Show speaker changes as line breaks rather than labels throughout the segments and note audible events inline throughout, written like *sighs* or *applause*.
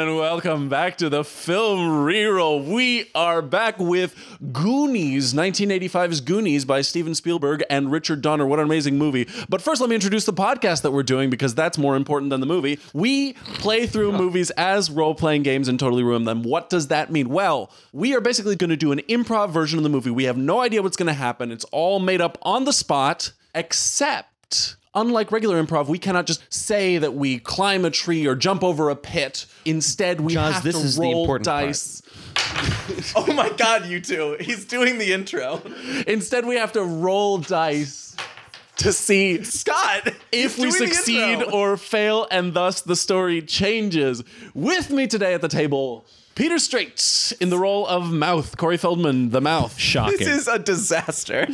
Welcome back to the film reroll. We are back with Goonies, 1985's Goonies by Steven Spielberg and Richard Donner. What an amazing movie. But first, let me introduce the podcast that we're doing because that's more important than the movie. We play through movies as role playing games and totally ruin them. What does that mean? Well, we are basically going to do an improv version of the movie. We have no idea what's going to happen, it's all made up on the spot, except unlike regular improv, we cannot just say that we climb a tree or jump over a pit. Instead, we
Jaws,
have
this
to
is the
roll
important part.
dice.
Oh my god, you two. He's doing the intro.
Instead, we have to roll dice to see
Scott!
if
he's
we
doing the
succeed
intro.
or fail, and thus the story changes. With me today at the table, Peter Strait in the role of Mouth, Corey Feldman, the Mouth,
Shocking.
This is a disaster.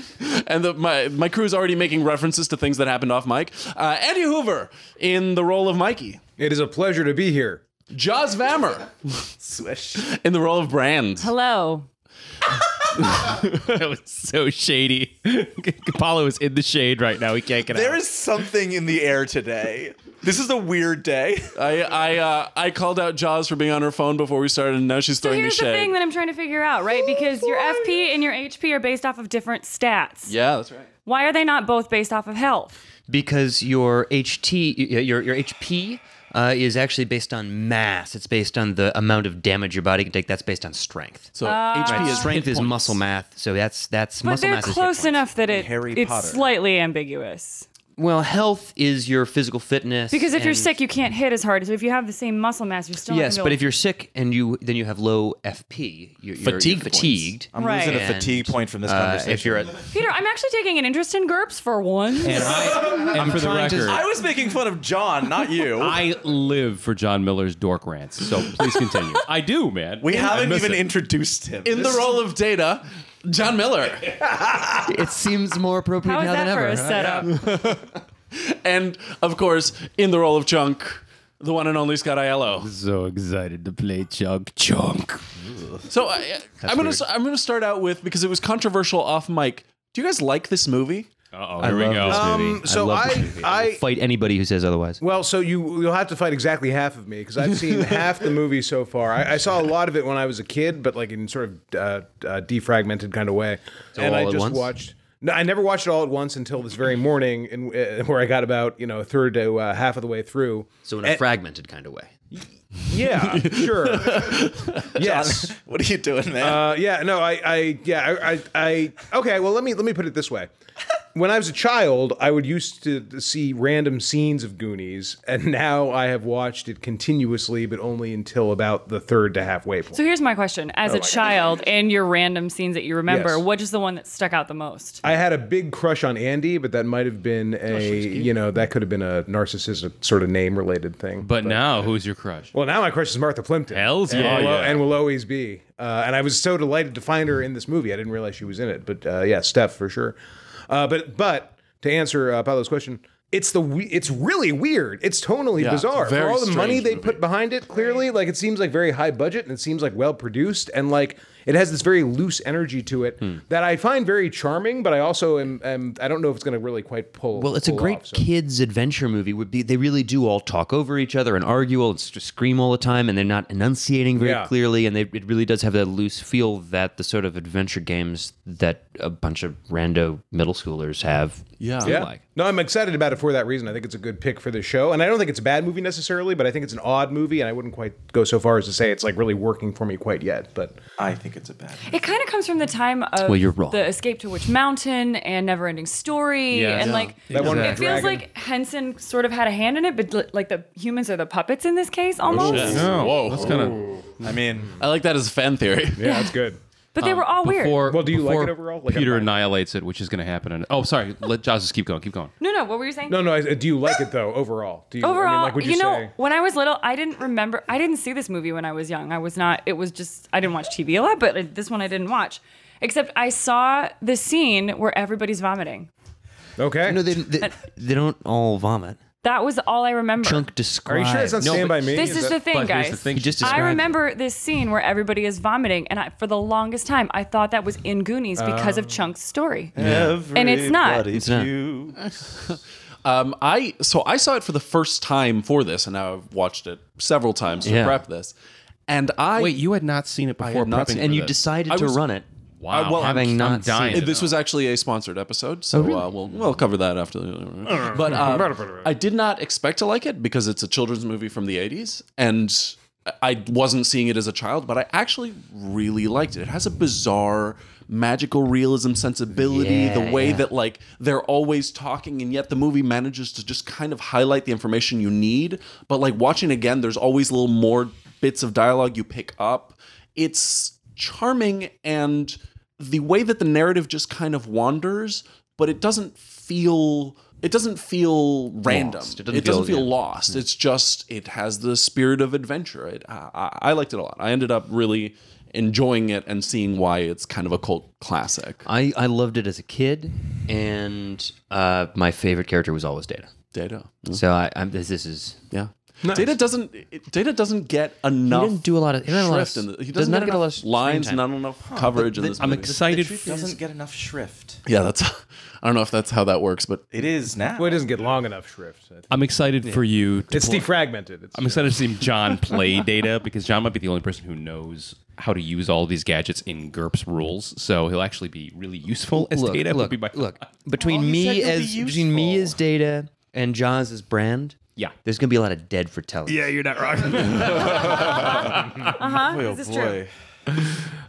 and the, my my crew's already making references to things that happened off mic. Uh, Andy Hoover in the role of Mikey,
It is a pleasure to be here.
Jaws Vammer
Swish.
in the role of Brand.
Hello.
that was so shady. Apollo is in the shade right now. He can't get
There
out.
is something in the air today. This is a weird day.
I I uh, I called out Jaws for being on her phone before we started, and now she's
So
throwing
here's the
me shade.
thing that I'm trying to figure out, right? Because your FP and your HP are based off of different stats.
yeah, that's right.
Why are they not both based off of health?
because your HT, y- your your HP. Uh, is actually based on mass. It's based on the amount of damage your body can take. That's based on strength.
So HP
Uh,
Right,
is
strength
hit
is
points.
muscle math. So that's that's
But
muscle
they're
mass. is hit
close
points.
enough that it,
Harry
it's
Potter.
slightly ambiguous.
Well, health is your physical fitness.
Because if you're
and-
sick, you can't hit as hard. So if you have the same muscle mass, you're still not
yes,
gonna be
but
able-
if you're sick and you then you have low FP, you're, you're,
Fatigue
you're
points.
fatigued.
I'm
Right.
losing a
And,
fatigue point from this
uh,
conversation.
if you're at,
Peter, I'm actually taking an interest in GURPS for once.
And I, and for the
trying to-
record,
I was making fun of John, not *laughs* you.
I live for John Miller's dork rants. So please continue. I do, man.
we
I
haven't
miss
even
it.
introduced him.
In the role of Data, John
*laughs*
Miller,
it seems more appropriate
How is
now
that
than
for
ever.
a setup?
and of course, in the role of Chunk, the one and only Scott Aiello.
so excited to play Chunk Chunk.
So I, I'm gonna
weird.
st- I'm gonna start out with because it was controversial off mic. Do you guys like this movie?
Uh oh, here we
love
go.
this movie.
Um, so
love this
I,
movie. I will
I,
fight anybody who says otherwise.
well, so you you'll have to fight exactly half of me because I've seen half the movie so far. I, I saw a lot of it when I was a kid, but like in sort of uh, uh, defragmented kind of way.
all
and I
at
just
once?
watched. No, I never watched it all at once until this very morning, in, uh, where I got about you know a third to uh, half of the way through.
So in a fragmented kind of way. *laughs*
Yeah, sure. yes.
what are you doing, man?
Uh, yeah, no, I, I, yeah, I, I, I, okay. Well, let me let me put it this way. When I was a child, I would used to see random scenes of Goonies, and *laughs* now I have watched it continuously, but only until about the third to halfway point.
So here's my question.
Oh
As a child, in your random scenes that you remember,
Yes.
what is the one that stuck out the most?
I had a big crush on Andy, but that might have been a, you know, that could have been a narcissistic sort of name related thing.
But now, who's your crush?
well, now my crush is Martha Plimpton.
Hells
and
yeah,
will,
yeah.
and will always be. Uh, and I was so delighted to find her in this movie. I didn't realize she was in it, but uh, yeah, Steph for sure. Uh, but but to answer uh, Paolo's question, it's the we- it's really weird. It's tonally bizarre for
very
all the money
strange
they
movie.
put behind it. Clearly, like it seems like very high budget and it seems like well produced and like it has this very loose energy to it that I find very charming. But I also am, am I don't know if it's going to really quite pull.
Well, it's a
pull
great
off, so.
kids adventure movie. Would be they really do all talk over each other and argue all and s- scream all the time, and they're not enunciating very
Yeah.
clearly, and they, it really does have that loose feel that the sort of adventure games that a bunch of rando middle schoolers have.
Yeah.
Yeah. No, I'm excited about it for that reason. I think it's a good pick for the show. And I don't think it's a bad movie necessarily, but I think it's an odd movie, and I wouldn't quite go so far as to say it's like really working for me quite yet. But
I think it's a bad
It kind of comes from the time of
Well, you're wrong.
the Escape to Witch Mountain and Neverending Story,
Yeah.
and
Yeah.
like
that one with
it
the
feels
dragon-
like Henson sort of had a hand in it, but li- like the humans are the puppets in this case
Oh,
almost.
No, Whoa, Oh, that's kind
I mean,
I like that as a fan theory.
Yeah, that's good.
But
Uh,
they were all
of
Oh, weird.
before.
Well, do you like
before
it overall? Like,
Peter
I'm fine.
annihilates it, which is going to happen. In, oh, sorry. Let Jaws just keep going. Keep going.
no, no. What were you saying?
No, no. I, uh, do you like it though? Overall, do you? I mean,
Overall,
like, would
you,
you,
know,
say?
when I was little, I didn't remember. I didn't see this movie when I was young. I was not. It was just I didn't watch TV a lot, but uh, this one I didn't watch. Except I saw the scene where everybody's vomiting.
Okay.
No, they, they they don't all vomit.
That was all I remember.
Chunk
Are
describes.
you sure it's not
No,
Stand
but-
by Me?
This is
that-
the thing,
but
guys.
here's the thing.
He just
I
described it.
remember this scene where everybody is vomiting, and I, for the longest time, I thought that was in Goonies because
Um,
of Chunk's story. And it's not.
It's
not.
You.
Um, I so I saw it for the first time for this, and now I've watched it several times to
Yeah.
prep this. and I
Wait, you had not seen it
had
before
not
prepping
seen it.
for
and you
this.
decided
I
to
was-
run it.
Wow,
well,
I'm,
having
I'm
not
dying.
Uh,
to
this
know.
was actually a sponsored episode, so uh, we'll we'll cover that after. The, but uh, I did not expect to like it because it's a children's movie from the '80s, and I wasn't seeing it as a child, but I actually really liked it. It has a bizarre magical realism sensibility the way that like they're always talking and yet the movie manages to just kind of highlight the information you need but like watching again there's always little more bits of dialogue you pick up it's charming and the way that the narrative just kind of wanders but it doesn't feel it doesn't feel random it
Lost. It
doesn't,
doesn't
feel,
feel- yeah. Hmm.
lost it's just it has the spirit of adventure it, I, I I liked it a lot i ended up really enjoying it and seeing why it's kind of a cult classic
I, I loved it as a kid, and uh, my favorite character was always Data.
data
So I, I'm, this, this is
yeah data doesn't it- data doesn't get enough
didn't do a lot of- he didn't have a lot of
shrift in the- he
s- does
doesn't
not
get,
get a lot of
enough
screen
lines
time.
not enough coverage in this
I'm
movie.
excited.
Truth doesn't get enough shrift.
yeah that's *laughs* i don't know if that's how that works but
It is now.
Well, it doesn't get long enough shrift. I think.
I'm excited for you. To
It's defragmented. It's,
I'm excited to see John play data because John might be the only person who knows how to use all these gadgets in GURPS rules. So he'll actually be really useful as
look,
data. would
look,
be my-
look between
Oh,
Well, he said
me
he'll be
as between me
useful.
as Data and Jaws as Brand.
*laughs* Yeah.
there's gonna be a lot of dead for telling. Yeah,
you're not wrong.
Uh huh.
Boy, oh
This is true.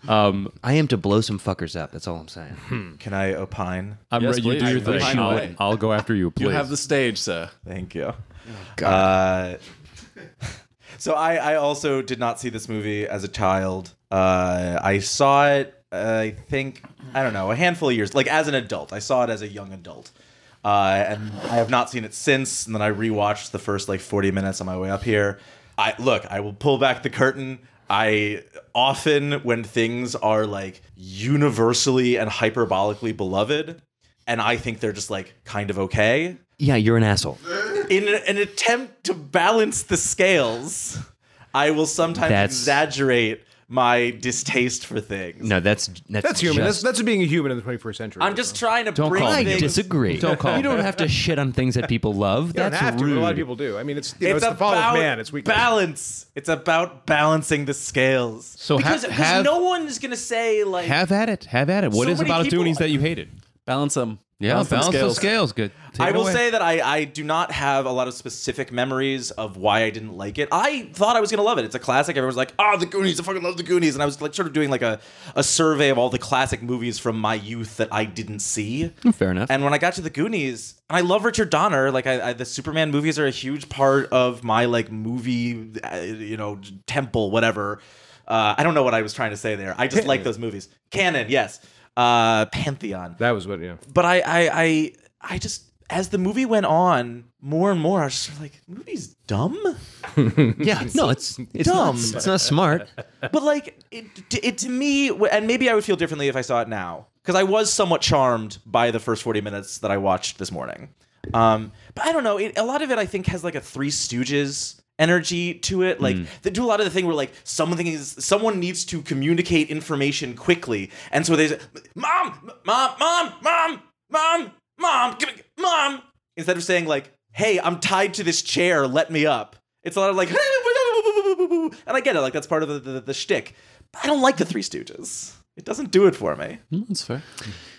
boy.
I am to blow some fuckers up. That's all I'm saying. *laughs*
Can I opine?
I'm
Yes,
ready. You
please.
do your
I wish
thing.
you
I'll,
would.
I'll go after you. Please.
you have the stage sir
Thank you. Uh, *laughs* so I, I also did not see this movie as a child. Uh, I saw it, uh, I think, I don't know, a handful of years, like as an adult. I saw it as a young adult. Uh, and I have not seen it since. And then I rewatched the first like 40 minutes on my way up here. I look, I will pull back the curtain. I often, when things are like universally and hyperbolically beloved, and I think they're just like kind of okay,
Yeah, you're an asshole.
in a- an attempt to balance the scales, I will sometimes
That's-
exaggerate my distaste for things.
No, that's that's,
that's human.
Just,
that's that's being a human in the 21st century.
I'm just trying to
Don't
bring
call
I
me.
things.
disagree.
Don't call
*laughs* You
me.
don't have to shit on things that people love.
You don't
that's
have to.
rude.
but A lot of people do. I mean, it's you know, it's, the fall
about
of man. It's weak.
balance. It's about balancing the scales.
So ha-
because, because
have-
no one is gonna say like
Have at it. Have at it. What
So
is
many
about
people-
Doonies that you hated?
balance them
Yeah, balance,
them
those scales. Good. Take
I
it
will
away.
say that I, I do not have a lot of specific memories of why I didn't like it. I thought I was gonna love it. It's a classic. Everyone's like, "Oh, the Goonies! I fucking love the Goonies!" And I was like, sort of doing like a, a survey of all the classic movies from my youth that I didn't see.
Oh,
Fair enough.
And when I got to the Goonies, and I love Richard Donner. Like, I, I the Superman movies are a huge part of my like movie, uh, you know, temple, whatever. Uh, I don't know what I was trying to say there. I just like those movies. Canon, yes. Uh, pantheon
That was what. Yeah.
but I, I, I, I just as the movie went on, more and more, I was just like, "Movie's dumb."
*laughs* yeah, no, it's it's
dumb.
Not, it's not
*laughs*
smart.
but like, it, it to me, and maybe I would feel differently if I saw it now, because I was somewhat charmed by the first forty minutes that I watched this morning. Um, but I don't know. It, a lot of it, I think, has like a Three Stooges energy to it. Like they do a lot of the thing where like something is someone needs to communicate information quickly, and so they, say, mom, mom, mom, mom, mom, mom, give me- mom, instead of saying like, hey, I'm tied to this chair, let me up. It's a lot of like, *laughs* and I get it, like that's part of the the, the shtick. But I don't like the Three Stooges. It doesn't do it for *laughs* me.
Mm, that's fair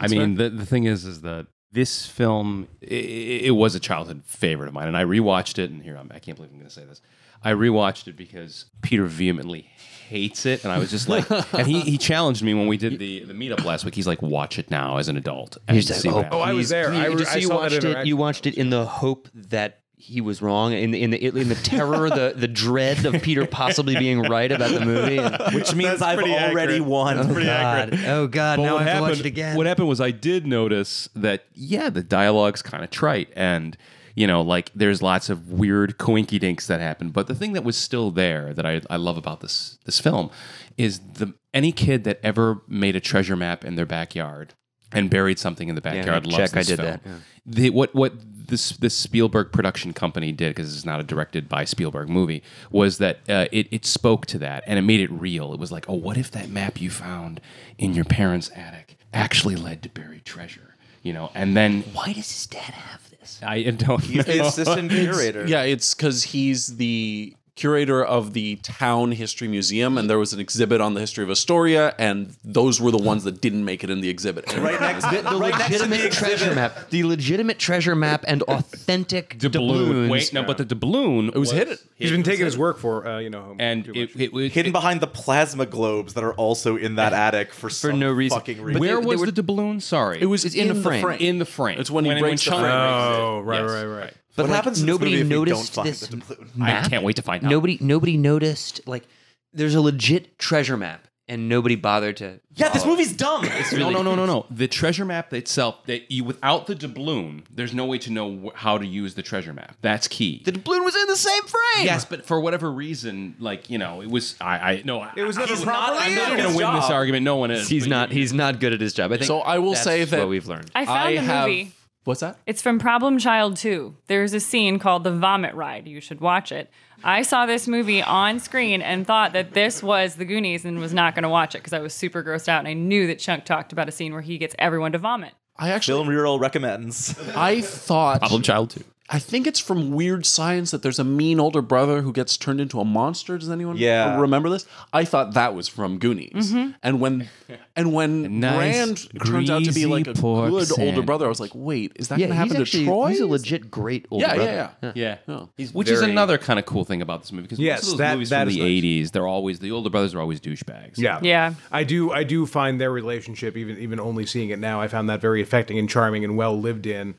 I mean, the, the thing is, is that this film i- i it was a childhood favorite of mine, and I rewatched it. And here I'm, I can't believe I'm going to say this. I rewatched it because Peter vehemently hates it, and I was just
*laughs*
like, and he, he challenged me when we did the, the meetup last week. He's like, watch it now as an adult. And
He's like,
see what
oh,
happens."
I was there. I,
You-
re-
so
I
you
saw that
watched it. You
interaction.
watched it in the hope that he was wrong, in the in the in the terror, the the dread of Peter possibly being right about the
*laughs*
movie. And,
Which means I've
pretty
already
accurate.
won. *laughs*
God, oh God,
But
now I
what
have
happened,
to watch it again.
What happened was I did notice that yeah, the dialogue's kind of trite and you know, like there's lots of weird coinky dinks that happen. But the thing that was still there that I, I love about this this film is the any kid that ever made a treasure map in their backyard and buried something in the backyard loves
check, I
this
did
film.
that, yeah.
The, what what this this Spielberg production company did because it's not a directed by Spielberg movie was that uh, it it spoke to that and it made it real. It was like, oh, what if that map you found in your parents' attic actually led to buried treasure? You know, and then
Why does his dad have this?
I don't know. *laughs*
Assistant curator.
yeah it's because he's the curator of the town history museum, and there was an exhibit on the history of Astoria, and those were the ones that didn't make it in the exhibit.
Right next, *laughs*
*laughs* The, the
right next to
legitimate
the
treasure
exhibit.
map. The legitimate treasure map *laughs* and authentic doubloons.
Wait, no, but the doubloon
It was hidden.
He's been taking his work for uh, you know home
and
too
it,
much.
it, was
Hidden behind the plasma globes that are also in that attic for,
for no reason.
fucking
But
reason.
they-
Where
they
was
were-
the doubloon? Sorry,
It was
It's in the frame.
in the frame.
It's when he breaks the
Chung
frame.
breaks it.
oh right,
Yes.
right, right.
But
What
like,
happens to this
nobody
movie if we don't
noticed
find
this
the doubloon? I
map.
can't wait to find out.
Nobody, nobody noticed. Like, there's a legit treasure map, and nobody bothered to.
yeah, this
follow it.
movie's dumb. It's *laughs*
No, no, no, no, no. The treasure map itself, that you, without the doubloon, there's no way to know wh- how to use the treasure map. That's key.
The doubloon was in the same frame.
yes, but for whatever reason, like you know, it was I. I no, it
was
I,
never
I'm
properly
I'm not
used.
going to win this
Job.
argument. No one is.
He's
but
not.
you-
He's not good at his job. I think.
So I will
that's
say that
what we've learned.
I found the movie.
What's that?
It's from Problem Child 2. There's a scene called The Vomit Ride. You should watch it. I saw this movie on screen and thought that this was The Goonies and was not going to watch it because I was super grossed out and I knew that Chunk talked about a scene where he gets everyone to vomit.
I actually,
Film Mural recommends.
I thought,
Problem Child too.
I think it's from Weird Science that there's a mean older brother who gets turned into a monster. Does anyone
Yeah.
remember this? I thought that was from Goonies.
Mm-hmm.
And when, and when
*laughs* nice,
Brand turns out to be
greasy
like a
pork
good older
sandwich.
brother, I was like, wait, is that
Yeah,
going to happen
he's actually
to Troy?
he's a legit great old
yeah,
brother.
yeah, yeah,
Yeah,
Oh.
which is
very-
another kind of cool thing about this movie because
Yes,
most of those
that-
movies
that
from
is
the
nice.
'80s, they're always the older brothers are always douchebags.
Yeah,
Yeah.
I do. I do find their relationship, even even only seeing it now, I found that very affecting and charming and well lived in.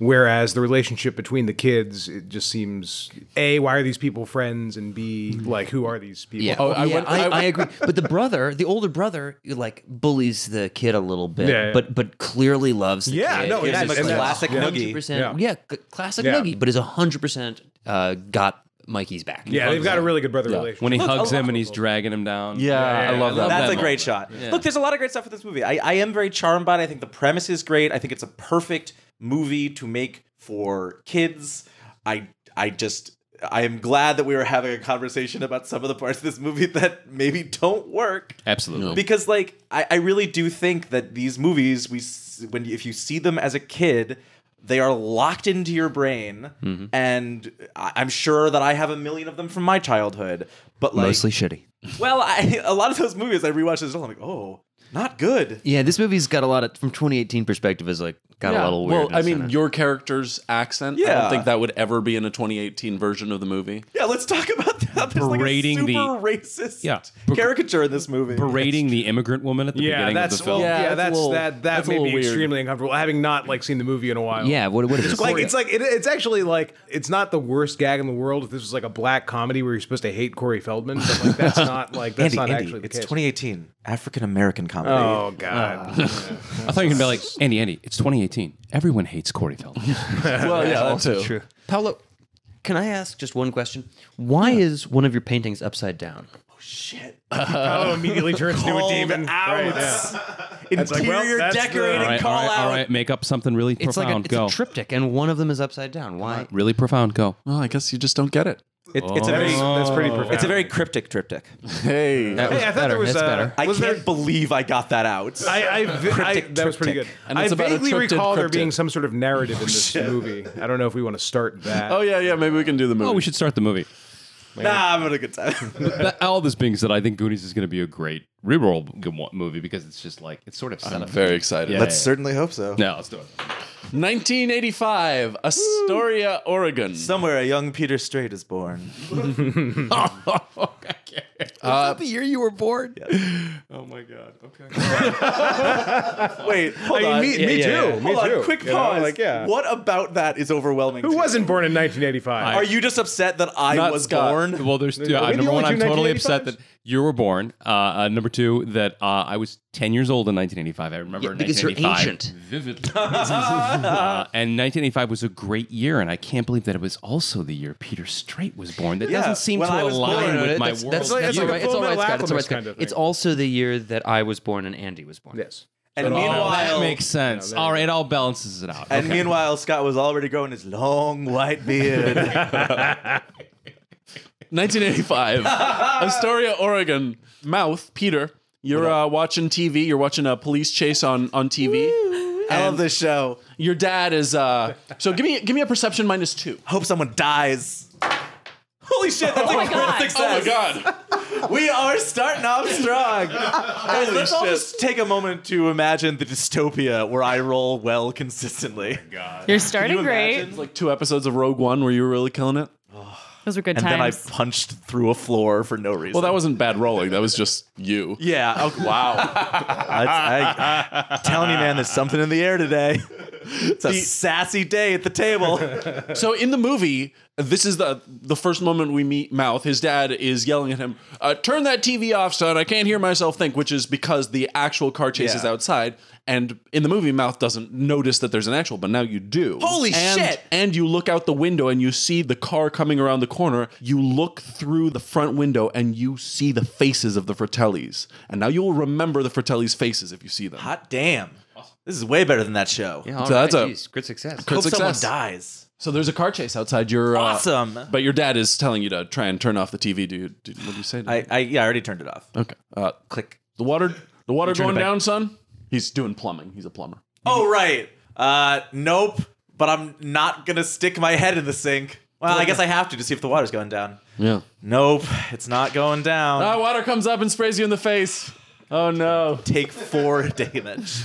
Whereas the relationship between the kids, it just seems a why are these people friends, and b like who are these people?
Yeah,
Oh, I
I, yeah,
went-
I,
I-
I agree. But the brother, the older brother, like bullies the kid a little bit,
Yeah, yeah.
but but clearly loves. The
Yeah,
kid.
no,
Gives
yeah,
him
and
a
that's-
classic
yeah.
noogie.
100%,
Yeah.
yeah, c- classic
Yeah.
noogie, but is hundred percent uh, got Mikey's back.
yeah, they've got a really good brother relationship.
When he hugs
a lot
him
of
and he's
people-
dragging him down.
Yeah, I love that.
that
That's a
moment.
great shot. Look, there's a lot of great stuff in this movie. I, I am very charmed by it. I think the premise is great. I think it's a perfect movie to make for kids. I I just I am glad that we were having a conversation about some of the parts of this movie *laughs* that maybe don't work.
Absolutely.
Because like I, I really do think that these movies we s- when you- if you see them as a kid they are locked into your brain and I- I'm sure that I have a million of them from my childhood but like
mostly shitty.
well, I, a lot of those movies I rewatched as well. I'm like, oh, not good.
Yeah, this movie's got a lot of from 2018 perspective is like got a little weird.
Well, I mean, your character's accent. I don't
Yeah.
think that would ever be in a 2018 version of the movie.
Yeah, let's talk about that. There's like a
Berating
super
the-
racist
Yeah.
caricature in this movie.
Berating the immigrant woman at the
Yeah,
beginning
that's
of the film.
yeah,
Yeah, that's a
that's
little-
that that
that's a
made me
little weird.
extremely uncomfortable. Having not like seen the movie in a while.
yeah, what what is this?
It's like it's like it, it's actually like it's not the worst gag in the world. If this was like a black comedy where you're supposed to hate Corey Feldman, but like that's not like that's
Andy,
not
Andy,
actually the
it's
case.
2018 African American comedy.
oh god.
I thought you were gonna be like Andy, Andy. It's 2018. Everyone hates Corey *laughs* Feldman.
well, yeah, that too.
*laughs*
True.
Paolo, can I ask just one question? Why is one of your paintings upside down?
Shit!
Oh, immediately turns into a
Called
demon.
out.
Right, yeah. *laughs* like, well,
Interior
that's uh, the-
decorating
all right,
call
all right,
out.
all right. Make up something really
It's
profound.
like a, it's
Go.
a triptych, and one of them is upside down. Why?
really profound. Go.
Well, I guess you just don't get it.
It- it's a
That's,
very,
that's pretty profound.
it's a very cryptic triptych.
*laughs* Hey.
That was
Hey, I thought
better.
there was
That's
uh,
better.
I
was
can't
there-
believe I got that out.
I, I, vi- I that was pretty good.
cryptic.
And
I
it's about a
vaguely
cryptid
recall there
cryptid.
being some sort of narrative in this movie. I don't know if we want to start that.
Oh yeah, yeah. Maybe we can do the movie.
Oh, we should start the movie.
nah, I'm having a good time. *laughs*
That- all this being said, I think Goonies is going to be a great reroll g- mo- movie because it's just like it's sort of.
I'm
cinema.
very excited.
Yeah.
Let's certainly hope so.
No, let's do it.
1985, Astoria, Oregon.
Somewhere a young Peter Strait is born.
*laughs*
Uh,
the year you were born? Oh my god. Okay.
Wait, hold
I mean,
on.
me, me too. Me
Hold on,
too.
quick
You know,
pause.
like, yeah.
What about that is overwhelming?
Who
to you?
wasn't born in 1985?
Are you just upset that I
Not
was
Scott.
born?
Well, there's yeah,
Are we the
number one.
only
I'm
two
totally upset
1985s?
that you were born. Uh, uh, number two, that uh, I was 10 years old in 1985. I remember
Yeah, because you're
1985 vividly. *laughs* uh, and 1985 was a great year, and I can't believe that it was also the year Peter Strait was born. That
Yeah,
doesn't seem to
when I was
align
born,
with
That's-
my
that's,
world.
that's,
like-
that's
it's
all
like a
right. It's all
Full
right,
Metal
Scott. It's all right,
Alchemist
Scott.
kind of
It's
thing.
also the year that I was born and Andy was born.
Yes.
and
Oh, that
meanwhile,
makes sense. All right, it all balances it out.
and
Okay.
meanwhile, Scott was already growing his long white
*laughs*
beard.
1985, *laughs* Astoria, Oregon. Mouth, Peter. You're uh, watching TV. You're watching a police chase on on TV.
I love this show.
Your dad is. Uh, so give me give me a perception minus two.
Hope someone dies. Holy Holy shit, that's
my
a cryptic
God. Oh
Oh my
sense.
god.
We are starting off strong. *laughs* Guys, let's all
shit.
just take a moment to imagine the dystopia where I roll well consistently.
You're
Can you
starting great.
imagine?
like two episodes of Rogue One where you were really killing it.
Those were good
And then I
times.
punched through a floor for no reason.
Well, that wasn't bad rolling. That was just you.
yeah. Oh, *laughs* wow. That's- I, I'm telling you, man, there's something in the air today. It's a sassy day at the *laughs* table.
So in the movie, this is the the first moment we meet Mouth. His dad is yelling at him, uh, "Turn that TV off, son! I can't hear myself think." Which is because the actual car chase is
Yeah.
outside, and in the movie, Mouth doesn't notice that there's an actual, but now you do.
Holy
And-
shit!
And you look out the window and you see the car coming around the corner. You look through the front window and you see the faces of the Fratellis, and now you will remember the Fratellis' faces if you see them.
Hot damn. This is way better than that show.
Yeah, all
So that's
right,
a-
geez, good success.
Good
Hope
success.
someone dies.
So there's a car chase outside your uh,
Awesome.
But your dad is telling you to try and turn off the TV. Do you? Do, what do you say? To him?
I, I yeah, I already turned it off.
Okay. Uh,
Click.
the water, the water
Turn it
going
back.
down, son. He's doing plumbing. He's a plumber.
Oh right. Uh, nope. But I'm not gonna stick my head in the sink. Well, I guess I have to to see if the water's going down.
Yeah.
Nope, it's not going down.
Ah, water comes up and sprays you in the face. Oh no.
Take four *laughs* damage.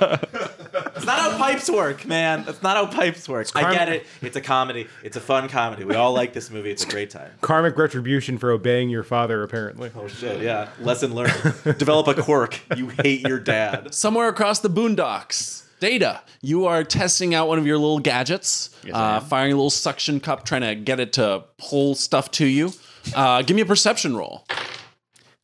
it's not how pipes work, man. That's not how pipes work. I
karma.
get it. It's a comedy. It's a fun comedy. We all like this movie. It's a great time.
Karmic retribution for obeying your father, apparently.
Oh shit, yeah. Lesson learned. Develop a quirk. You hate your dad.
Somewhere across the boondocks. Data, you are testing out one of your little gadgets, uh, firing a little suction cup, trying to get it to pull stuff to you. Uh, give me a perception roll.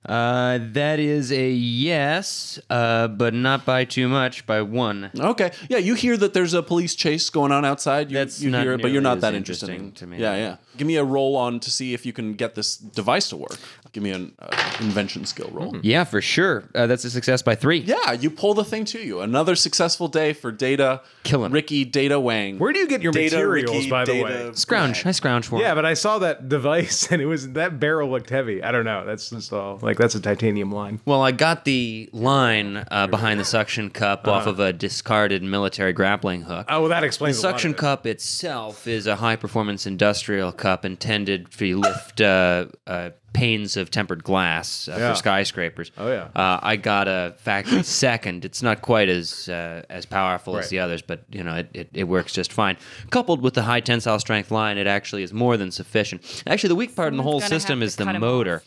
Uh, that is a yes, uh, but not by too much, by one.
Okay. Yeah, you hear that there's a police chase going on outside. You,
That's
you
not
hear it, but you're not
nearly as
that interested. in-
interesting to me.
Yeah, yeah. Give me a roll on to see if you can get this device to work. Give me an uh, invention skill roll.
Yeah, for sure. Uh, that's a success by three.
Yeah, you pull the thing to you. Another successful day for Data.
Kill him.
Ricky Data Wang.
Where do you get your
Data,
materials,
Ricky,
by the
data.
way?
Scrounge. I scrounge for him.
Yeah, but I saw that device *laughs* and it was that barrel looked heavy. I don't know. That's just all like that's a titanium line.
Well, I got the line uh, behind the suction cup off of a discarded military grappling hook.
Oh, well, that explains
The
a lot
suction
of it.
cup itself is a high performance industrial cup intended to lift uh, uh, panes of tempered glass uh,
Yeah.
for skyscrapers.
Oh, yeah.
Uh, I got a factory *laughs* second. It's not quite as uh, as powerful as
Right.
the others, but you know it, it, it works just fine. Coupled with the high tensile strength line, it actually is more than sufficient. Actually, the weak part in the whole
Someone's gonna
system
have
is
to
the
cut 'em
motor.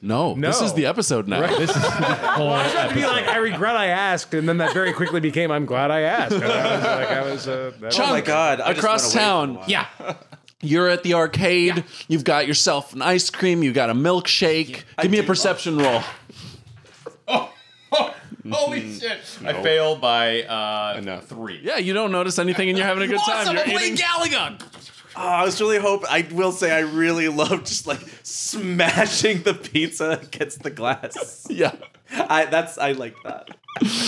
No, this
No.
is the episode now.
Right, this is well, I was about to be like, I regret I asked, and then that very quickly became, I'm glad I asked. And I was like, I was, uh, that was-
Oh my god. I just
Across
went away for a
town.
while.
Yeah.
*laughs*
You're at the arcade. You've got yourself an ice cream. You got a milkshake. Give me a
do-
perception roll.
Holy shit! I fail by uh, three.
Yeah, you don't notice anything and you're having a
*laughs*
good time. You're eating.
Galaga.
Oh, I was really hoping. I will say, I really love just like smashing the pizza against the glass.
Yeah.
I that's I like that.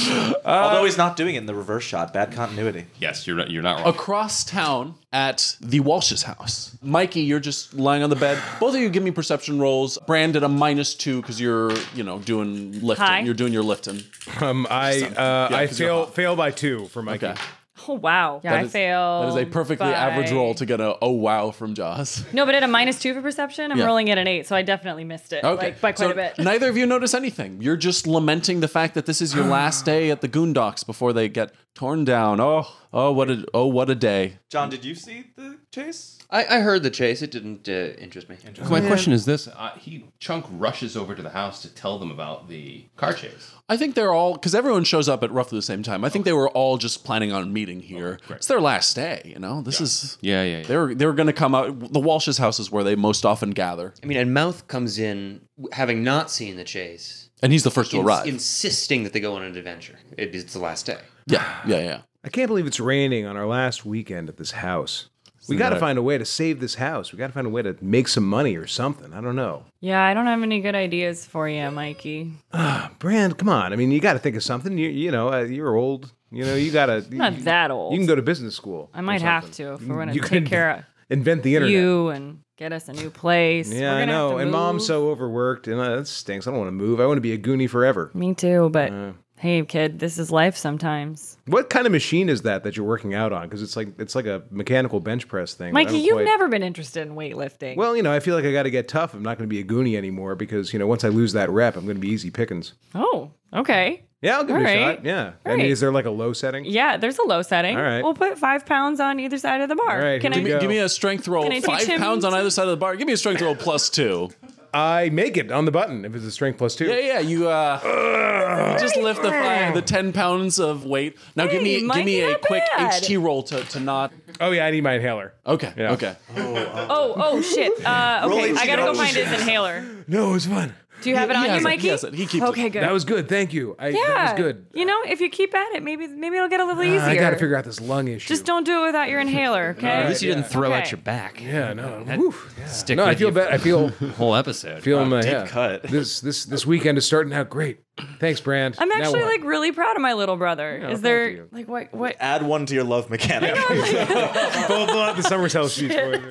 Uh, Although he's not doing it in the reverse shot. Bad continuity.
Yes, you're not. You're not wrong.
Across town at the Walsh's house. Mikey, you're just lying on the bed. Both of you give me perception rolls. Brand at a minus two because you're, you know, doing lifting.
Hi.
You're doing your lifting.
um, I, uh,
Yeah,
I
'cause you're
fail,
hot.
fail by two for Mikey.
Okay.
oh wow. Yeah, I
is-
fail.
That is a perfectly
by-
average roll to get a oh wow from Jaws. *laughs*
No, but at a minus two for perception, I'm
Yeah.
rolling at an eight, so I definitely missed it. Like by quite
So
a bit.
Neither of you notice anything. You're just lamenting the fact that this is your
*gasps*
last day at the Goondocks before they get torn down. Oh, oh, what a oh, what a day.
John, did you see the chase?
I, I heard the chase. It didn't uh, interest me.
My question is this: uh, He Chunk rushes over to the house to tell them about the car chase.
I think they're all because everyone shows up at roughly the same time. I think they were all just planning on meeting here. it's their last day, you know. This is
Yeah, yeah, yeah.
They were they were going to come out. The Walsh's house is where they most often gather,
I mean, and Mouth comes in w- having not seen the chase.
and he's the first to
ins-
arrive.
insisting that they go on an adventure. It is the last day.
yeah, yeah, yeah.
I can't believe it's raining on our last weekend at this house. we got to
that-
find a way to save this house. We got to find a way to make some money or something. I don't know.
yeah, I don't have any good ideas for you, Mikey.
Brand, come on. I mean, you got to think of something. You, you know, uh, you're old. You know, you got to.
*laughs* Not that old.
You can go to business school.
I might have to if we're gonna
You
take
can-
care
*laughs* Invent the
of
internet.
you and get us a new place.
Yeah,
We're
I
gonna have
know.
to
And mom's
move.
so overworked, and uh, that stinks. I don't want to move. I want to be a goonie forever.
Me too, but hey kid, this is life sometimes.
What kind of machine is that that you're working out on? Because it's like it's like a mechanical bench press thing. but I
Mikey,
don't
you've
quite-
never been interested in weightlifting.
Well, you know, I feel like I got to get tough. I'm not going to be a goonie anymore because you know once I lose that rep, I'm going to be easy pickings.
oh, okay.
Yeah, I'll give it
All
a
right.
shot. Yeah.
All
I mean,
right.
is there like a low setting?
Yeah, there's a low setting.
All right.
We'll put five pounds on either side of the bar.
All right,
Can
here
I?
we go.
Give me a strength roll.
Can I teach
Five
him
pounds on
to-
either side of the bar. Give me a strength roll plus two.
I make it on the button if it's a strength plus two.
Yeah, yeah. You uh, *laughs* just lift the five, the ten pounds of weight. Now give
Hey,
me
Mikey,
give me a
not
quick
bad.
HT roll to, to not.
Oh yeah, I need my inhaler.
Okay,
Yeah.
okay.
Oh, oh shit. Uh, okay, I gotta go find his inhaler.
No, it was fun.
Do you have it
He
on
has
you,
it,
Mikey?
he has it. He keeps it.
Okay, good.
That was good. Thank you. I,
yeah,
That was good. Uh,
You know, if you keep at it, maybe maybe it'll get a little easier.
I got to figure out this lung issue.
Just don't do it without your inhaler, okay?
At least you didn't throw out
Okay.
your back.
Yeah, no.
That
Oof. Yeah.
stick
No, I
with
feel
you
bad. I feel
Whole episode.
feel my
deep
yeah.
cut.
This this this weekend is starting out great. Thanks, Brand.
I'm
Now
actually
what?
like really proud of my little brother. Is
thank
there
you.
like what what
Add one to your love mechanic.
blow, blow out the summer's house sheets for you.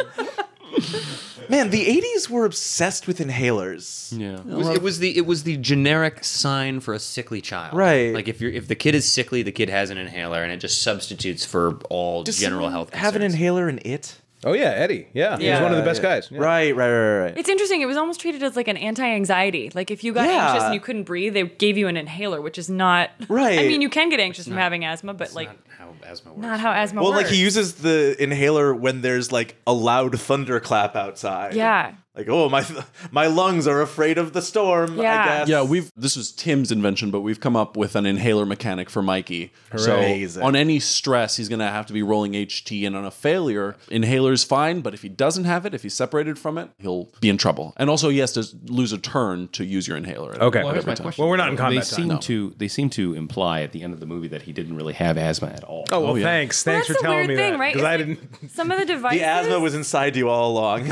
Man, the 80s were obsessed with inhalers.
Yeah.
It was, it was the it was the generic sign for a sickly child,
Right.
Like if you're if the kid is sickly, the kid has an inhaler, and it just substitutes for all general health. Concerns.
Have an inhaler in it?
Oh yeah, Eddie. Yeah, he was
Yeah.
one of the best guys. Yeah.
Right, right, right, right.
It's interesting. It was almost treated as like an anti-anxiety. Like if you got
Yeah.
anxious and you couldn't breathe, they gave you an inhaler, which is not
Right.
I mean, you can get anxious from having asthma, but like
Not how asthma works.
not how asthma
well,
works.
like he uses the inhaler when there's like a loud thunderclap outside.
Yeah.
Like, oh, my my lungs are afraid of the storm, I
Yeah.
guess.
Yeah, we've this was Tim's invention, but we've come up with an inhaler mechanic for Mikey.
Amazing.
So on any stress, he's gonna have to be rolling HT, and on a failure, inhaler's fine. But if he doesn't have it, if he's separated from it, he'll be in trouble. And also, he has to lose a turn to use your inhaler. at
Okay.
Well, here's my
time.
question.
Well, we're not in
They
combat time,
seem
no.
to they seem to imply at the end of the movie that he didn't really have asthma at all.
Oh well,
yeah.
thanks.
Well, that's
thanks for
the
telling
weird
me
thing,
that
right?
because
It's
I
like
didn't.
Some of the
The
devices.
asthma was inside you all along.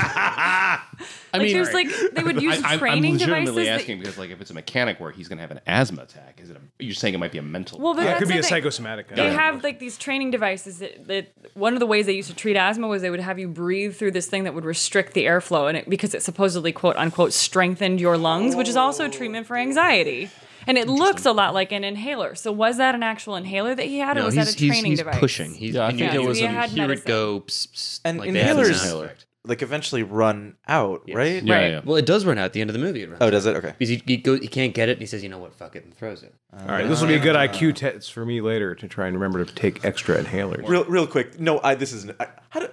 I
Like,
mean,
there's like they would use
I, am
training
legitimately
devices. that-
asking because, like, if it's a mechanic where he's going to have an asthma attack, is it? A, you're saying it might be a mental.
*laughs* well, but
That
that's
could be
the
a
thing.
psychosomatic.
They have like these training devices that, that one of the ways they used to treat asthma was they would have you breathe through this thing that would restrict the airflow and it because it supposedly quote unquote strengthened your lungs, which is also a treatment for anxiety. And it looks a lot like an inhaler. So was that an actual inhaler that he had, or
No,
was
he's,
that a
he's-
training
he's
device?
pushing. He's,
Yeah, I
and you
think
hear
it was
him-
an- He had
hear it
medicine.
go. Pss, pss,
*laughs* And
like they had an
inhalers
inhaler.
like eventually run out, right?
yeah,
Right.
yeah.
Well, it does run out at the end of the movie. It runs
Oh,
out.
does it? Okay.
Because he, he, go, he can't get it, and he says, "You know what? Fuck it," and throws it.
All right, this will be a good IQ test for me later to try and remember to take extra inhalers.
Real, real quick. No, I. This isn't. I, how do,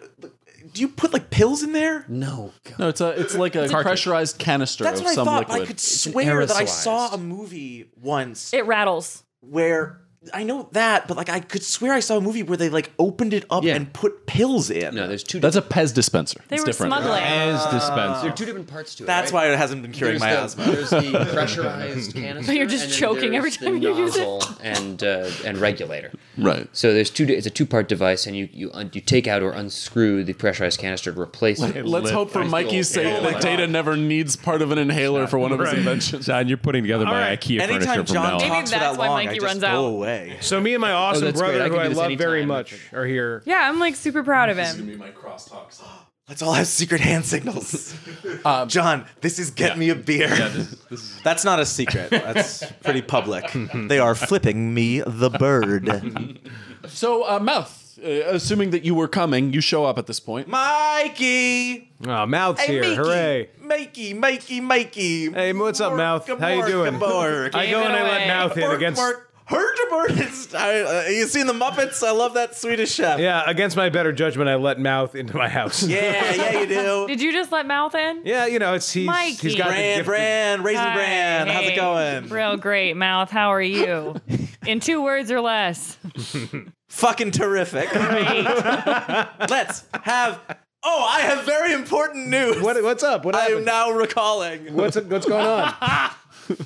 do you put like pills in there?
No, God.
no, it's a it's like a pressurized canister
That's
of
what I
some
thought. but
liquid.
I could swear that I saw
aerosolized.
a movie once
It rattles.
where I know that, but like I could swear I saw a movie where they like opened it up
Yeah.
and put pills in.
no. There's two.
That's a Pez dispenser.
They
it's
were
different.
smuggling.
As dispenser.
there are two different parts to it.
That's
right?
why it hasn't been curing
There's
my
the,
asthma.
There's the pressurized canister.
you're just
and then
choking every
there's
time
the
you use it.
nozzle And uh, and regulator.
Right.
So there's two. It's a two-part device, and you you un- you take out or unscrew the pressurized canister to
*laughs*
replace it.
Let's
Lit-
hope for
nice
Mikey's sake
little-
that Data never needs part of an inhaler for one of his inventions.
John, you're putting together my
right.
IKEA
Anytime
furniture
John
from now. on.
Maybe
talks for
that's
that
why
long, I
Mikey
just
runs
go
out.
away.
So me and my awesome
that's
brother,
great. I
who
can do
I
this
love
anytime.
very much, are here.
Yeah, I'm like super proud of him.
my crosstalks.
Let's all have secret hand
*laughs*
signals.
Um,
John, this is get me a beer. That's not a secret. That's pretty public.
*laughs*
they are flipping me the bird.
So, uh, Mouth, uh, assuming that you were coming, you show up at this point.
Mikey!
Oh, mouth's
Hey,
here!
Mikey!
Hooray!
Mikey, Mikey, Mikey.
Hey, what's up,
Mork,
mouth? How you
mork,
doing?
mork.
*laughs* I
Gave
go
it
and I
away.
let mouth in
Mork,
against.
mork. Heard your bird. It's- I- uh, You seen the Muppets? I love that Swedish chef.
Yeah, against my better judgment, I let mouth into my house.
yeah, yeah, you do.
Did you just let mouth in?
*laughs* Yeah, you know, it's he's
Mikey.
he's got the
Brand,
gift-
brand, raisin
Hi,
brand. How's
hey.
it going?
Real great, mouth. How are
*laughs*
you? In two words or less.
Fucking terrific. Let's have. Oh, I have very important news.
What, what's up? What
I am
happened?
now recalling.
What's what's going on?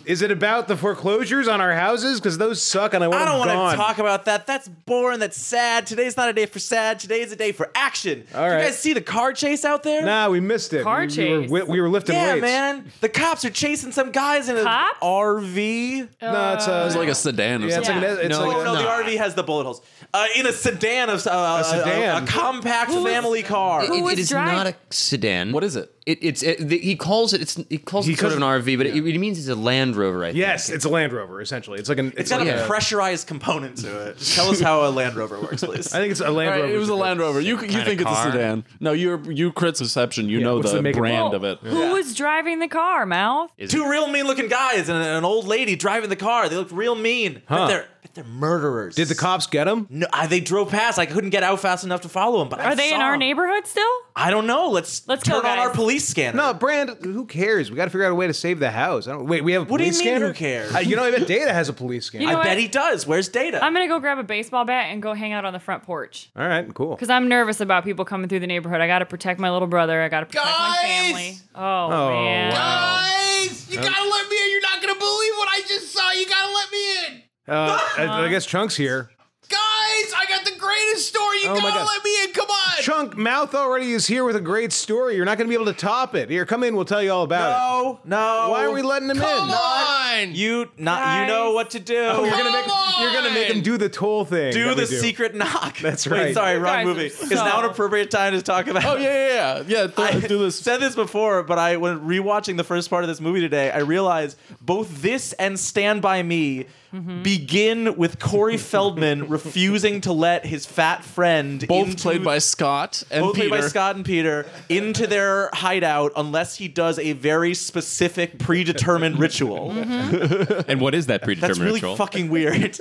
Is it about the foreclosures on our houses? Because those suck, and I want
I don't
them
want to
gone.
talk about that. That's boring. That's sad. Today's not a day for sad. Today is a day for action.
All
You
right.
guys see the car chase out there?
Nah, we missed it.
Car
we, we were,
chase.
wi- we were lifting
Yeah,
weights.
man. The cops are chasing some guys in an
Cops? Oh.
RV.
No, it's uh,
It's like a sedan or
yeah, it's
something.
like an, it's
Oh,
like a-
no, the RV has the bullet holes. Uh, in a sedan of uh, a,
sedan?
a compact family car.
Who
It-
was
it is
driving-
not a sedan.
What is it?
It, it's it, the, he calls it. It's he calls
He
it sort of an
calls
RV, but it, it means it's a Land Rover, I think.
Yes, it's a Land Rover essentially. It's like an. It's
It's got
like
a
a-
pressurized component to it. Just tell us how a Land Rover works, please.
I think it's a Land
All right,
Rover.
it was a Land Rover. You you think it's a
car.
sedan? No, you're you crit's deception. You know
what's
the
the make and
brand
Well,
of it.
Who was driving the car, Mouth?
Two real mean looking guys and an old lady driving the car. They looked real mean. But they're but they're murderers.
Did the cops get him?
No, I, they drove past. I couldn't get out fast enough to follow them. But I
Are they in
saw
our
'em.
neighborhood still?
I don't know. Let's
Let's go,
turn on
guys.
our police scanner.
No, Brand. Who cares? We got to figure out a way to save the house. I don't, wait, we have a
What do you
police
mean,
scanner.
who cares?
Uh, you know, I bet Data has a police scanner.
You
I
know
bet
what?
he does. Where's Data?
I'm gonna go grab a baseball bat and go hang out on the front porch
All right, cool.
because I'm nervous about people coming through the neighborhood. I gotta protect my little brother. I gotta protect my
Guys!
family. Oh, man.
Guys, you gotta let me in. You're not gonna believe what I just saw. You gotta let me in.
*laughs*
Uh, I, I guess Chunk's here.
Guys, I got the greatest story. You
Oh my
gotta
God.
let me in. Come on.
Chunk Mouth already is here with a great story. You're not going to be able to top it. Here, come in. We'll tell you all about
no, no.
it. Why are we letting him
Come
in?
on.
you not? You
Guys. Oh,
know what to do.
You're gonna make
Come
you're gonna make him do the toll thing.
do
that we
the secret knock.
That's
Wait,
right.
sorry, wrong
guys
movie.
are
Is now an
so-
appropriate time to talk
*laughs*
about?
Oh yeah, yeah, yeah. yeah th-
I
do this.
said this before, but I when rewatching the first part of this movie today, I realized both this and Stand by Me
Mm-hmm.
begin with
*laughs*
Corey Feldman refusing to let his fat friend
both
into-
played by Scott and
both
Peter.
played by Scott and Peter into their hideout unless he does a very specific predetermined ritual.
Mm-hmm.
And what is that
That's
predetermined
really
ritual?
*laughs*
fucking weird.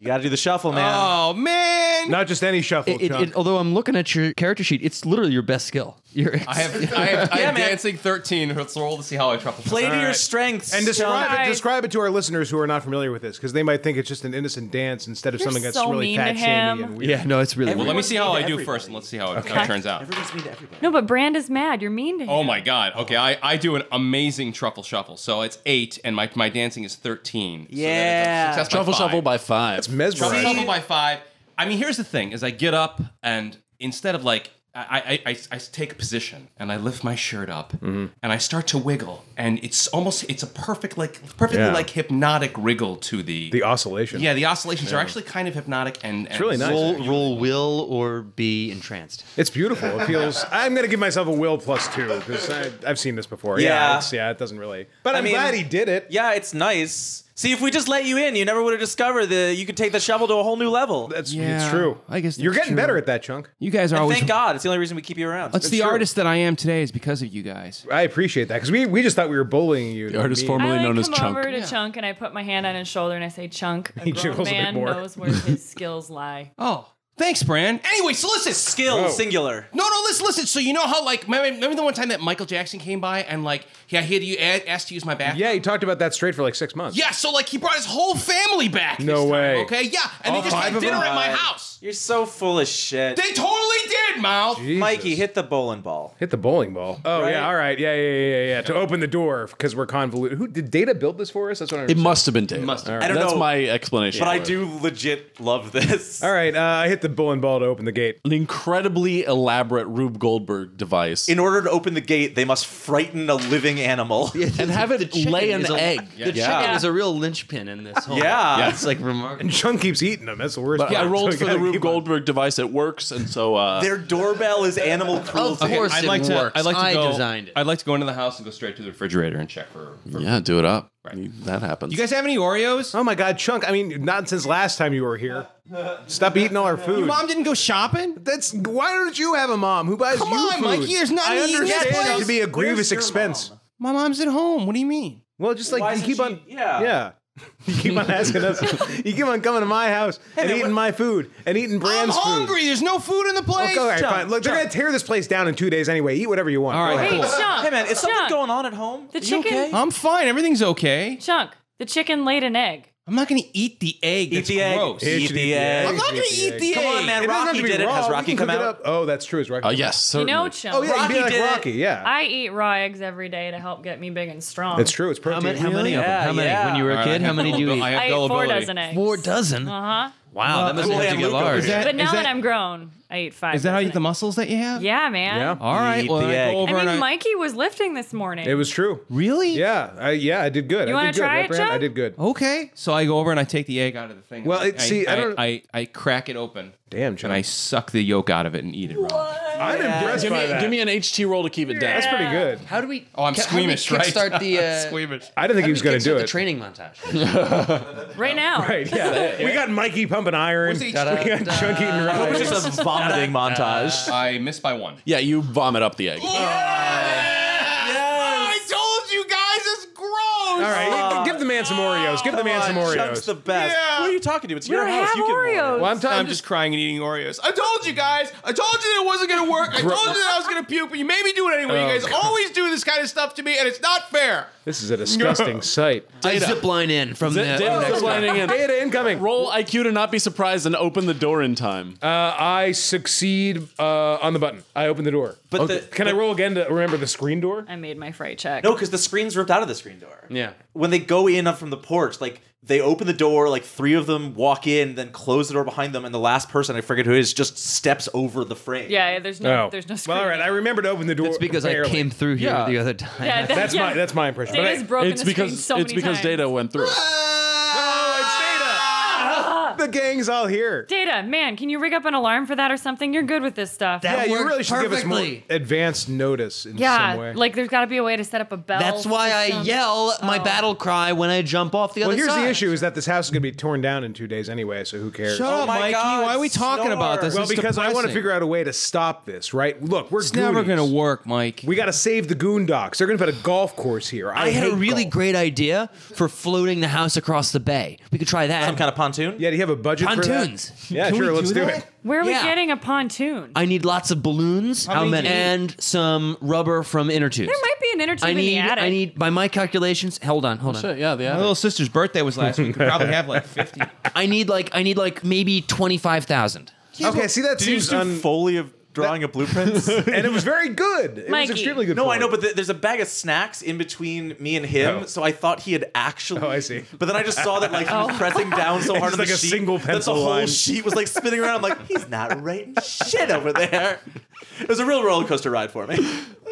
you got to do the shuffle, man.
oh man!
Not just any shuffle,
It, it,
Chunk.
it, although I'm looking at your character sheet, it's literally your best skill. Your,
I have, I have, I
Yeah,
have
man.
dancing 13. Let's roll to see how I truffle.
Play to
All
your
right.
strengths
and describe
Guys.
it, describe it to our listeners who are not familiar with this, because they might think it's just an innocent dance instead of
You're
something that's
so
really
mean to
fat shamey
him.
and weird.
yeah, no, it's really
Well,
Well, let
weird.
me see how I do
Everybody.
first, and let's see how it, how it turns out.
Everyone's mean to everybody.
No, but Brand is mad. You're mean to him.
Oh my god! Okay, I, I do an amazing truffle shuffle. So it's eight, and my, my dancing is thirteen. So that is a
Yeah.
success by
Truffle
five.
Shuffle by five.
It's mesmerizing.
Trouble Trouble by five. I mean, here's the thing: is I get up and instead of like, I I, I, I take a position and I lift my shirt up and I start to wiggle, and it's almost it's a perfect like perfectly
Yeah.
like hypnotic wriggle to the
the oscillation.
yeah the oscillations are actually kind of hypnotic and, and
really nice.
roll, roll will or be entranced.
It's beautiful. It feels. I'm gonna give myself a will plus two because I've seen this before. Yeah,
Yeah.
it's- yeah. It doesn't really. But
I
I'm
mean-
glad he did it.
Yeah, it's nice. See, if we just let you in, you never would have discovered that you could take the shovel to a whole new level.
That's
Yeah,
it's true.
I guess
you're
that's
getting
true.
better at that, Chunk.
You guys are
and
always
thank God, it's the only reason we keep you around.
That's the
true.
artist that I am today is because of you guys.
I appreciate that because we, we just thought we were bullying you.
The artist
Me-
form-
I
Formerly
like
known
come
as Chunk.
over to Chunk and I put my hand on his shoulder and I say, "Chunk,
*laughs*
a grown
jiggles a bit
man
more.
knows where his *laughs* skills lie."
Oh, thanks, Bran. Anyway, so listen.
Skill singular.
No, no, listen, listen. So you know how, like, remember, remember the one time that Michael Jackson came by and, like, yeah, he had you a- asked to use my bathroom.
Yeah, he talked about that straight for like six months.
Yeah, so like he brought his whole family back. this
No
time,
way.
okay, yeah, and
All
they just
five
had
of
dinner
them?
at my
God.
house.
You're so full of shit.
They totally did, mouth.
Jesus.
Mikey, hit the bowling ball.
hit the bowling ball. Oh
Right?
yeah, all right, yeah, yeah, yeah, yeah, yeah. To open the door because we're convoluted. Who did Data build this for us? That's what I.
It
understand.
must have been Dave.
must have
I don't
That's
know,
my explanation.
but I
for it.
do legit love this.
All right, uh, I hit the bowling ball to open the gate.
an incredibly elaborate Rube Goldberg device
In order to open the gate, they must frighten a living animal.
*laughs*
Yeah.
and have it
chicken
lay an
is a-
egg.
The
Yeah.
chicken is a real linchpin in this whole.
Yeah. Yeah.
it's like remarkable.
Chunk keeps eating them. That's the worst.
But
*laughs* part.
I rolled
So
for
gotta
the Rube
keep on-
Goldberg device. It works, and so uh,
Their doorbell is animal
Oh.
cruelty.
Of course
I'd
it
like
works.
to. I'd like to
I
go,
designed it.
I'd like to go into the house and go straight to the refrigerator and check for. for
yeah, do it up.
Right.
That happens.
You guys have any Oreos?
Oh my God, Chunk! I mean, not since last time you were here. Stop eating all our food.
Your mom didn't go shopping.
That's why don't you have a mom who buys
Come
you
on,
food?
Mikey, there's nothing
I
to eat in this
understand
place.
it to be a
Where's
grievous
your
expense.
mom?
My mom's at home. What do you mean?
Well, just
Why
like you
isn't
keep
she-
on,
yeah.
yeah. *laughs* You keep on asking *laughs* us. You keep on coming to my house and
man,
eating
what-
my food and eating
I'm
Brand's
hungry.
food.
There's no food in the place.
Okay, all right,
Chunk,
fine. Look, they're gonna
Chunk.
tear this place down in two days anyway. Eat whatever you want.
All
Go
right,
ahead.
Hey,
cool.
Chunk!
Hey man, is something
Chunk,
going on at home?
The
Are you
chicken-
okay?
I'm fine. Everything's okay.
Chunk, the chicken laid an egg.
I'm not gonna eat the egg.
Eat
That's
the egg.
gross.
It
Eat
should
the egg.
I'm not gonna eat the egg.
Come on, man.
It doesn't have
Rocky
to be
did it.
raw.
Has
We
Rocky
can
come
cook it
out?
up. Oh, that's true. It's Rocky.
Uh, yes,
You
certainly.
know, Chunk.
Oh yeah, you
Rocky
can be like
did it.
Rocky. Yeah,
I eat raw eggs every day to help get me big and strong.
it's true. It's
How
protein.
many? How many of
Yeah,
them? How many?
yeah.
When you were a
All right,
kid,
I
how
have
many do you
gullibility.
eat?
I ate four dozen eggs.
Four dozen.
Uh huh.
Wow, that must
Cool
have
Hand
to get
Luke over
large.
here.
But now that, I'm grown, I ate five.
Is that how you
dozen
get the
eggs.
muscles that you have?
Yeah, man.
Yeah.
All right.
Eat
Well,
the
I
egg.
go over
I
and
mean,
I,
Mikey was lifting this morning.
It was true.
really?
Yeah, I, yeah, I did good.
You
I
wanna
did good.
try it,
Upper hand,
John?
I did good.
Okay. So I go over and I take the egg out of the thing.
Well,
I-
it- see, I don't-
I, I, I crack it open.
Damn, John.
And I suck the yolk out of it and eat it. Raw.
I'm impressed
Give
by
me,
that.
give me an HT roll to keep it down.
That's pretty good.
How do we?
Oh, I'm
ca- how do we
squeamish, right? *laughs*
kickstart the uh, *laughs*
Squeamish.
I didn't think
how
he
do
was
we
going to do
kickstart
it.
The training montage.
right now.
Right, yeah. we got Mikey pumping iron. We
Da-da-da.
got Chunky and
It
Ryan.
was just
*laughs*
a vomiting
Uh,
montage.
I missed by one.
Yeah, you vomit up the egg.
I told you guys it's gross.
Oh. All right, give the man some Oreos. Give the man some
Chuck's
Oreos.
the best.
Yeah.
Who are you talking to? It's
You
your
don't
house.
have
you can
Oreos.
well, I'm, t-
I'm just crying and eating Oreos.
I told you guys. I told you that it wasn't gonna work. I told you that I was gonna puke, but you made me do it
Oh,
anyway. you guys always do this kind of stuff to me, and it's not fair.
This is a disgusting sight.
I zip line in from
Data-
the.
data
next
zip lining in.
Data incoming.
Roll IQ to not be surprised and open the door in time.
Uh, I succeed uh, on the button. I open the door.
But
Okay.
the-
can I roll again to remember the screen door?
I made my fright check.
No, because the screen's ripped out of the screen door.
Yeah.
When they go in up from the porch, like they open the door, like three of them walk in, then close the door behind them, and the last person I forget who it is just steps over the frame.
Yeah, there's no, there's no.
Oh. Well, all right.
screen.
I remember to open the door.
It's because
barely.
I came through here
Yeah.
the other time.
Yeah, that-
That's
yeah.
my that's my impression. But I-
Data's broken
it's
the screen
because
so
it's
many
because
times.
data went through.
oh, it's data. the gang's all here.
Ah! Data, man, can you rig up an alarm for that or something? You're good with this stuff.
That-
yeah, you
worked
really should give us
perfectly.
more advanced notice in some
yeah,
way.
like there's got to be a way to set up a bell.
That's why I
system. Oh.
yell my battle cry when I jump off the
well,
other
here's
side.
the issue: is that this house is going to be torn down in two days anyway. So who cares?
Shut
Oh
up,
my
Mikey.
God,
Why are we talking
snore.
about this?
well,
It's
because I want to
depressing.
figure out a way to stop this. Right? Look, we're
It's never
going
going to work, Mike.
We got to save the Goon Docs. They're going to put a golf course here. I,
I had a
hate
really
golf.
great idea for floating the house across the bay. We could try that.
Some kind of pontoon?
Yeah, do you have a budget
pontoons.
for that? Yeah, sure. let's do it.
Where are
Yeah.
we getting a pontoon?
I need lots of balloons.
How many do you
And some rubber from inner tubes.
there might be an inner tube
I
in
need.
the attic.
I need. By my calculations, hold on, hold on.
Oh, Shit, yeah, the
My
attic.
little sister's birthday was last week. We could probably have like 50.
*laughs* I need like. I need like maybe twenty five thousand.
Okay, see that
Did you just
seems
do
un-
Foley of drawing a
*laughs*
blueprints?
and it was very good. It
Mikey.
was extremely good.
No,
for
I
it.
know, but th- there's a bag of snacks in between me and him,
Oh.
so I thought he had actually.
Oh, I see.
But then I just saw that like he was pressing down *laughs* so hard
Just
on the
like a
sheet
single pencil
that the whole
line.
sheet was like spinning around. I'm like, he's not writing shit over there. It was a real roller coaster ride for me.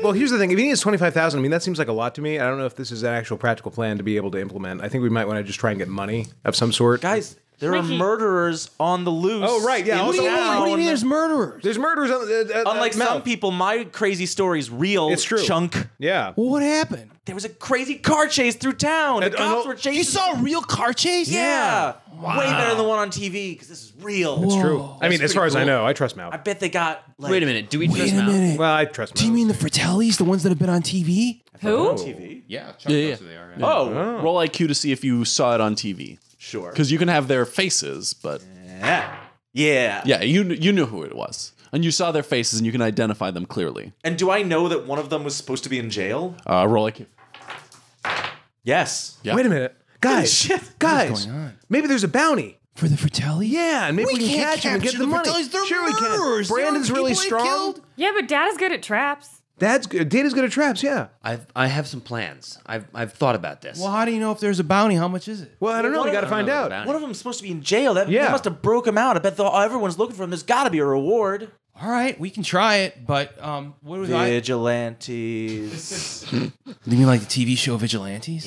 well, here's the thing: if he needs twenty five thousand, I mean, that seems like a lot to me. I don't know if this is an actual practical plan to be able to implement. I think we might want to just try and get money of some sort.
Guys, there
Mikey.
are murderers on the loose.
Oh, right, yeah,
in
also- What do you mean?
town.
What do
murderers?
there's murderers. On, uh, uh,
Unlike
uh,
some
Mel.
people, my crazy story's real.
It's true.
Chunk.
Yeah.
What happened?
There was a crazy car chase through town.
And-
the
and
cops
all-
were chasing.
You saw a real car chase?
Yeah. Way better than the one on TV because this is real.
It's true. I mean, as far as I
pretty
know, I trust Mal.
I bet they got. Like,
Wait a minute. Do we trust now?
well, I trust Mal.
the Fratellis, the ones that have been on TV?
Oh.
Who?
TV.
Yeah,
yeah.
they are.
Oh,
Roll IQ to see if you saw it on TV.
sure.
Because you can have their faces, but
Yeah. yeah.
yeah, you kn- you knew who it was, and you saw their faces, and you can identify them clearly.
And do I know that one of them was supposed to be in jail?
Uh, roll IQ.
Yes.
Yeah.
Wait a minute, guys.
shit.
Guys, maybe there's a bounty.
For the Fratelli?
Yeah, and maybe we, can catch him and get the, money. sure, we can. Brandon's really strong.
Yeah, but Data's good at traps.
Dad's good. Data's good at traps. Yeah.
I've. I have some plans. I've. I've thought about this.
Well, how do you know if there's a bounty? How much is it?
Well, I don't know.
Well,
We got to
I don't
find
know
out.
about
One of them's supposed to be in jail. That
Yeah.
they must have broke him out. I bet the, everyone's looking for him. There's got to be a reward.
All right, we can try it, but um, what was I?
Vigilantes.
Do you mean like the TV show Vigilantes?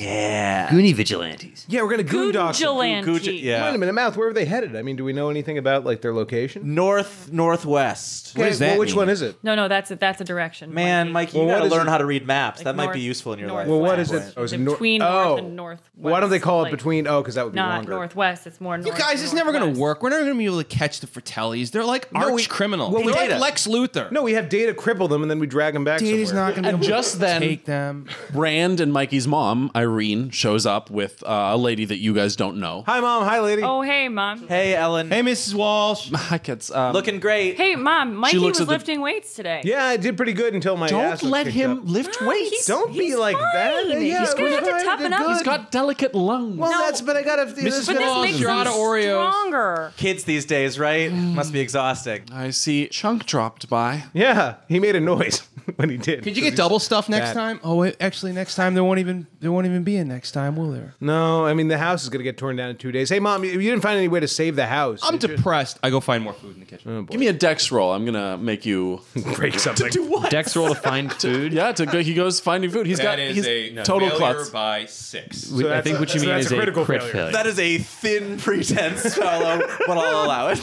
*laughs* yeah.
Goonie vigilantes.
Yeah, we're gonna goon dogs. Wait
Vigilante.
Gucci- yeah.
a minute, mouth. Where are they headed? I mean, do we know anything about like their location?
North northwest.
does that
well, which
mean?
one is it?
No, no, that's a, that's a direction.
Man, Mikey, you
Well, what
gotta
is
learn
it-
how to read maps.
Like
that might be
north-
ususeful in your
north
life.
Well, what
Right.
is it? Oh, is it nor-
Between
oh.
north and northwest.
Why don't they call it
like,
between? Oh, because that would be
Not
longer.
northwest. It's more north.
You guys, it's never going to
northwest.
work. We're never going to be able to catch the Fratellis. They're like arch
we-
criminal.
well, we
They're
data.
like Lex Luthor.
No, we have data cripple them and then we drag them back.
Data's
somewhere.
not going to be
And
able
just
to
then-
take them.
Brand and Mikey's mom, Irene, shows up with uh, a lady that you guys don't know.
Hi, mom. Hi, lady.
Oh, hey, mom. Hey,
Hey, Ellen.
Hey, Mrs. Walsh.
Hi, kids. Um,
Looking great.
mom. Mikey
looks
was
at the-
lifting weights today. *gasps*
Yeah, I did pretty good until my. ass
don't
was
let
kicked
him
up.
lift
No,
weights.
he's-
Don't be
he's
like that.
fine.
Yeah,
He's gonna
we're
have to
trying
toughen
do
up.
He's
good.
got delicate lungs.
Well, that's. But I gotta. Mrs.
But this
Walls,
makes
you're
them
out of Oreos.
stronger. Mm.
Kids these days, right? Must be exhausting.
I see. skunk dropped by.
Yeah, he made a noise *laughs* when he did.
Could you get double stuff next
Bad.
time? Oh, wait, actually, next time there won't even there won't even be a next time, will there?
No, I mean the house is gonna get torn down in two days. Hey, mom, you you didn't find any way to save the house.
I'm
did you?
depressed. I go find more food in the kitchen.
Give me a dex roll. I'm gonna make you
break something.
what?
Dex roll to find food.
Yeah, *laughs* to go, he goes finding food. He's got he's total klutz.
by six.
We- I
that's
think
a-
what you
so
mean
that's
is
a
a
critical
critical
failure.
failure.
That is a thin pretense, Paolo, but
*laughs*
I'll allow it.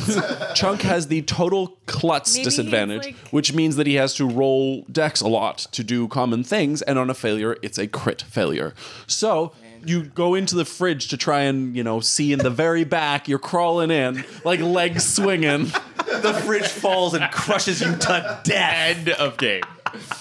Chunk has the total klutz
Maybe
disadvantage,
he's like-
which means that he has to roll dex a lot to do common things, and on a failure, it's a crit failure. So you go into the fridge to try and you know see in the very back. You're crawling in, like legs swinging.
the fridge falls and crushes you to death.
End of game.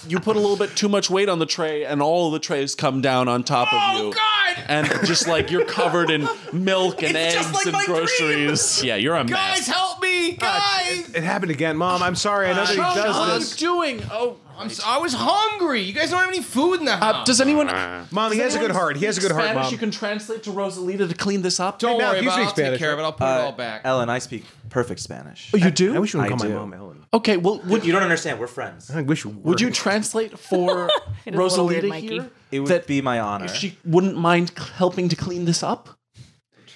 You put a little bit too much weight on the tray, and all the trays come down on top of you.
Oh God!
And just like you're covered in milk and
It's just
eggs
like
and
my dream.
groceries. Yeah, you're a
Guys,
mess.
help me, guys!
It happened again, mom. I'm sorry. I know that he
Chunk,
does
Chunk,
this.
doing? Oh,
I'm so, I was hungry. You guys don't have any food in the house.
Uh, does anyone?
Mom, he has a good heart. He has a good heart,
Spanish,
mom.
you can translate to Rosalita to clean this up.
don't
Hey, Matt,
worry
you
about it.
speak
I'll take
Spanish,
care of it. I'll put
Uh,
it all back.
Ellen, I speak perfect Spanish.
Oh, you do?
I wish you would
I
call my
do.
mom Ellen.
okay, well, would
You don't understand. We're friends.
I wish you would.
would you translate for
is a little weird,
Rosalita
Mikey.
here?
It would
that
be my honor.
she wouldn't mind helping to clean this up.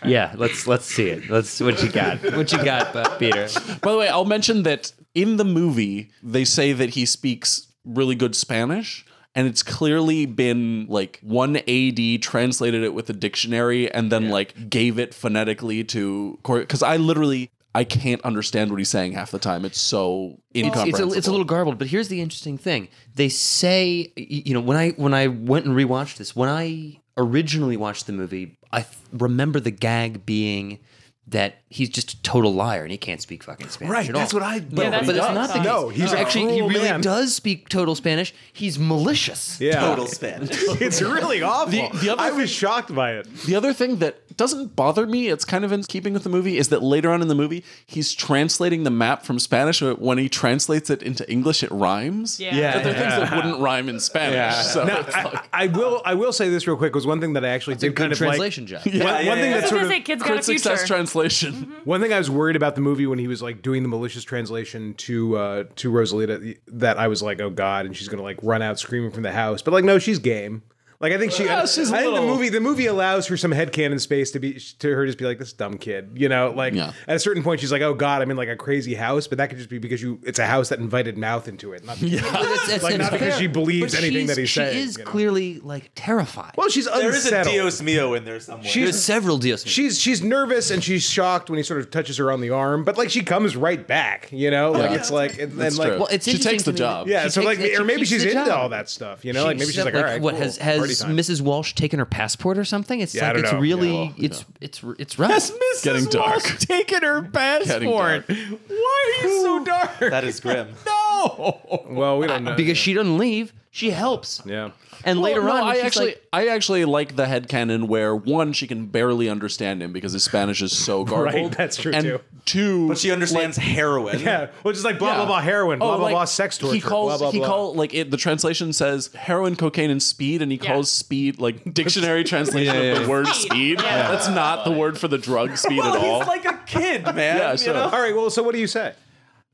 Yeah, let's let's see it. Let's what you got. What you got, *laughs* Bu- Peter?
By the way, I'll mention that in the movie they say that he speaks really good Spanish. And it's clearly been like one AD translated it with a dictionary and then like gave it phonetically to Corey. Because I literally I can't understand what he's saying half the time. It's so
It's
incomprehensible.
a, it's a little garbled, but here's the interesting thing. They say, y- you know, when I when I went and rewatched this, when I originally watched the movie, I th- remember the gag being that he's just a total liar and he can't speak fucking Spanish.
Right,
at all.
that's what I-
But,
that's what
but it's
I
not the
thought.
case.
No, he's a
actually he
cruel
really
man.
does speak total Spanish. He's malicious.
Yeah. *laughs*
Total Spanish.
It's really awful.
The- the other
I was shocked by it.
The other thing that doesn't bother me, it's kind of in keeping with the movie, is that later on in the movie, he's translating the map from Spanish. but When he translates it into English, it rhymes.
Yeah. Yeah,
But there are things that wouldn't rhyme in Spanish. So
Now,
it's like,
I, I will. I will say this real quick was one thing that I actually did kind
Good
of
translation
*laughs*
job.
like. one,
yeah,
one thing
yeah.
that
That's
sort
what I say.
of
Kids got a
crit success
future.
translation.
one thing I was worried about the movie when he was like doing the malicious translation to uh, to Rosalita that I was like, oh god, and she's gonna like run out screaming from the house. But like, no, she's game. Like I think she,
Yeah,
I,
she's a
I think the
little-
movie the movie allows her some headcanon space to be to her just be like this dumb kid, you know. Like
Yeah.
at a certain point, she's like, oh god, I'm in like a crazy house, but that could just be because you it's a house that invited mouth into it. Not because,
But that's- that's-
*laughs* Like,
that's
not because
fair.
she believes
But
anything that
she's-
he's
she
saying,
is
you know?
clearly like terrified.
well, she's
there is a
unsettled.
Dios mio in there somewhere.
She's-
There's several deals.
she's she's nervous and she's shocked when he sort of touches her on the arm, but like she comes right back, you know. Like
Yeah.
it's like and,
That's
and like
true.
Well, it's
She
interesting
takes the
to me
job.
that
yeah,
she
so
takes
like
it,
or
she
maybe
keeps
she's
the
into
job.
all that stuff, you know. like maybe she's like, all right,
what
cool,
has
party
has
time."
Mrs. Walsh taken her passport or something? It's
Yeah, I
like
don't
it's
know.
really
Yeah, well,
it's it's it's rough.
It's getting dark.
*laughs* taking
*laughs*
her passport.
dark.
Why are you so dark?
that is grim.
no.
Well, we
uh,
don't
*laughs*
know
because she doesn't leave, she helps.
yeah.
And later
Well,
on,
no,
when
I
she's
actually,
like,
I actually like the headcanon where one, she can barely understand him because his Spanish is so
*laughs*
garbled.
that's true,
and
too.
Two,
But she understands heroin.
Yeah, well, just like blah blah
Yeah.
blah heroin, blah
Oh,
blah
like,
blah sex torture,
He calls
blah blah
he
blah.
call like it, the translation says heroin, cocaine, and speed, and he
Yeah.
calls speed like dictionary translation of the word speed.
Yeah.
That's not the word for the drug speed
Well,
at all.
Oh, he's like a *laughs* kid, man.
Yeah,
you
so-
know?
all right, well, so what do you say?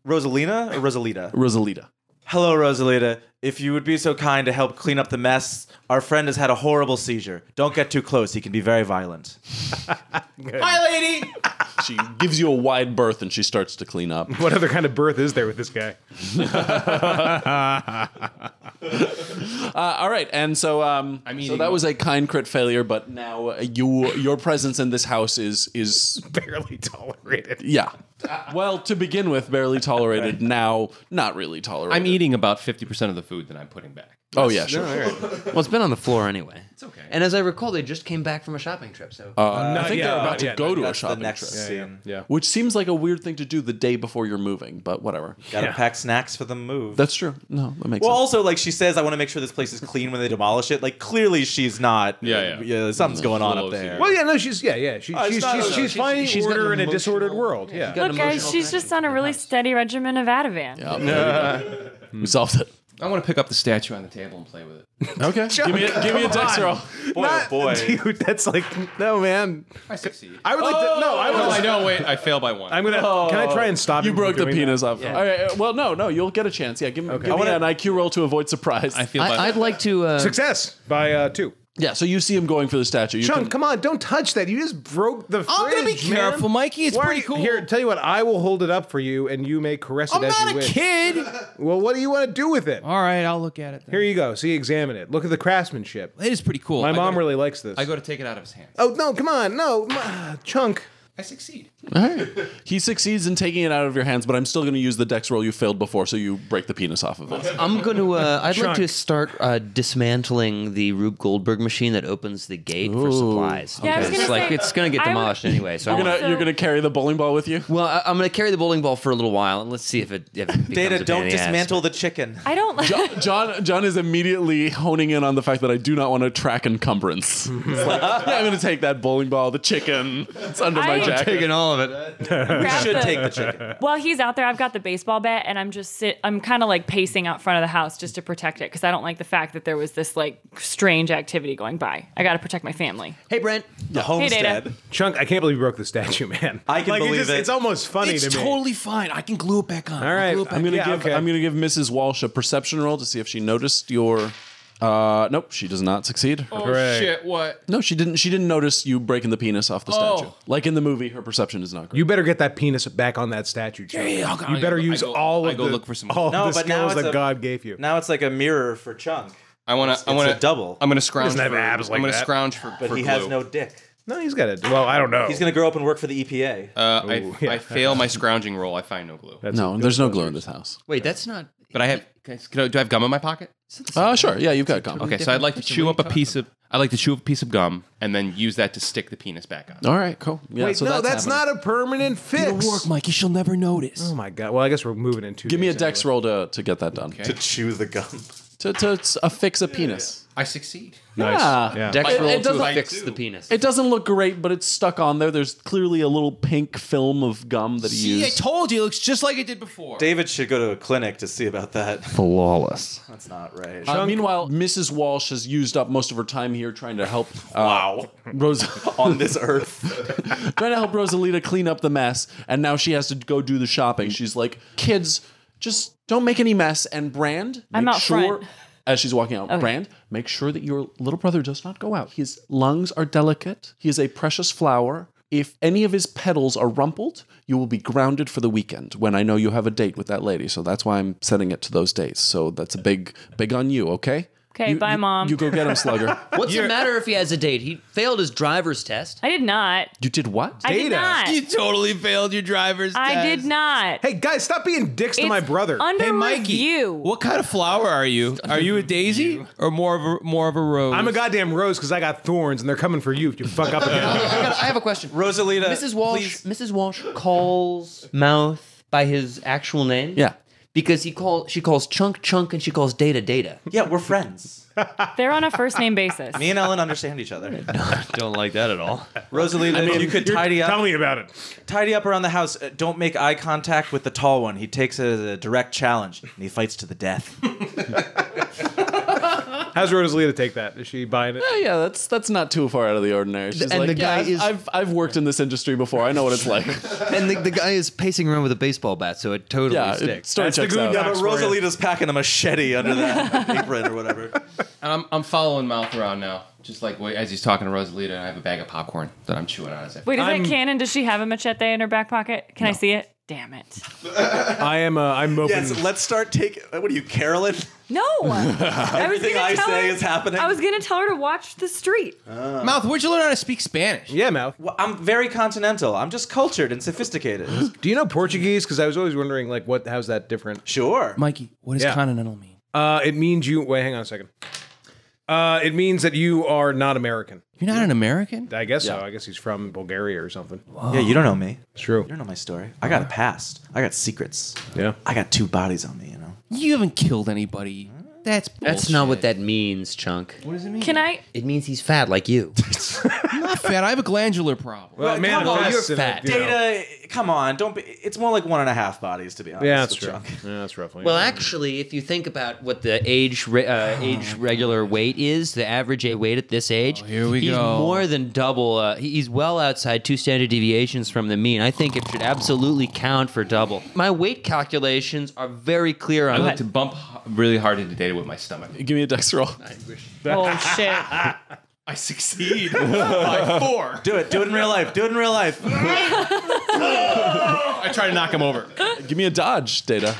Rosalina or Rosalita?
Rosalita.
Hello, Rosalita. If you would be so kind to help clean up the mess, our friend has had a horrible seizure. Don't get too close; he can be very violent.
Hi, lady.
She gives you a wide berth and she starts to clean up.
What other kind of birth is there with this guy? *laughs*
Uh, all right, and so um, I mean, so that was a kind crit failure, but now uh, you your presence in this house is is
Barely tolerated.
yeah.
Uh,
Well, to begin with, barely tolerated. Now, not really tolerated.
I'm eating about 50% of the food that I'm putting back.
oh yeah, sure.
well, it's been on the floor anyway. It's
okay.
And as I recall, they just came back from a shopping trip, so
Uh, I think
yeah,
they're about to
yeah,
go to a
That's the
shopping
next
trip,
scene.
Yeah.
which seems like a weird thing to do the day before you're moving, but whatever.
Gotta pack snacks for the move.
That's true. No, that makes
well,
sense.
also, like she says, I want to make sure this place is clean when they demolish it. Like clearly, she's not.
Yeah, yeah.
something's going on up
Little
there.
seizure.
Well, yeah, no, she's yeah, yeah, she,
it's
she's
not-
she's,
no,
she's,
she's-
finding
she's got an
order in a disordered
emotional-
world. Yeah,
got an
Look, guys,
*laughs*
emotional
she's just on a really steady regimen of Ativan.
Yeah, we solved Hmm. it.
I want to pick up the statue on the table and play with it.
Okay. give me a, give me a dex roll.
Boy, oh boy.
*laughs* Dude, that's like no man.
I succeed.
I would like to no. I would.
I know. Wait, I fail by one.
I'm gonna. Can I try and stop
You
from
broke the
doing that?
penis off. All right. uh, Well, no, no. You'll get a chance. Yeah. Give, me- give me an IQ roll to avoid surprise.
I feel. by
I, I'd like to. Uh,
Success by uh, two.
yeah. So you see him going for the statue. You
Sean,
can-
come on! Don't touch that. You just broke the.
I'm gonna be
fridge, man.
careful, Mikey. It's
Why are
pretty
you-
cool.
Here, tell you what. I will hold it up for you, and you may caress
I'm
it as
not
you
a
wish.
kid.
Well, what do you want to do with it?
All right, I'll look at it. Then.
Here you go. See, examine it. Look at the craftsmanship.
it is pretty cool.
My
I go
mom
to-
really likes this.
I go to take it out of his hands.
oh no! Come on! No, Ma- *sighs* chunk.
I succeed.
All right. He succeeds in taking it out of your hands, but I'm still going to use the dex roll you failed before, so you break the penis off of it.
I'm going to. *laughs* Uh, I'd like to start uh, dismantling the Rube Goldberg machine that opens the gate for supplies.
Yeah, I was
because,
gonna
like
say,
it's going to get
I would-
demolished anyway. So I *laughs*
You're
want-
gonna you're gonna carry the bowling ball with you.
well, I, I'm going to carry the bowling ball for a little while, and let's see if it. If it becomes a
Data,
pain
don't
in the ass. *laughs*
dismantle the chicken.
I don't like.
Jo- John John is immediately honing in on the fact that I do not want to track
*laughs*
encumbrance. It's like, yeah, I'm going to take that bowling ball, the chicken. It's under my
I-
jacket.
Taking all of it.
*laughs* grab
Should
the-
take the
*laughs*
chicken.
While he's out there, I've got the baseball bat, and I'm just sit. I'm kind of like pacing out front of the house just to protect it because I don't like the fact that there was this like strange activity going by. I got to protect my family.
Hey, Brent.
The homestead.
Data.
Chunk. I can't believe you broke the statue, *laughs* man.
I can
like,
believe
just,
it.
It's almost funny
It's
to me.
totally fine. I can glue it back on.
All right.
I'm going to
Yeah,
give
okay.
I'm going to give Mrs. Walsh a perception roll to see if she noticed your uh nope, she does not succeed.
Oh,
Oh.
Hooray.
Shit, what?
No, she didn't she didn't notice you breaking the penis off the statue.
Oh.
Like in the movie, her perception is not great.
You better get that penis back on that statue. Chunk.
yeah, I'll go-
you
I
better
go- I
use
go-
all
I
of
go
the,
look for some-
all of
No,
the
but now
skills
it's
that
a-
God gave you.
Now it's like a mirror for Chunk,
I want to. I
it's
want
a double.
I'm going to scrounge.
He doesn't have
for-
abs like
I'm going to
that.
scrounge for.
but
for
he
glue.
has no dick.
No, he's got it. Well, I don't know.
He's gonna grow up and work for the E EPA.
Uh, I,
Ooh, *laughs* yeah.
I fail my scrounging roll. I find no glue.
No, there's no glue in this house.
Wait, that's not.
But I have. guys, can I- Do I have gum in my pocket?
Uh, sure. Yeah, you've got gum.
Okay, so I'd like to chew up a piece of. I'd like to chew up a piece of gum and then use that to stick the penis back on.
All right, cool. Yeah,
Wait,
so
no, that's,
happening.
not a permanent fix.
Mikey. She'll never notice.
Oh my god. Well, I guess we're moving into.
Give me a dex roll to, to get that done.
To
chew the gum. To, to, to affix a penis.
I succeed.
Yeah.
Dex
It-
roll
it
to
doesn't-
affix the penis.
It doesn't look great, but it's stuck on there. There's clearly a little pink film of gum that he
See, I
used.
told you, it looks just like it did before.
David should go to a clinic to see about that.
Flawless.
That's not right.
Uh, meanwhile, Mrs. Walsh has used up most of her time here trying to help. Uh,
wow.
Rose,
*laughs*
*laughs*
On this earth.
trying to help Rosalita clean up the mess, and now she has to go do the shopping. She's like, "Kids, just don't make any mess." And Brand,
I'm
make
out
sure,
front.
*laughs* As she's walking out, Brand, make sure that your little brother does not go out. His lungs are delicate. He is a precious flower. If any of his petals are rumpled, you will be grounded for the weekend. When I know you have a date with that lady, so that's why I'm setting it to those dates. So that's a big, big on you. Okay.
Okay,
You-
bye,
you-
Mom.
You go get
*laughs*
him, Slugger.
What's the matter if he has a date? He failed his driver's test.
I did not.
you did what?
I did
Data.
not.
You totally failed your driver's
I
test.
did not.
Hey guys, stop being dicks to my
It's
brother.
Under
Hey, Mikey,
review.
what kind of flower are you? Are you a daisy or more of a more of a rose?
I'm a goddamn rose because I got thorns and they're coming for you if you fuck
*laughs*
up again.
I, got- I have a question.
Rosalita.
Mrs. Walsh. Mrs. Walsh calls Mouth by his actual name.
Yeah.
Because he call she calls Chunk Chunk and she calls Data Data.
Yeah, we're friends.
They're on a first name basis.
Me and Ellen understand each
*laughs*
other.
Don't like that at all.
Rosalita, if you could
You're-
tidy up,
Tell me about it.
tidy up around the house. Uh, don't make eye contact with the tall one. He takes it as a direct challenge, and he fights to the death.
How's Rosalita take that? Is she
*laughs*
buying it?
Oh, Yeah, that's that's not too far out of the ordinary. She's
and
like,
the guy
yeah, I've-
is-
I've I've worked in this industry before. I know
*laughs*
what it's like.
And the, the guy is pacing around with a baseball bat, so it totally
yeah, it,
sticks.
story
That's the
checks
good
out.
guy.
But
That's for you.
Rosalita's packing a machete under
*laughs*
that apron or whatever.
And I'm, I'm following mouth around now, just like wait, as he's talking to Rosalita, and I have a bag of popcorn that I'm chewing on. As I
Wait, is that canon? Does she have a machete in her back pocket? Can I see it? Damn it.
I am. Uh, I'm moping.
Yes, let's start taking. What are you, Carolyn?
No. I was
Everything
gonna
I
tell
say
her-
is happening.
I was going to tell her to watch the street.
mouth. Where'd you learn how to speak Spanish?
yeah, mouth.
Well, I'm very continental. I'm just cultured and sophisticated.
*gasps* Do you know Portuguese? Because I was always wondering, like, what? How's that different?
sure.
Mikey, what does
Yeah.
continental mean?
Uh, it means you. Wait, hang on a second. Uh, it means that you are not American.
You're not an American.
I guess so. I guess he's from Bulgaria or something.
Yeah, you don't know me.
It's true.
You don't know my story. I got a past. I got secrets.
Yeah.
I got two bodies on me, you know.
You haven't killed anybody. That's
That's not what that means, Chunk.
Can I?
It means he's fat like you.
I'm not fat. I have a glandular problem.
Well,
Well,
man,
come on,
you're fat.
you know.
Data, come on, don't be. It's more like one and a half bodies, to be honest.
Yeah, that's
with
true.
Chuck.
Yeah, that's roughly.
Well, actually, if you think about what the age re- uh, age regular weight is, the average a- weight at this age,
here we
he's
go.
more than double. Uh, he- he's well outside two standard deviations from the mean. I think it should absolutely count for double. My weight calculations are very clear
I
on
like
that.
to bump h- really hard into data with my stomach.
Give me a dex roll.
Oh shit!
I succeed by four.
Do it. Do it in real life. Do it in real life.
I try to knock him over.
Give me a dodge, Data.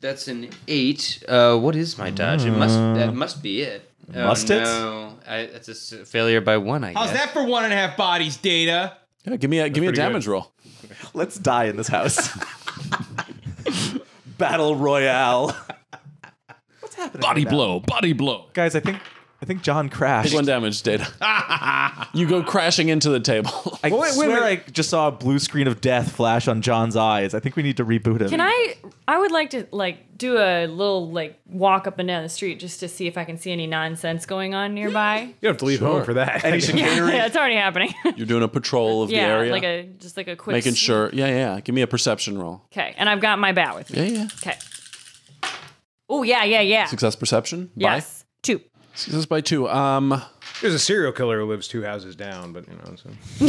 That's an eight. Uh, what is my dodge? It must
Uh,
that must be it. Oh,
Must it?
No, I, that's a s- failure by one. I
How's
guess.
that for one and a half bodies, Data?
Yeah, give me a give me a damage roll.
Let's die in this house. *laughs* Battle royale,
Body blow, body blow.
guys. I think I think John crashed.
Take one damage, Data. you go crashing into the table.
I swear I just saw a blue screen of death flash on John's eyes. I think we need to reboot him.
Can I? I would like to like do a little like walk up and down the street just to see if I can see any nonsense going on nearby.
you don't have to leave home for that.
And he should
yeah, *laughs* it's already happening.
You're doing a patrol of
yeah,
the area,
like a just like a quick
making sure. Yeah, yeah. Give me a perception roll.
Okay, and I've got my bat with
Yeah,
me.
yeah.
Okay. Oh yeah, yeah, yeah.
Success perception.
Yes, two.
By? Success by two. Um,
*laughs* There's a serial killer who lives two houses down, but you know.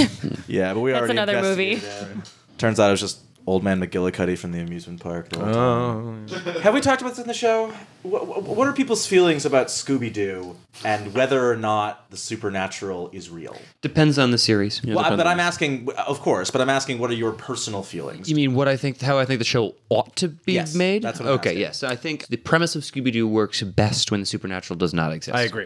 So.
yeah, but we
That's
already
another movie.
investigated it. Turns out it was just old man McGillicuddy from the amusement park. the whole time.
Oh.
Have we talked about this in the show? What, what are people's feelings about Scooby Doo and whether or not the supernatural is real?
Depends on the series.
well, I- but I'm asking, of course, but I'm asking, what are your personal feelings?
You mean what I think, how I think the show ought to be
Yes,
made?
that's what I'm
okay,
asking.
yes. I think the premise of Scooby Doo works best when the supernatural does not exist.
Yeah, I I agree.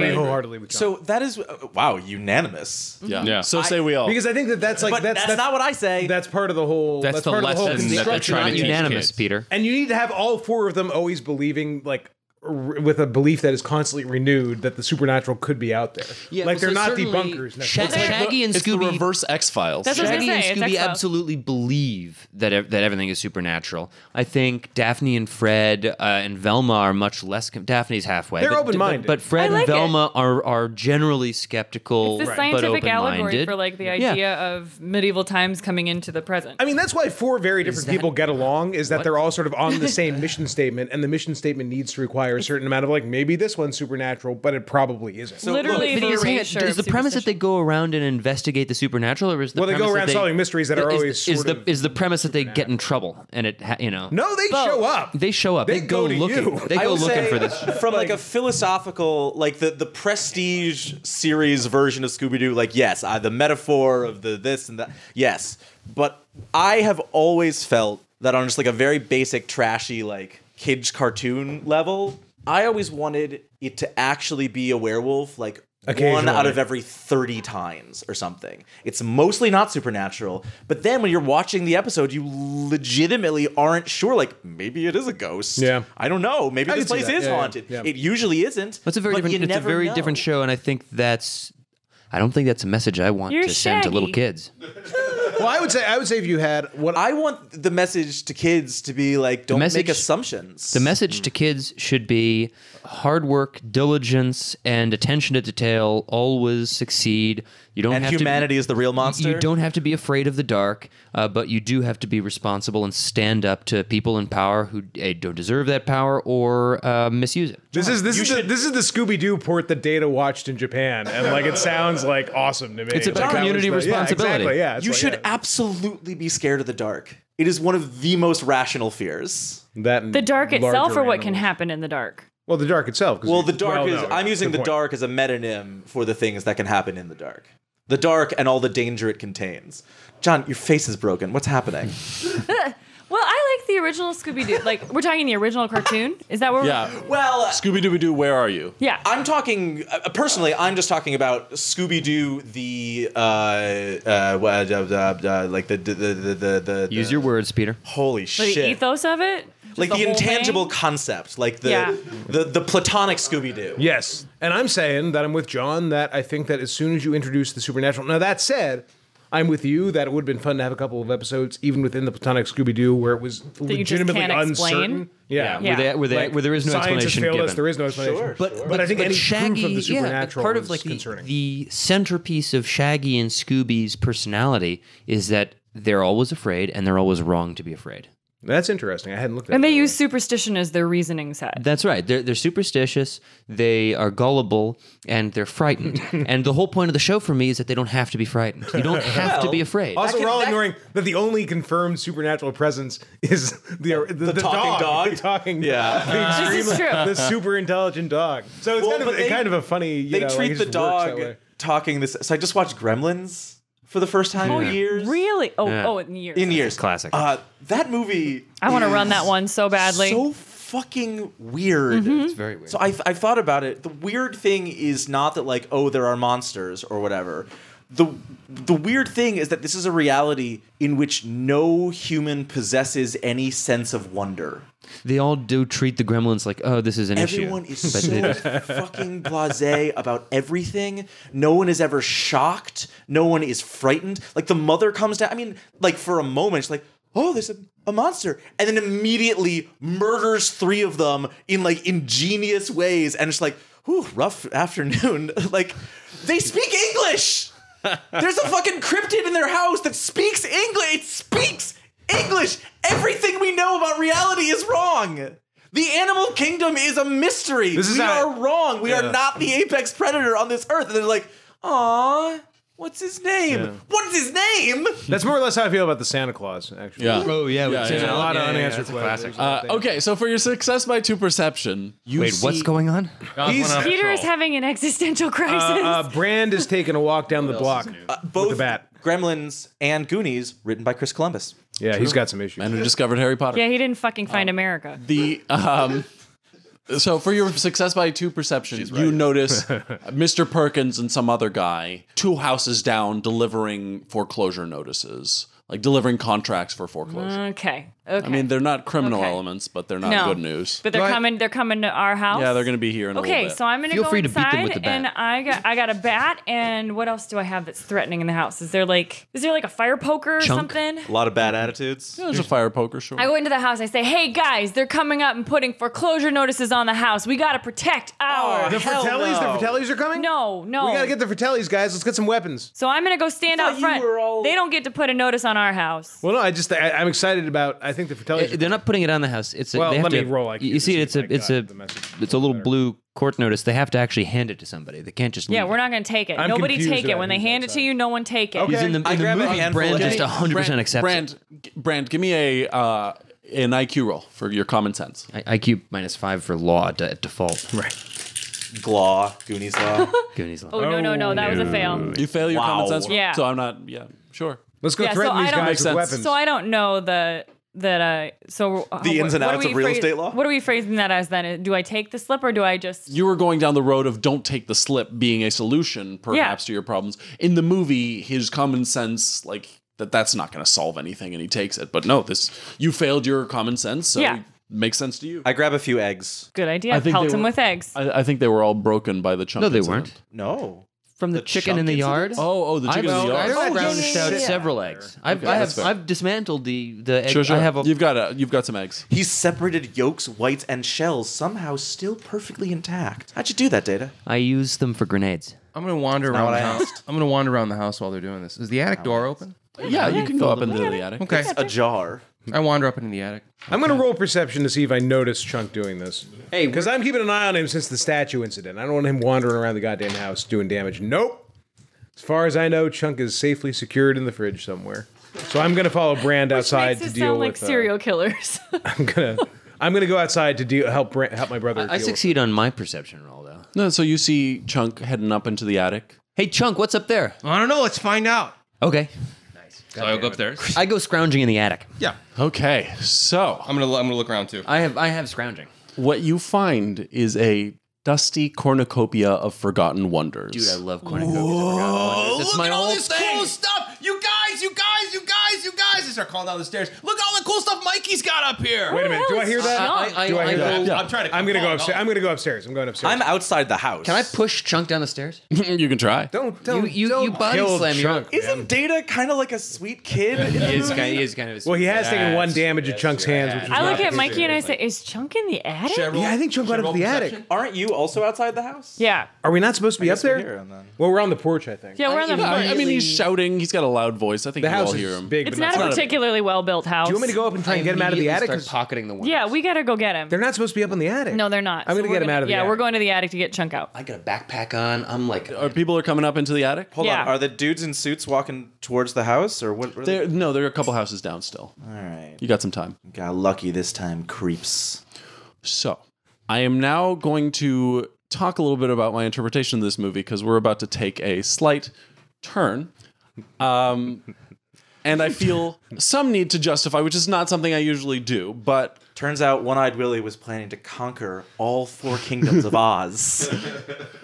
agree.
wholeheartedly with John.
so that is uh, wow, unanimous.
yeah.
Yeah.
So say we all.
because I think that that's like
But
that's,
that's, not what I say.
that's part of the whole.
That's
That's,
the
part of the whole
lesson that they're
It's
construction.
trying
not
to teach
unanimous,
kids.
Peter.
And you need to have all four of them always believing like r- with a belief that is constantly renewed that the supernatural could be out there. like they're not debunkers.
Sha-
necessarily.
Shaggy and
it's the
Scooby.
reverse X Files.
That's what I was
Shaggy
gonna
and
say, it's
Scooby
X-Files.
absolutely believe that ev- that everything is supernatural. I think Daphne and Fred uh, and Velma are much less. Com- Daphne's halfway.
They're
but-
open-minded.
but, but Fred
I like
and
it.
Velma are are generally skeptical,
It's the
but
scientific allegory
open-minded.
for like the
Yeah.
idea of medieval times coming into the present.
I mean, that's why four very different
that-
people get along is that they're all sort of on
*laughs*
the same mission statement, and the mission statement needs to require a certain amount of like maybe this one's supernatural, but it probably isn't.
look,
Literally,
But
the
is,
erasure
is
of
the premise that they
superstition.
go around and investigate the supernatural, or is the
Well, they go
premise that
around solving mysteries that are
is-
always
is
sort
the
of
is the premise that they get in trouble and it ha- you know
no, they show up.
they show up
They
they,
go to
looking
you.
they
I
go
will
looking
say,
for this
from like, a philosophical like the the prestige series version of scooby-doo like yes I, the metaphor of the this and that yes but i have always felt that on just like a very basic trashy like kids cartoon level i always wanted it to actually be a werewolf like one out
Occasionally.
of every 30 times or something. It's mostly not supernatural, but then when you're watching the episode, you legitimately aren't sure like maybe it is a ghost.
Yeah.
I don't know. Maybe
I
this
can see
place
that.
is
Yeah, yeah,
haunted.
yeah.
It usually isn't.
it's a very
but you
different it's a
never
very
know.
different show and I think that's I don't think that's a message I want
You're
to send to little
shaggy.
kids
Well, I would say I would say if you had what
I want the message to kids to be like, don't
message-
make assumptions.
the message to kids should be hard work diligence and attention to detail always succeed you don't
and
have
humanity
to
is the real monster.
You don't have to be afraid of the dark, uh, but you do have to be responsible and stand up to people in power who eh, don't deserve that power or uh, misuse it.
This is this is the, this is the Scooby Doo port that Data watched in Japan, and like it sounds like awesome to me.
It's about
Like, that
community
was the-
responsibility.
Yeah, exactly, yeah, it's
you
like,
should
yeah.
absolutely be scared of the dark. It is one of the most rational fears.
that and
the dark itself,
larger
or what can
animals.
happen in the dark.
Well, the dark itself. 'cause
Well,
you-
the dark is.
no,
I'm
yeah,
using
good
the
point.
dark as a metonym for the things that can happen in the dark. The dark and all the danger it contains. John, your face is broken. What's happening?
Well, I like the original Scooby Doo. Like we're talking the original cartoon. Is that what? We're,
yeah.
Well,
Scooby Dooby Doo, where are you?
yeah.
I'm talking uh, personally. I'm just talking about Scooby Doo, the uh, uh, wha- uh, uh, uh, like the the the the, the, the
Use your words, Peter.
holy
the
shit
ethos of it. Just
like the,
whole thing?
intangible concept, like the
Yeah.
the the platonic Scooby Doo.
Yes. And I'm saying that I'm with John that I think that as soon as you introduce the supernatural. Now, that said, I'm with you that it would have been fun to have a couple of episodes, even within the platonic Scooby Doo, where it was
you just
legitimately
can't explain?
uncertain.
Yeah.
Yeah.
Where, they, where, they,
Like,
where there is no
science has
explanation
failed
given.
us, there is no explanation.
Sure,
but,
sure.
I think
but
any
Shaggy,
proof of the
yeah, but
supernatural
part
is
of like the,
concerning.
the centerpiece of Shaggy and Scooby's personality is that they're always afraid and they're always wrong to be afraid.
That's interesting. I hadn't looked at.
And
it
they
that
use
way.
superstition as their reasoning set.
That's right. They're, they're superstitious, they are gullible, and they're
*laughs*
frightened. and the whole point of the show for me is that they don't have to be frightened. You
*laughs*
don't have to be afraid.
Also,
That
we're
could-
all
that-
ignoring that the only confirmed supernatural presence is the the, the
talking dog?
the talking
Yeah.
the
This is
extreme-
true.
the super intelligent dog. So it's
Well,
kind of
but
it's
they-
kind of a funny. You
they
know, like,
treat
it
the
just works that
dog
way.
talking this. So I just watched Gremlins for the first time in years.
Oh, Really? Oh,
Yeah.
oh, in years.
In years,
classic.
Uh, that movie.
I want to
is
run that one so badly.
So fucking weird. It's very weird. So I I thought about it. The weird thing is not that like oh there are monsters or whatever. The the weird thing is that this is a reality in which no human possesses any sense of wonder.
they all do treat the gremlins like, oh, this is an
Everyone
issue.
is
But they
so
don't.
fucking blasé about everything. No one is ever shocked. No one is frightened. Like the mother comes down. I mean, like for a moment, she's like, "Oh, there's a, a monster," and then immediately murders three of them in like ingenious ways, and it's like, "Ooh, rough afternoon." *laughs* like they speak English. There's a fucking cryptid in their house that speaks English. It speaks English. Everything we know about reality is wrong. The animal kingdom is a mystery.
This is
we
how-
are wrong. We are not the apex predator on this earth. And they're like, aw, what's his name? What's his *laughs* name?
That's more or less how I feel about the Santa Claus. Actually,
Yeah.
Oh, yeah. yeah,
yeah,
a lot of
yeah, yeah,
unanswered
that's a
questions.
Uh, okay, so for your success by two perception, you
Wait, what's
see-
going on?
He's-
Peter is having an existential crisis.
Uh, uh, Brand is taking a walk down the block.
Both
a bat.
Gremlins and Goonies, written by Chris Columbus.
Yeah, he's got some issues.
and who discovered Harry Potter?
*laughs* yeah, he didn't fucking find
uh,
America.
The um, so for your success by two perception, you notice Mr. Perkins and some other guy two houses down delivering foreclosure notices, like delivering contracts for foreclosure.
Okay. Mm, Okay.
I mean, they're not criminal
Okay.
elements, but they're not
no
good news.
But they're
Right.
coming. They're coming to our house.
yeah, they're going to be here in a little
Okay,
bit.
so I'm gonna
Feel
go
free to beat them
inside,
with the bat.
and I got I got a bat, and what else do I have that's threatening in the house? Is there like is there like a fire poker or
Chunk?
something?
A lot of bad attitudes.
There's a fire poker show.
I go into the house. I say, "Hey guys, they're coming up and putting foreclosure notices on the house. We gotta protect our
Oh, the
hell
Fratellis,
no.
the Fratellis are coming.
no, no."
we gotta get the Fratellis, guys. Let's get some weapons.
so I'm gonna go stand
I thought
out
you
front.
were all-
They don't get to put a notice on our house.
Well, no, I just I, I'm excited about. I think the Fratellis.
Eh,
are
They're not putting it on the house. It's a,
Well,
they have
let
to,
me roll IQ
You,
to
see,
see
it's
if
a
I
it's
got
a
the message
it's a little
better.
blue court notice. They have to actually hand it to somebody. They can't just leave
Yeah, we're
it.
not gonna take it.
I'm
Nobody
confused
take it.
about
When they
who's
hand it to
outside.
you, no one take it.
Okay.
He's in the,
I
in the
grab a
movie.
handful
Brand
of
just
jelly.
100 percent accepts
Brand, Brand, give me a uh, an IQ roll for your common sense.
it. I- IQ minus five for law d- at default.
Right.
Glaw, Goonies Law.
Goonies law.
Oh, no, no, no, that was a
Oh,
fail.
You fail your
Wow.
common sense. roll?
Yeah.
So I'm not. Yeah. Sure.
Let's go
Yeah, so
threaten
I
these
don't-
guys with
Makes sense.
weapons.
So I don't know the that uh so uh,
The ins and
what are
outs
we
of real
phrase-
estate law?
What are we phrasing that as then? Do I take the slip or do I just
You were going down the road of don't take the slip being a solution, perhaps,
Yeah.
to your problems. In the movie, his common sense, like that, that's not going to solve anything, and he takes it. But no, this you failed your common sense, so
Yeah.
it makes sense to you.
I grab a few eggs.
good idea?
I think
Pelt
they
him
were-
with eggs.
I, I think they were all broken by the chunk.
No, they
incident.
weren't.
No.
From the,
The
chicken
chunk
in the
incident?
yard.
Oh, oh, the chicken in the
I've,
yard.
I've
Oh, yeah,
groused
yeah,
out
yeah.
several eggs. I've,
Okay,
I
that's
have
fair.
I've dismantled the the egg.
Sure, sure.
I have a,
you've got a, you've got some eggs.
He separated yolks, whites, and shells somehow still perfectly intact. How'd you do that, Data?
I use them for grenades.
I'm gonna wander
not
around.
what
The
I
house. I'm gonna wander around the house while they're doing this. Is the attic door open?
Yeah, you can go up into the attic.
Okay,
Ajar.
I wander up into the attic.
I'm gonna roll perception to see if I notice Chunk doing this. Hey, because I'm keeping an eye on him since the statue incident. I don't want him wandering around the goddamn house doing damage. Nope. As far as I know, Chunk is safely secured in the fridge somewhere. So I'm gonna follow Brand outside
Makes
to
us
deal
sound
with.
like
uh,
serial killers. *laughs*
I'm gonna. I'm gonna go outside to deal help Brand, help my brother.
I
deal with-
succeed on my perception roll though.
No, so you see Chunk heading up into the attic.
Hey Chunk, what's up there?
I don't know. Let's find out.
Okay,
So I go upstairs.
I go scrounging in the attic.
Yeah,
Okay, so
I'm gonna I'm gonna look around too.
I have I have scrounging.
what you find is a dusty cornucopia of forgotten wonders.
Dude, I love cornucopia. It's
look
my
at all
whole
this
thing.
cool stuff. You guys, you guys, you guys, you guys. They start calling down the stairs. Look at all the cool stuff Mikey's got up here.
Wait a minute.
hell
Do I
is
hear that?
Chunk?
I- I-
do I
I
hear that?
go-
I'm trying to.
I'm gonna
come
go
on,
upstairs. I'm gonna go upstairs. I'm going upstairs.
I'm outside the house.
Can I push Chunk down the
*laughs*
stairs?
*laughs* you can try.
don't don't
you- you
don't
body
kill
slam your-
Chunk. man.
Isn't Data kind of like a sweet *laughs* kid?
He is kind. He is kind of. A
Well, he has taken one damage at Chunk's hands, which is
I
not
look at
good.
Mikey and I say, "Is Chunk in the attic?"
Cheryl.
Yeah, I think Chunk got up to
Cheryl
the attic.
perception?
Aren't you also outside the house?
Yeah,
Are we not supposed to be up
guess we're
there?
here, and then-
Well, we're on the porch, I think.
yeah, we're on the.
Yeah,
front.
I mean, he's shouting. He's got a loud voice. I think
The
you
house
all hear
is
him.
big.
It's
but
not a particularly well built house.
Do you want me to go up and try and get him out of the attic?
Start
'Cause
pocketing the one.
Yeah, we gotta go get him.
They're not supposed to be up in the attic.
no, they're not.
I'm gonna
So we're
get him out of the
Yeah,
attic.
we're going to the attic to get Chunk out.
I got a backpack on. I'm like,
Are people are coming up into the attic?
Hold
Yeah.
on. Are the dudes in suits walking towards the house or what? what are they-
There, no, there are a couple houses down still.
All right.
You got some time.
Got lucky this time, creeps.
So, I am now going to talk a little bit about my interpretation of this movie because we're about to take a slight turn. Um, and I feel
*laughs*
some need to justify, which is not something I usually do, but
Turns out One Eyed Willy was planning to conquer all four
*laughs*
kingdoms of Oz.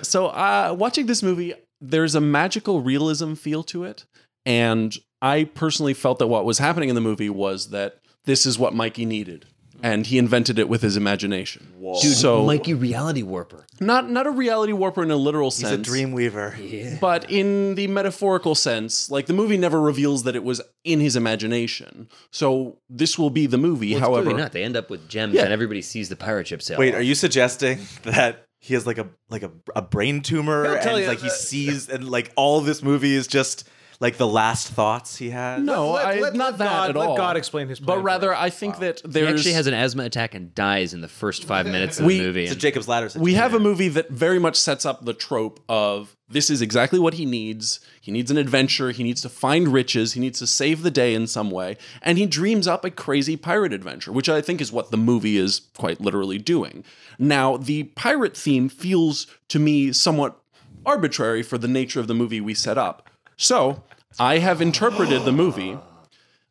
So, uh, watching this movie, there's a magical realism feel to it. And I personally felt that what was happening in the movie was that this is what Mikey needed. And he invented it with his imagination. so
Mikey reality warper.
not not a reality warper in a literal sense,
He's a dream weaver.
but in the metaphorical sense, like the movie never reveals that it was in his imagination. So this will be the movie. however,
Clearly not. They end up with gems, and everybody sees the pirate ship sail.
Wait, are you suggesting that he has like a like a, a brain tumor
He'll tell
and
you
like he
uh,
that-
sees and like all of this movie is just like the last thoughts he had?
no,
Let-
I,
let-
not
let
that
God-
at
let
all.
God explain his plan
But
for
rather,
us.
I think that
He
there's
actually has an asthma attack and dies in the first five minutes of the
We-
movie.
It's a
and-
Jacob's Ladder situation.
we have a movie that very much sets up the trope of this is exactly what he needs. He needs an adventure. He needs to find riches. He needs to save the day in some way. And he dreams up a crazy pirate adventure, which I think is what the movie is quite literally doing. Now, the pirate theme feels to me somewhat arbitrary for the nature of the movie we set up. So I have interpreted the movie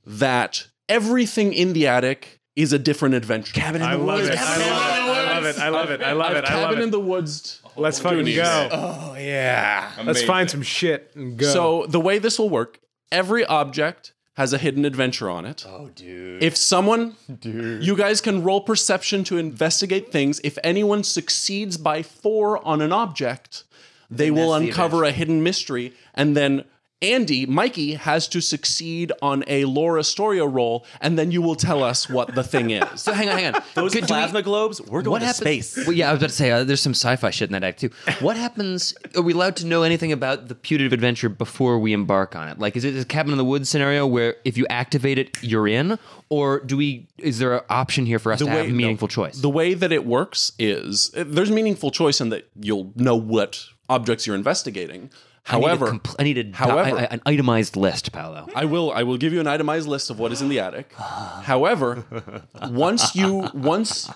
that everything in the attic is a different adventure. Cabin in the
love it. I love it. I love it. I love it. I love
Cabin in
it.
the woods.
Let's fucking
Goonies.
go.
Oh,
Let's
Amazing.
find some.
Some shit and go.
So the way this will work, every object has a hidden adventure on it. Oh, dude. If someone, dude. you guys can roll perception to investigate things. If anyone succeeds by four on an object, they will uncover a hidden mystery. And then Andy, Mikey, has to succeed on a Laura Storia roll, and then you will tell us what the
*laughs*
thing is.
so hang on, hang on.
Those
Could- do we-
plasma globes, we're going
what
to
happens?
space.
Well, yeah, I was about to say uh, there's some sci-fi shit in that act too. What happens? Are we allowed to know anything about the putative adventure before we embark on it? Like, is it a cabin in the woods scenario where if you activate it, you're in, or do we? Is there an option here for us to have
no.
meaningful choice?
The way that it works is there's meaningful choice in that you'll know what objects you're investigating.
I need a
However,
compl- I need a,
however-
I- I- an itemized list, Paolo.
I will. I will give you an itemized list of what is in the attic. However, once you once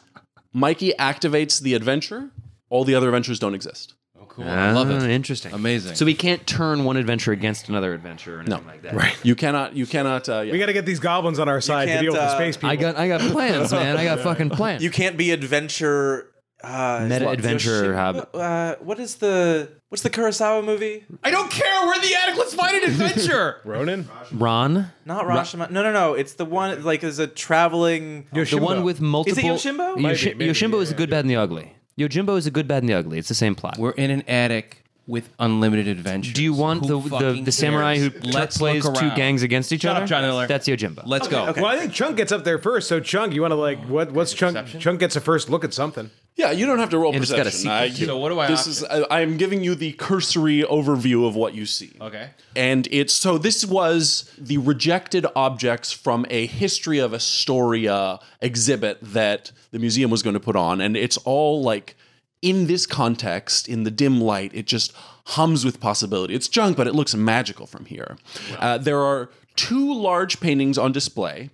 Mikey activates the adventure, all the other adventures don't exist.
Cool. I
Hmm,
love
Ah,
it.
Interesting.
Amazing.
So we can't turn one adventure against another adventure or anything like that. Right.
You cannot. You cannot. Uh, yeah.
we got to get these goblins on our side to
can't,
deal with the
uh,
space people.
I got I got
*laughs*
plans, man. I got fucking plans.
You can't be adventure uh, what's
Meta
the
adventure
shit-
hobbit.
Uh, what is the what's the Kurosawa movie?
I don't care. We're in the attic. Let's find an
*laughs*
adventure.
Ronan.
Ron,
Not Rashomon. No, no, no. It's the one like is a traveling.
the one with multiple.
Yojimbo?
Yoshi-
Maybe, maybe,
Yojimbo is
yeah,
a good, bad, and the ugly. Yojimbo is a good, bad, and the ugly. It's the same plot.
We're in an attic with unlimited adventure.
Do you want the, the the samurai who plays two gangs against each
Shut
other?
up, John Miller.
That's Yojimbo.
Let's go.
okay.
Well, I think Chunk gets up there first. So Chunk, you want to like what? What's Chunk? Chunk gets a first look at something.
yeah, you don't have to roll
And it's got a
perception.
sequence.
you-
So what do I
This
opt
is. I, I'm giving you the cursory overview of what you see.
Okay.
And it's so this was the rejected objects from a history of Astoria exhibit that the museum was going to put on. And it's all like in this context, in the dim light, it just hums with possibility. It's junk, but it looks magical from here. Uh, there are two large paintings on display.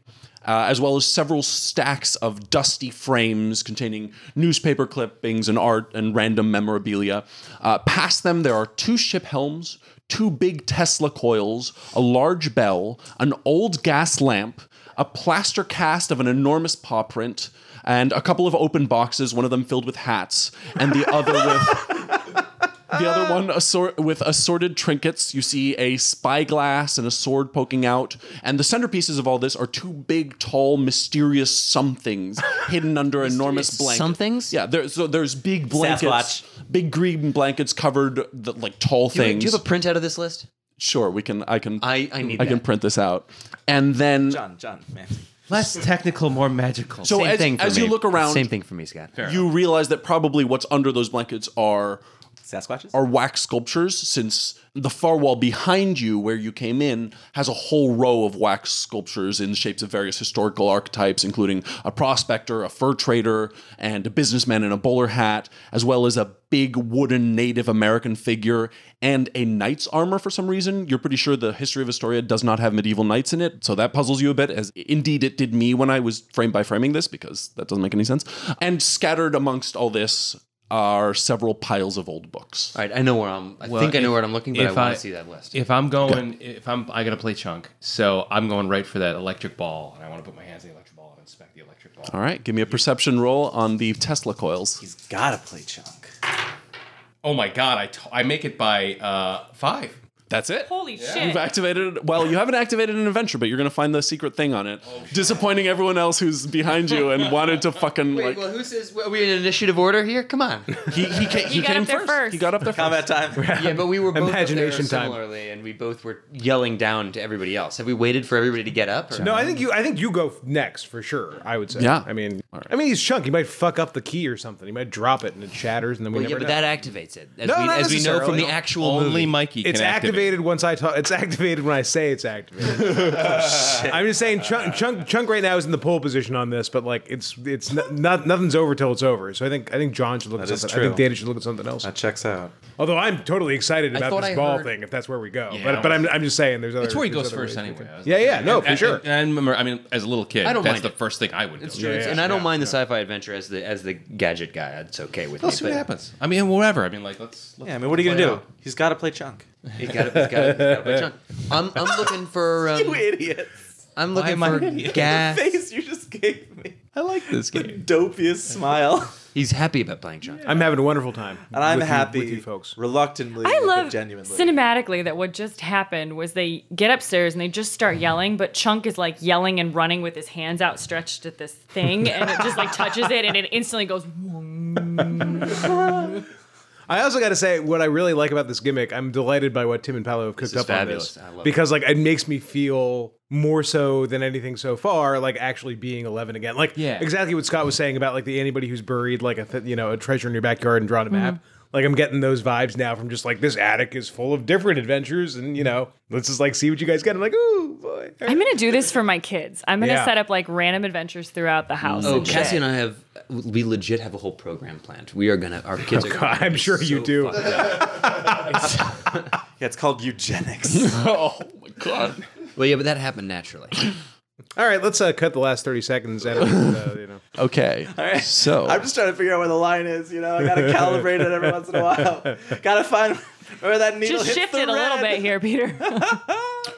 Uh, as well as several stacks of dusty frames containing newspaper clippings and art and random memorabilia. Uh, past them, there are two ship helms, two big Tesla coils, a large bell, an old gas lamp, a plaster cast of an enormous paw print, and a couple of open boxes, one of them filled with hats, and the other with. The
Ah.
other one assort- with assorted trinkets. You see a spyglass and a sword poking out. And the centerpieces of all this are two big, tall, mysterious
*laughs*
somethings hidden under enormous blankets.
somethings?
Yeah, there, so there's big blankets.
Sasquatch.
Big green blankets covered the, like tall
Do you,
things.
do you have a printout of this list?
sure, we can. I can.
I- I need
I can
that.
print this out. And then
John, John, man.
Less technical, more magical.
So
Same
as-
thing for
as you
me.
look around-
Same thing for me, Scott.
you realize that probably what's under those blankets are
Sasquatches?
are wax sculptures since the far wall behind you where you came in has a whole row of wax sculptures in shapes of various historical archetypes including a prospector a fur trader and a businessman in a bowler hat as well as a big wooden native american figure and a knight's armor for some reason you're pretty sure the history of historia does not have medieval knights in it so that puzzles you a bit as indeed it did me when i was frame by framing this because that doesn't make any sense and scattered amongst all this are several piles of old books.
All right, I know where I'm. Um, I
Well,
think I know
if-
where I'm looking, but I
if
want
I-
to see that list.
If I'm going, if I'm, I gotta play chunk. So I'm going right for that electric ball, and I want to put my hands on the electric ball and inspect the electric ball.
All right, give me a perception roll on the Tesla coils.
He's gotta play chunk.
Oh my god, I, t- I make it by uh, five.
That's it.
Holy
You've
shit.
activated. Well, you haven't activated an adventure, but you're gonna find the secret thing on it, disappointing everyone else who's behind you and wanted to fucking like.
well, who says are we in initiative order here? Come on.
He, he, ca- he
got
came
up there first.
He got up there
Combat time.
yeah, but we were both up there
Imagination time.
similarly, and we both were yelling down to everybody else. Have we waited for everybody to get up? Or?
No, I think you. I think you go f- next for sure. I would say.
Yeah.
I mean, I mean, he's chunk. He might fuck up the key or something. He might drop it and it shatters, and then we
Well, yeah,
never.
but
know.
that activates it, as,
No,
we,
not
as we know from
necessarily.
the actual
Only
movie.
Mikey can
it's
activate.
activated once I talk. It's activated when I say it's activated.
*laughs*
I'm just saying, chunk, chunk, chunk right now is in the pole position on this, but like it's it's n- not nothing's over till it's over. So I think I think John should look
That
at
is
something. I
true.
think Dana should look at something else.
That checks out.
Although I'm totally excited about
thought
this
I
ball
heard-
thing, if that's where we go.
I
but but I'm, I'm just saying, there's other.
That's where he
there's
goes
other
first
ways we
anyway.
can- Yeah, yeah, no, for
And-
sure.
And, and I remember, I mean, as a little kid,
I don't
that's
mind
the
it.
first thing I would do.
Sure, it's-
yeah,
and I don't
yeah,
mind the sci-fi adventure as the as the gadget guy. It's okay with
Let's see
me.
what
but-
happens. I mean, whatever. I mean, like, let's. let's
Yeah, I mean, what are you gonna
play
do?
it out.
He's gotta play *laughs* chunk.
You gotta- you gotta- you gotta
*laughs*
play chunk. I'm, I'm looking for
*laughs*
um,
Idiot.
I'm looking
am I
for
an idiot?
gas.
Face you just gave me.
I like this game.
Dopiest smile.
He's happy about playing chunk.
I'm having a wonderful time,
And I'm
with you-
happy,
with you folks.
reluctantly,
I love
but genuinely.
cinematically that what just happened was they get upstairs and they just start yelling, but Chunk is like yelling and running with his hands outstretched at this
*laughs*
thing, and it just like touches it and it instantly goes.
I also got to say, what I really like about this gimmick, I'm delighted by what Tim and Paolo have cooked
is
up
fabulous.
on
I
this
love it.
because, like, it makes me feel more so than anything so far, like actually being 11 again. Like,
Yeah.
exactly what Scott was saying about like the anybody who's buried like a th- you know a treasure in your backyard and drawn a
Mm-hmm.
map. Like, I'm getting those vibes now from just like this attic is full of different adventures, and you know, let's just like see what you guys get. I'm like, ooh, boy.
I'm gonna do this for my kids. I'm gonna
Yeah.
set up like random adventures throughout the house.
Oh,
and shit.
Cassie and I have we legit have a whole program planned. We are gonna our kids. are gonna
God, *laughs* I'm
be
sure you
so
do.
fucked up.
yeah, it's called *laughs* eugenics.
Oh my god!
well, yeah, but that happened naturally.
All right, let's uh, cut the last 30 seconds. Out of, it, uh, you know.
Okay. All right. So
I'm just trying to figure out where the line is. You know, I
*laughs*
gotta calibrate it every once in a while. Gotta find where that needle
Just
hits
shift
the
it a little
red.
bit here, Peter.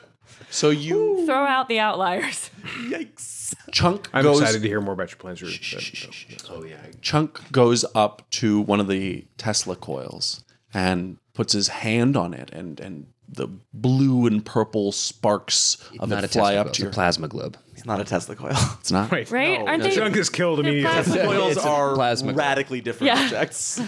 *laughs*
so you
Throw out the outliers. *laughs*
Yikes!
chunk
I'm
goes
excited to hear more about your plans. Ruth, but-
Oh, chunk goes up to one of the Tesla coils and puts his hand on it, and and the blue and purple sparks of
Not a
it fly
Tesla
up
globe,
to
it's a
your.
plasma globe.
It's not a Tesla
*laughs*
coil.
It's not
Wait,
Right? Aren't they?
Junk is killed
they're
immediately.
plastic.
Coils
It's a
are
plasma globe.
radically different
Yeah.
*laughs*
objects.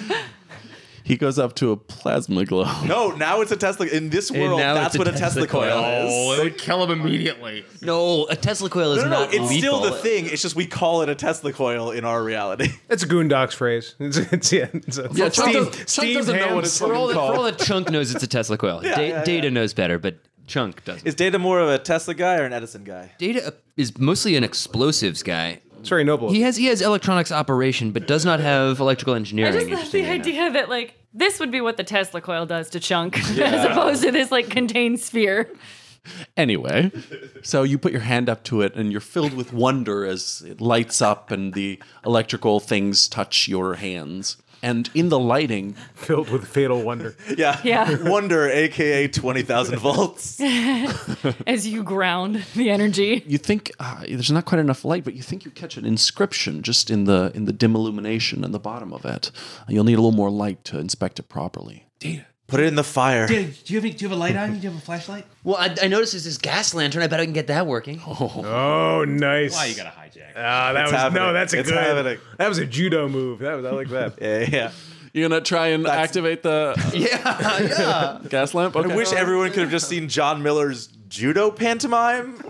He goes up to a plasma globe.
No, now it's a Tesla. In this
And
world,
now
that's
it's a
what a Tesla,
Tesla
coil,
Oh,
is.
it would kill him immediately.
No, a Tesla coil is
No, no, no,
not.
it's still
lethal.
the thing. It's just we call it a Tesla coil in our reality. *laughs*
That's a Goondocks phrase. It's, it's, yeah, it's a,
Yeah, Chuck
Steve,
does- Chuck
Steve
doesn't know
Ham
what it's
fucking
For all, that, for
called.
all that *laughs* Chunk knows it's a Tesla coil. da-
yeah,
Data
yeah.
knows better, but Chunk doesn't.
Is Data more of a Tesla guy or an Edison guy?
Data is mostly an explosives guy.
Sorry, Noble.
He has he has electronics operation, but does not have electrical
I
engineering.
just love the
interestingly enough.
idea that like this would be what the Tesla coil does to Chunk, *laughs* as opposed to this like contained sphere.
Anyway, *laughs* so you put your hand up to it and you're filled with wonder as it lights up and the electrical things touch your hands. And in the lighting,
filled with fatal wonder.
Yeah.
Yeah.
*laughs*
Wonder, aka 20,000
*laughs*
volts.
as you ground the energy.
you think uh, there's not quite enough light, but you think you catch an inscription just in the in the dim illumination in the bottom of it. You'll need a little more light to inspect it properly.
Data.
Put it in the fire.
do you have any, do you have a light on you? Do you have a flashlight?
Well, I, I noticed there's this gas lantern. I bet I can get that working.
Oh, nice.
Why you gotta hijack?
Ah, that was no.
happening.
That's a
It's
good.
happening.
That was a judo move. That was I like that.
Yeah, yeah.
You're gonna try and activate *laughs* the
yeah, yeah.
gas lamp. Okay.
I wish everyone could have just seen John Miller's judo pantomime. *laughs*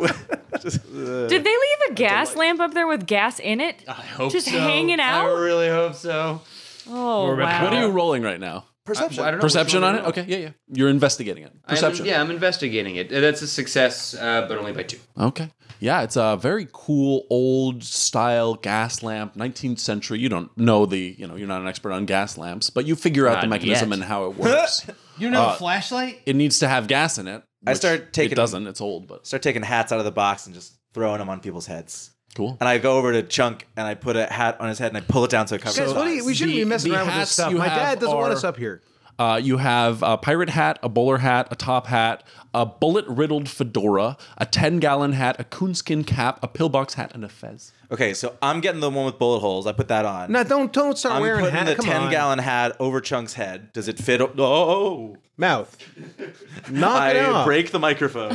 Just, uh,
Did they leave a gas lamp up there with gas in it? I hope Just hanging out?
really hope so.
Oh, wow.
What are you rolling right now?
perception.
I don't know
Perception on it. Okay, yeah, yeah. You're investigating it. Perception.
yeah, I'm investigating it. That's a success, uh, but only by two.
Okay. Yeah, it's a very cool old style gas lamp, 19th century. You don't know the, you know, you're not an expert on gas lamps, but you figure out the
Not
mechanism
yet.
and how it works.
*laughs*
Uh,
You don't have a flashlight?
it needs to have gas in it.
I
which
start taking-
It doesn't. It's old, but
Start taking hats out of the box and just throwing them on people's heads.
cool.
And I go over to Chunk and I put a hat on his head and I pull it down so it covers.
Guys,
his
what do
eyes.
you, we shouldn't
The-
be messing
the
around with this
hats
stuff.
you
My
have
dad doesn't want
are-
us up here.
Uh, you have a pirate hat, a bowler hat, a top hat, a bullet riddled fedora, a 10 gallon hat, a coonskin cap, a pillbox hat, and a fez.
Okay, so I'm getting the one with bullet holes. I put that on.
No, don't don't start
I'm
wearing
putting
hat.
the
Come
ten
on.
gallon hat over Chunk's head. Does it fit? o- Oh,
mouth. Knock it
I
off.
break the
*laughs*
microphone.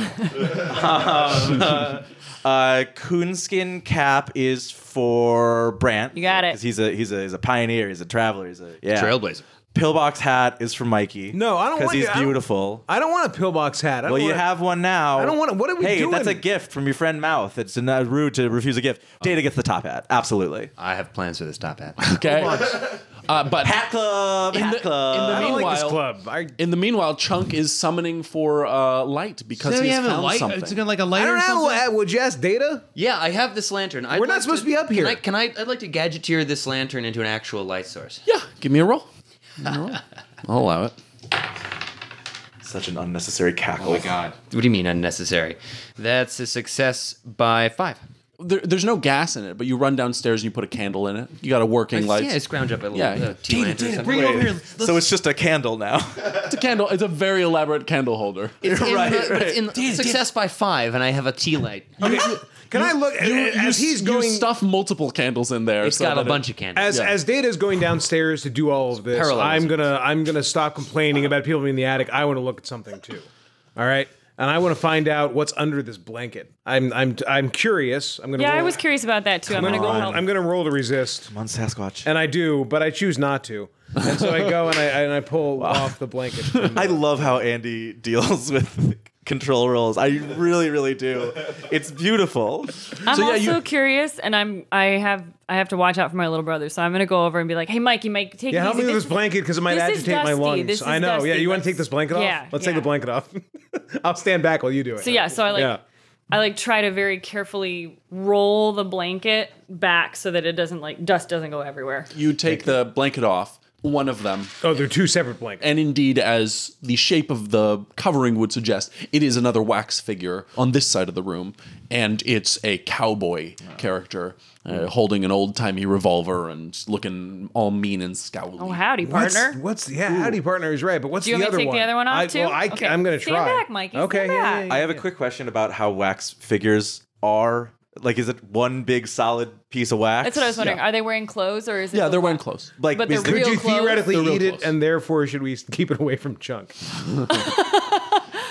um, uh, uh, coonskin cap is for Brant.
You got it.
'Cause He's a he's a he's a pioneer. He's a traveler. He's a yeah.
Trailblazer.
Pillbox hat is for Mikey.
No, I don't
Because
want
he's
to- I don't-
beautiful.
I don't want a pillbox hat. I don't
Well, you
want
have one now.
I don't wanna- what are we
hey,
doing?
that's a gift from your friend Mouth. It's not rude to refuse a gift. Data gets the top hat. Absolutely.
I have plans for this top hat. *laughs*
Okay. Uh, but
Hat club.
in
hat
the, in
club.
the
I don't like this
meanwhile,
club. I,
in the meanwhile, Chunk is summoning for uh, light because he's found something.
It's gonna like a light
I
or
don't
something?
know. Would you ask Data?
yeah, I have this lantern. I'd
We're not
like
supposed to be up here.
Can I, can I? I'd like to gadgeteer this lantern into an actual light source.
Yeah, give me a roll. Give me a roll. I'll allow it.
Such an unnecessary cackle.
Oh my god.
What do you mean unnecessary? That's a success by five.
There, there's no gas in it, but you run downstairs and you put a candle in it. You got a working light.
Yeah, it's ground up a little.
Yeah,
uh, tea
Dana,
lantern or
Dana,
something.
Bring it over here. Let's-
So it's just a candle *laughs* now.
It's a candle. It's a very elaborate candle holder.
It's in
Right,
the- but it's
right.
in the- success by five, and I have a tea light.
Okay. Can I look as
you
he's going?
stuff multiple candles in there.
It's
so
got a
that it-
bunch of candles.
As
Yeah.
as Data is going downstairs to do all of this,
parallelism.
I'm gonna I'm gonna stop complaining about people being in the attic. I want to look at something too. All right, and I want to find out what's under this blanket. I'm I'm I'm curious. I'm gonna.
Yeah,
roll,
I was curious about that too. I'm
I'm
gonna
gonna,
go
roll,
help.
I'm gonna roll to resist,
Come on, Sasquatch.
and I do, but I choose not to. And so I go and I and I pull off the blanket. from-
I love how Andy deals *laughs* with control rolls. I really, really do. It's beautiful.
I'm
So, yeah,
also
you-
curious, and I'm I have I have to watch out for my little brother, so I'm gonna go over and be like, "Hey, Mikey, Mike, take
Yeah,
it
help
easy.
me with
This
this
is-
blanket because it might
this is
agitate my
dusty.
lungs.
This is
I know. Yeah,
dusty.
you want
Let's-
to take this blanket
Yeah,
off? Let's take
yeah.
the blanket off. *laughs* I'll stand back while you do it.
So yeah, so I like I like try to very carefully roll the blanket back so that it doesn't like dust doesn't go everywhere.
You take the blanket off, one of them,
Oh, they're two separate blankets.
and indeed, as the shape of the covering would suggest, it is another wax figure on this side of the room, and it's a cowboy character uh, holding an old timey revolver and looking all mean and scowly.
Oh, howdy,
What's-
partner.
What's, the yeah? Howdy, partner is right, but what's
Do you
the
want
other
me to take
one?
the other one off
I,
too?
Well, I,
Okay.
am gonna
Stand
try.
back, Mikey.
Okay,
Stand
yeah,
back.
yeah, yeah.
I have a quick question about how wax figures are. Like, is it one big solid piece of wax?
That's what I was wondering. Are they wearing clothes or is it
yeah,
the
they're wearing
wax?
clothes.
Like,
But
is
they're
the-
real
Could you
clothes?
theoretically
They're real
eat it,
close.
and therefore should we keep it away from Chunk?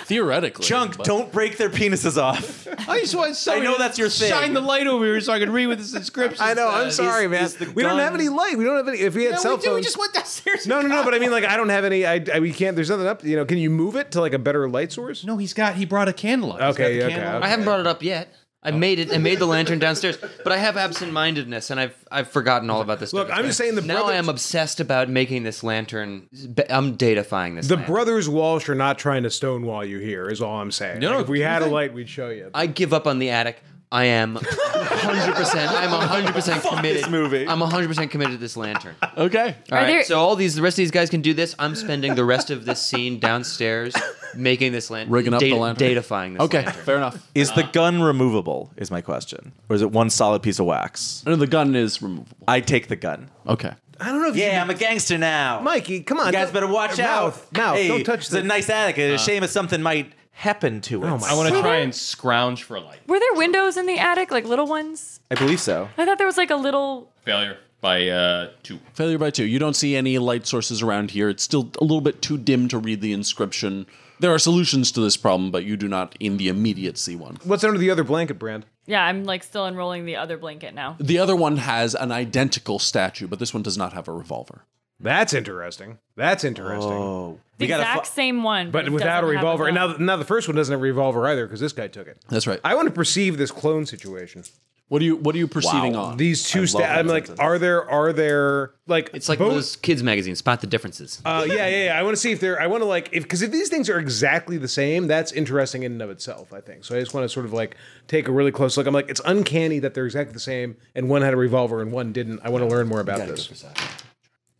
Theoretically,
Chunk,
but-
don't break their penises
*laughs*
off.
I just want
I know that's your thing.
Shine the light over here so I can read what this inscription.
uh,
I know. I'm
says.
sorry, man.
is the
We don't
gun-
have any light. We don't have any. If we had
Yeah,
cell
we, do,
phones,
we just went downstairs.
no, no, no. But I mean, like, I don't have any. I, I we can't. There's nothing up. You know, can you move it to like a better light source?
No, he's got. He brought a candle up. He's got
Okay,
the
okay,
candle
okay.
up.
I haven't brought it up yet. I made it. I made the lantern downstairs, but I have absent-mindedness, and I've I've forgotten all about this.
Look,
stuff.
I'm just saying the
now I
brothers-
am obsessed about making this lantern. I'm datafying this.
The
lantern.
brothers Walsh are not trying to stonewall you here, is all I'm saying.
No,
Like, if we had a
they-
light, we'd show you.
I give up on the attic. I am 100. percent I'm 100 percent committed.
this movie.
I'm 100 percent committed to this lantern. All
Okay.
right.
there-
So all these, the rest of these guys can do this. I'm spending the rest of this scene downstairs making this lantern,
Rigging up the lantern.
datafying this.
Okay,
lantern.
fair *laughs* enough.
Is the gun removable? Is my question, or is it one solid piece of wax?
No, the gun is removable.
I take the gun.
Okay.
I don't know if
I'm a gangster now.
Mikey, come on.
You guys
Don't-
better watch
Mouth,
out.
mouth,
Hey,
don't touch
it's
the-
a nice attic. It's a shame if something might happen to it.
Oh my-
I want to try and scrounge for a light.
Were there windows in the attic, like little ones?
I believe so.
I thought there was like a little.
Failure. by uh, two.
Failure by two. You don't see any light sources around here. It's still a little bit too dim to read the inscription. There are solutions to this problem, but you do not in the immediate see one.
What's under the other blanket, Brand?
Yeah, I'm like still unrolling the other blanket now.
The other one has an identical statue, but this one does not have a revolver.
That's interesting. That's interesting.
Oh.
The exact same one,
But
it
without a
doesn't have
revolver. And
gun.
now, now the first one doesn't have a revolver either because this guy took it.
That's right.
I want to perceive this clone situation.
What are you What are you perceiving on?
These two. Sta-
that
I'm like, are there? Are there? Like
It's like
both-
those kids' magazines. Spot the differences.
Uh, yeah, yeah, yeah. I want to see if they're. I want to like if because if these things are exactly the same, that's interesting in and of itself. I think so. I just want to sort of like take a really close look. I'm like, it's uncanny that they're exactly the same, and one had a revolver and one didn't. I want to learn more about this.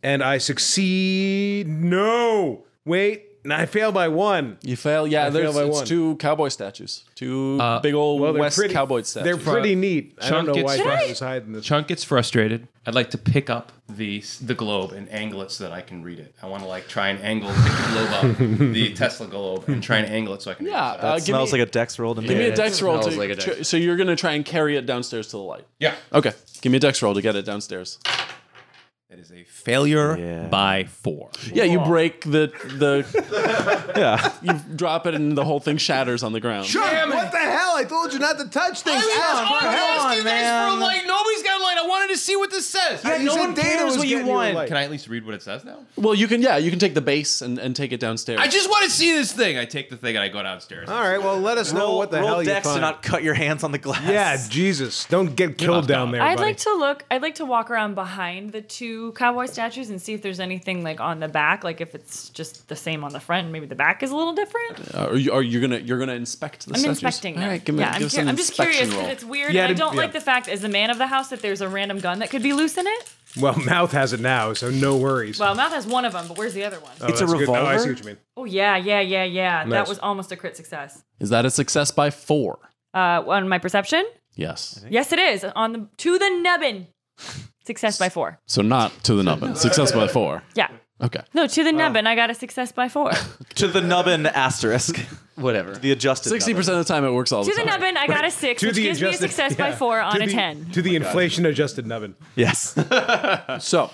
And I succeed. No, wait, and I fail by one.
You fail. Yeah,
I
there's
fail by
it's
one.
two cowboy statues, two big old
Well, they're
West
pretty-
cowboy statues.
They're pretty neat. I don't
Chunk
know why
gets-
Josh is hiding this.
Chunk gets frustrated. I'd like to pick up the the globe and angle it so that I can read it. I want to like try and angle pick the globe up, the Tesla globe, and try and angle it so I can.
yeah,
read it.
uh, give
Smells
me,
like a dex roll to me.
give me a dex roll.
smells
To,
like a dex.
to- so you're gonna try and carry it downstairs to the light.
yeah.
Okay, give me a dex roll to get it downstairs.
That is a failure
Yeah.
by four.
Yeah, you break the the. yeah, you drop it and the whole thing shatters on the ground.
what the hell? I told you not to touch things.
asking for a light. Nobody's got a light. I wanted to see what this says.
Yeah, no one cares what you want.
Can I at least read what it says now?
Well, you can yeah, you can take the base and, and take it downstairs.
I just want to see this thing. I take the thing and I go downstairs.
All right, well, let us know
roll,
what the
roll
hell you
dex
find.
to not cut your hands on the glass.
Yeah, Jesus. Don't get killed down there.
I'd
buddy.
like to look. I'd like to walk around behind the two cowboy statues and see if there's anything like on the back, like if it's just the same on the front, and maybe the back is a little different.
Uh, are you are you gonna you're gonna inspect the
I'm
statues?
inspecting. Them.
All right, give me
yeah, I'm,
give us
cur-
an
I'm just curious
inspection
because
roll.
it's weird.
Yeah,
and I
to-
don't
yeah.
like the fact, as the man of the house, that there's a random gun that could be loose in it.
Well, mouth has it now, so no worries.
Well, Mouth has one of them, but where's the other one?
Oh,
It's a
that's good. Oh, I
revolver?
see what you mean.
Oh yeah, yeah, yeah, yeah.
Nice.
That was almost a crit success.
Is that a success by four?
Uh, on my perception,
Yes.
yes, it is on the to the nubbin. Success by four.
So not to the nubbin. success by four.
Yeah.
Okay.
No, to the nubbin. I got a success by
*laughs*
four. to
To the nubbin asterisk.
Whatever.
The adjusted.
Sixty percent of the time it works all the
the
time.
nubbin. I got a six, which gives me a success by
yeah.
four on
To
a
the-
ten.
To the inflation adjusted nubbin.
nubbin. Yes.
So,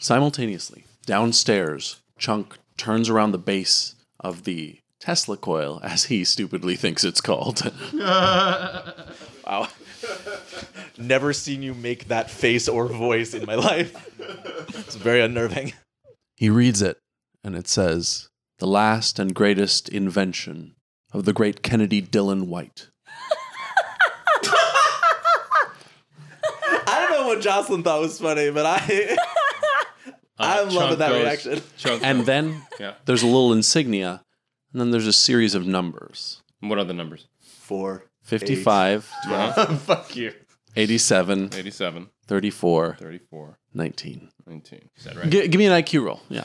simultaneously, downstairs, Chunk turns around the base of the Tesla coil, as he stupidly thinks it's called.
Never seen you make that face or voice in my life. It's very unnerving.
he reads it, and it says, The last and greatest invention of the great Kennedy Dillon White.
I don't know what Jocelyn thought was funny, but I I'm loving
Chunk
that reaction.
Chunk
And then
Yeah.
there's a little insignia, and then there's a series of numbers
what are the numbers?
four
55,
*laughs* Fuck you.
87,
87,
34,
34,
19.
19. Is that right?
G- give me an IQ roll. Yeah.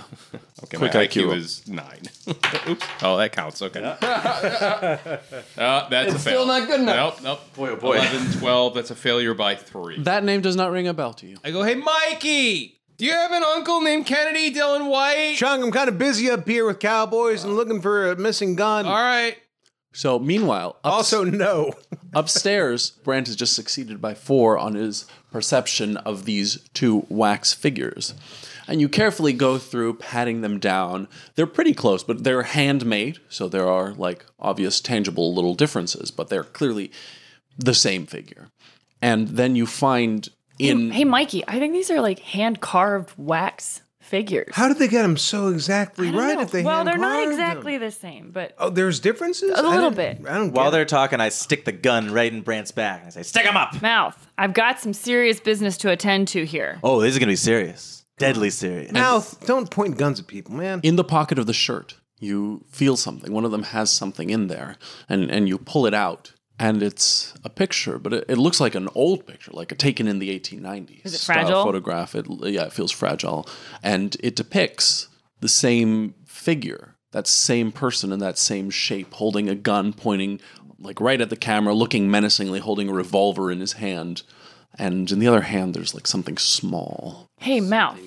Okay,
Quick
my
IQ
IQ,
roll.
is nine. *laughs* Oops. Oh, that counts. Okay. *laughs* Uh, that's a fail. still not good enough. Nope, nope. Boy, oh boy. 11, 12. That's a failure by three.
That name does not ring a bell to you.
I go, hey, Mikey, do you have an uncle named Kennedy Dylan White?
Chung, I'm kind of busy up here with cowboys and looking for a missing gun.
All right.
So, meanwhile, up-
Also, no.
upstairs, Brandt has just succeeded by four on his perception of these two wax figures. And you carefully go through patting them down. They're pretty close, but they're handmade, so there are like obvious, tangible little differences, but they're clearly the same figure. And then you find in.
Hey, Mikey, I think these are like hand carved wax figures.
How did they get them so exactly
I don't
right
know.
if they
well,
hand
they're not
carved
exactly
them?
the same, but
Oh, there's differences?
A little
I didn't-
bit.
I don't
*laughs* While
get
they're talking, I stick the gun right in Brant's back and I say, "Stick him up."
mouth. I've got some serious business to attend to here.
Oh, this is gonna be serious, deadly serious.
it. Mouth, don't point guns at people, man.
in the pocket of the shirt you feel something one of them has something in there and and you pull it out and it's a picture but it, it looks like an old picture like a taken in the 1890s
Is it
style
fragile?
photograph it yeah it feels fragile and it depicts the same figure that same person in that same shape holding a gun pointing like right at the camera looking menacingly holding a revolver in his hand and in the other hand there's like something small
Hey, mouth.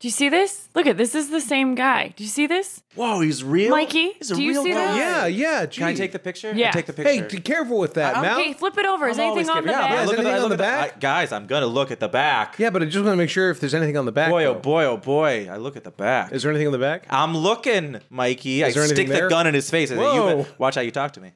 Do you see this? Look at this is the same guy. Do you see this?
Whoa, he's real.
Mikey, do you see that?
Yeah, yeah.
Can I
gee.
take the picture?
Yeah.
Take the picture.
Hey, be careful with that, Mal.
Okay, flip it over. Is
I'm always
anything on the
careful. yeah,
back?
I'm
Is
looking at
anything
I
on
look
the
at
back?
I- guys, I'm gonna look at the back.
Yeah, but I just want to make sure if there's anything on the back.
Boy, oh
though.
boy, oh boy! I look at the back.
Is there anything on the back?
I'm looking, Mikey. I
Is there anything
stick
there?
the gun in his face. I say, you,
Whoa.
watch how you talk to me.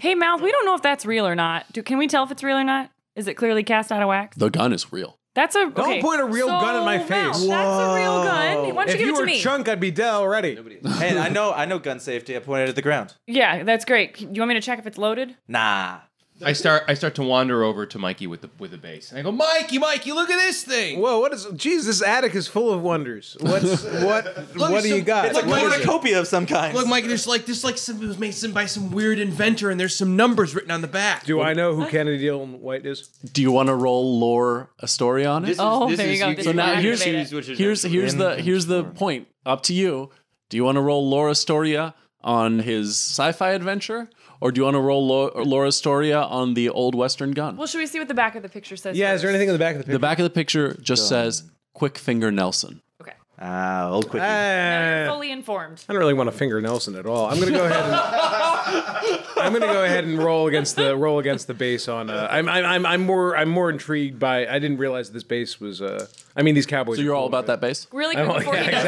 Hey, Mouth, we don't know if that's real or not. Do, can we tell if it's real or not? Is it clearly cast out of wax?
The gun is real.
That's a.
Don't
okay.
point a real
So,
gun in my
Mal,
face.
that's a real gun. Why don't you
if
give
you
it to
were
me?
Chunk, I'd be dead already.
hey, I know, I know, gun safety. I pointed at the ground.
yeah, that's great. You want me to check if it's loaded?
Nah.
I start I start to wander over to Mikey with the with the bass, and I go, Mikey, Mikey, look at this thing.
Whoa, what is? Geez, this attic is full of wonders. *laughs* What's what? what do
some-
you got?
It's a
What is it?
cornucopia of some kind.
Look, Mikey, there's like this like some, it was made some by some weird inventor, and there's some numbers written on the back.
Do I know who Kennedy Dillon White is?
Do you want to roll lore a story on it?
Oh, there you go. This
so
is
now here's
activated.
here's here's the here's the point. Up to you. Do you want to roll Laura Storia on his sci-fi adventure, or do you want to roll Lo- Laura Storia on the old western gun?
Well, should we see what the back of the picture says?
Yeah, is there
first?
anything in the back of the picture?
the back of the picture just says "Quick Finger Nelson."
Okay.
Ah, old quickie.
Ah,
Fully informed.
I don't really want to finger Nelson at all. I'm gonna go ahead. And,
*laughs*
I'm gonna go ahead and roll against the roll against the base on. Uh, I'm, I'm I'm I'm more I'm more intrigued by. I didn't realize this base was. Uh, I mean these Cowboys.
So you're all about that base.
Really quick
Oh,
before
*laughs* yeah,
he does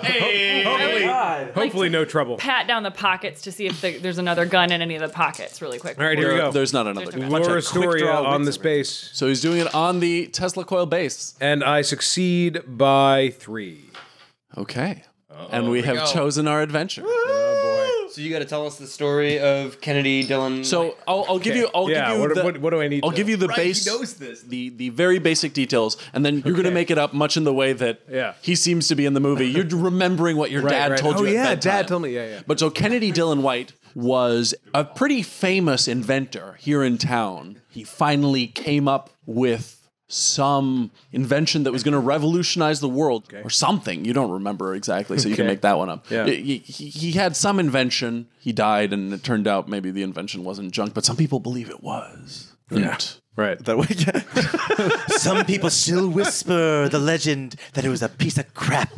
exactly.
that,
God.
Hopefully no trouble.
pat down the pockets to see if the, there's another gun in any of the pockets. Really quick.
All right, here we go.
There's not another
There's no
gun.
gun.
Laura
Bunch of quick
Storia
draw
on
wits
this
over here.
base,
So he's doing it on the Tesla coil base.
and I succeed by three.
Okay. and we have chosen our adventure.
So you got to tell us the story of Kennedy Dillon.
So I'll, I'll give you. I'll
Yeah,
give you.
what-
the,
what- what do I need
I'll
to-
give you the base. The the very basic details, and then you're gonna make it up much in the way that
Yeah.
he seems to be in the movie. You're remembering what your dad
right.
told
Oh,
you. at
yeah,
bedtime.
Dad told me, yeah, yeah.
But so Kennedy Dillon White was a pretty famous inventor here in town. He finally came up with. Some invention that was going to revolutionize the world, or something. You don't remember exactly, so you can
Okay.
make that one up.
Yeah.
Y- y- he, he had some invention. He died, and it turned out maybe the invention wasn't junk, but some people believe it was. Yeah.
Right.
*laughs* That way, Some people still whisper the legend that it was a piece of crap.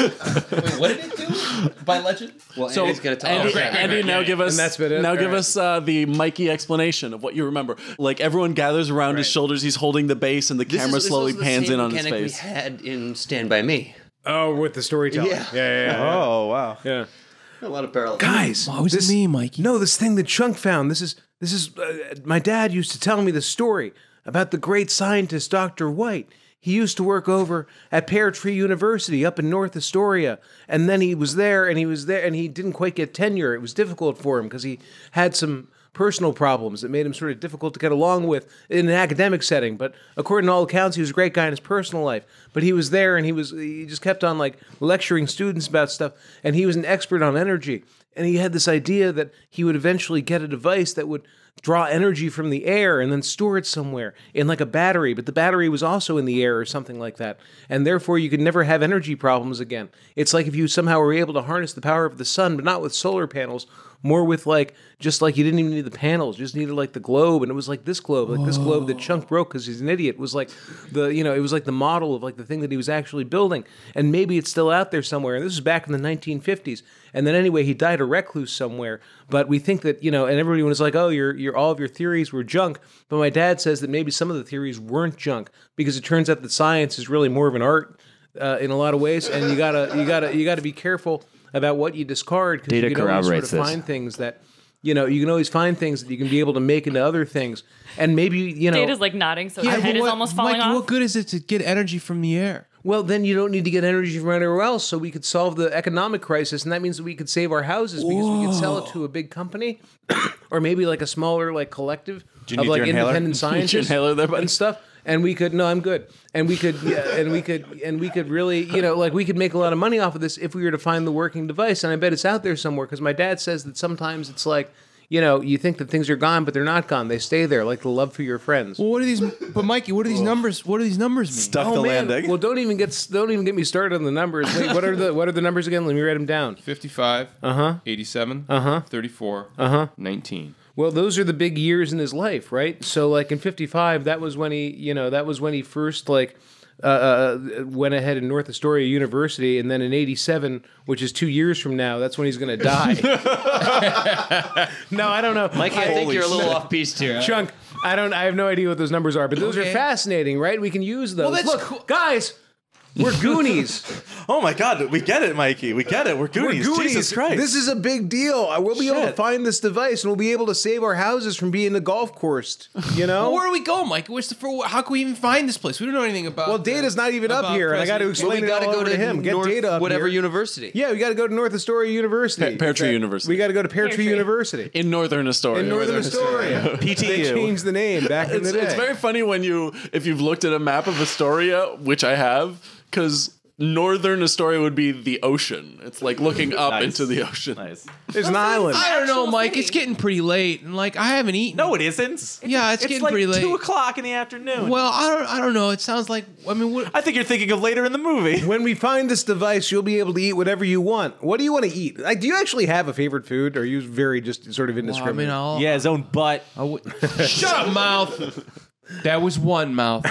what did it do? By legend? Well,
So
Andy's gonna tell
Andy,
us.
Andy, now give us
Oh, And that's been it?
now
All
give
right.
us uh, the Mikey explanation of what you remember. Like everyone gathers around his shoulders, he's holding the bass, and the
This is-
camera
this is
slowly
the
pans
same
in on his
mechanic
face.
We had in Stand by Me.
Oh, with the storytelling.
Yeah.
yeah, yeah.
Oh wow.
yeah.
A lot of parallels.
guys,
Why was it me, Mikey?
No, this thing that Chunk found. This is this is uh, my dad used to tell me the story about the great scientist Dr. White. He used to work over at Pear Tree University up in North Astoria, and then he was there and he was there and he didn't quite get tenure. It was difficult for him because he had some personal problems that made him sort of difficult to get along with in an academic setting. But according to all accounts, he was a great guy in his personal life. But he was there and he was he just kept on like lecturing students about stuff. And he was an expert on energy. And he had this idea that he would eventually get a device that would draw energy from the air and then store it somewhere in like a battery. But the battery was also in the air or something like that. And therefore you could never have energy problems again. It's like if you somehow were able to harness the power of the sun, but not with solar panels, more with like just like you didn't even need the panels, you just needed like the globe, and it was like this globe, like this globe that Chunk broke because he's an idiot was like the you know it was like the model of like the thing that he was actually building, and maybe it's still out there somewhere. And this is back in the 1950s, and then anyway he died a recluse somewhere. But we think that you know, and everyone was like, oh, your your all of your theories were junk, but my dad says that maybe some of the theories weren't junk because it turns out that science is really more of an art. Uh, in a lot of ways, and you gotta, you gotta, you gotta be careful about what you discard because
Data
you can always sort
corroborates
of
this.
find things that you know you can always find things that you can be able to make into other things and maybe you know
Data's like nodding, so his
but
head is
what-
almost falling
Mikey,
off.
what good is it to get energy from the air?
well then you don't need to get energy from anywhere else so we could solve the economic crisis and that means that we could save our houses because we could sell it to a big company *coughs* or maybe like a smaller like collective
you
of
need
like
your inhaler? *laughs*
independent scientists
inhaler there, buddy?
and stuff and we could no i'm good and we could yeah, and we could and we could really you know like we could make a lot of money off of this if we were to find the working device and i bet it's out there somewhere because my dad says that sometimes it's like you know you think that things are gone but they're not gone they stay there like the love for your friends
Well, what are these? But Mikey, what are these numbers? What do these numbers mean?
Duck the landing.
Oh, Well, don't even get don't even get me started on the numbers. Wait, what are the what are the numbers again? Let me write them down.
55, uh-huh. 87, uh-huh. 34, uh-huh. 19.
Well, those are the big years in his life, right? So, like in '55, that was when he, you know, that was when he first like uh, uh, went ahead and North Astoria University, and then in '87, which is two years from now, that's when he's going to die. no, I don't know,
Mikey, I think you're a little off piece here.
Chunk. I don't. I have no idea what those numbers are, but those are
Okay.
fascinating, right? We can use those.
that's
Look,
cool.
guys, we're Goonies.
Oh my God, we get it, Mikey. We get it. We're Goonies.
We're
Jesus Christ.
This is a big deal. I- We'll be able to
Shit.
find this device and we'll be able to save our houses from being a golf course. You *laughs* know?
Where do we go, Mike? What's the for? How can we even find this place? We don't know anything about.
well,
the-
data's not even up
about
here, and I got to
President-
explain it
gotta
all over to him. Get
North-
data up
whatever
here.
university.
Yeah, we got to go to North Astoria University.
Pe- Pear Tree
Okay.
University.
We got to go to Pear Tree
Tree.
University
in Northern Astoria.
in Northern Astoria.
*laughs*
They
PTU.
changed the name back in
It's,
the day.
it's very funny when you, if you've looked at a map of Astoria, which I have, because northern Astoria would be the ocean. It's like looking up
Nice.
into the ocean.
Nice.
There's an island.
I don't know,
Actual
Mike.
thing.
It's getting pretty late, and like I haven't eaten.
No, it isn't. It's,
Yeah, it's getting
like
pretty late.
Two o'clock in the afternoon.
Well, I don't. I don't know. It sounds like. I mean, what?
I think you're thinking of later in the movie.
When we find this device, you'll be able to eat whatever you want. What do you want to eat? Like, do you actually have a favorite food, or are you very just sort of
Well, I
indiscriminate?
mean, I'll.
Yeah, his own butt.
Oh,
*laughs*
I would- Shut up, mouth. That was one mouth.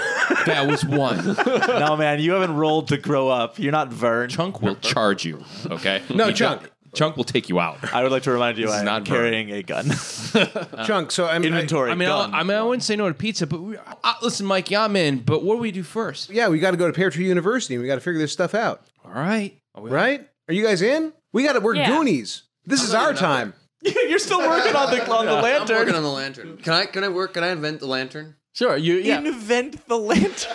That was
*laughs*
one.
no, man, you haven't rolled to grow up. You're not Vern.
Chunk will charge you. Okay.
no,
He
Chunk.
don't- Chunk will take you out.
I would like to remind you,
is
I'm
not Vern.
carrying a gun. *laughs*
Chunk. So I'm, I-
Inventory.
I mean, I'll,
gun.
I mean, I wouldn't say no to pizza, but we, I, listen, Mike, yeah, I'm in. But what do we do first?
yeah, we got to go to Pear Tree University and we got to figure this stuff out,
All right. Are we-
right? Are you guys in? We got to. We're
Yeah.
Goonies. This is our time.
*laughs* you're still working on the on the
I'm working
lantern.
on the lantern. Can I? Can I work? Can I invent the lantern?
Sure, you yeah.
Invent the lantern.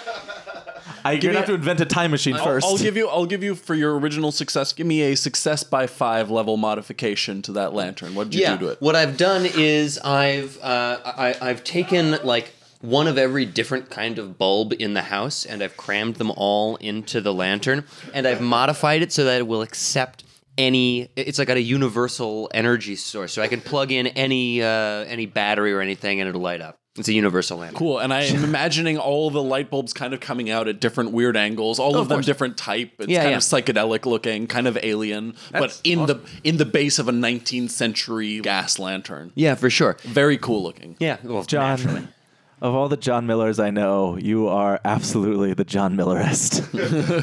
I, you're gonna have to invent a time machine first.
I'll give you. I'll give you for your original success. Give me a success by five level modification to that lantern. What did you
yeah.
do to it?
What I've done is I've uh, I, I've taken like one of every different kind of bulb in the house, and I've crammed them all into the lantern, and I've modified it so that it will accept any. It's like at a universal energy source, so I can plug in any uh, any battery or anything, and it'll light up. It's a universal lantern.
Cool. And I am imagining all the light bulbs kind of coming out at different weird angles. All of, them different type. It's
Yeah,
kind
yeah.
of psychedelic looking, kind of alien, but in the in the base of a 19th century gas lantern.
Yeah, for sure.
Very cool looking.
Yeah, well,
John. Of all the John Millers I know, you are absolutely the John *laughs* Millerist.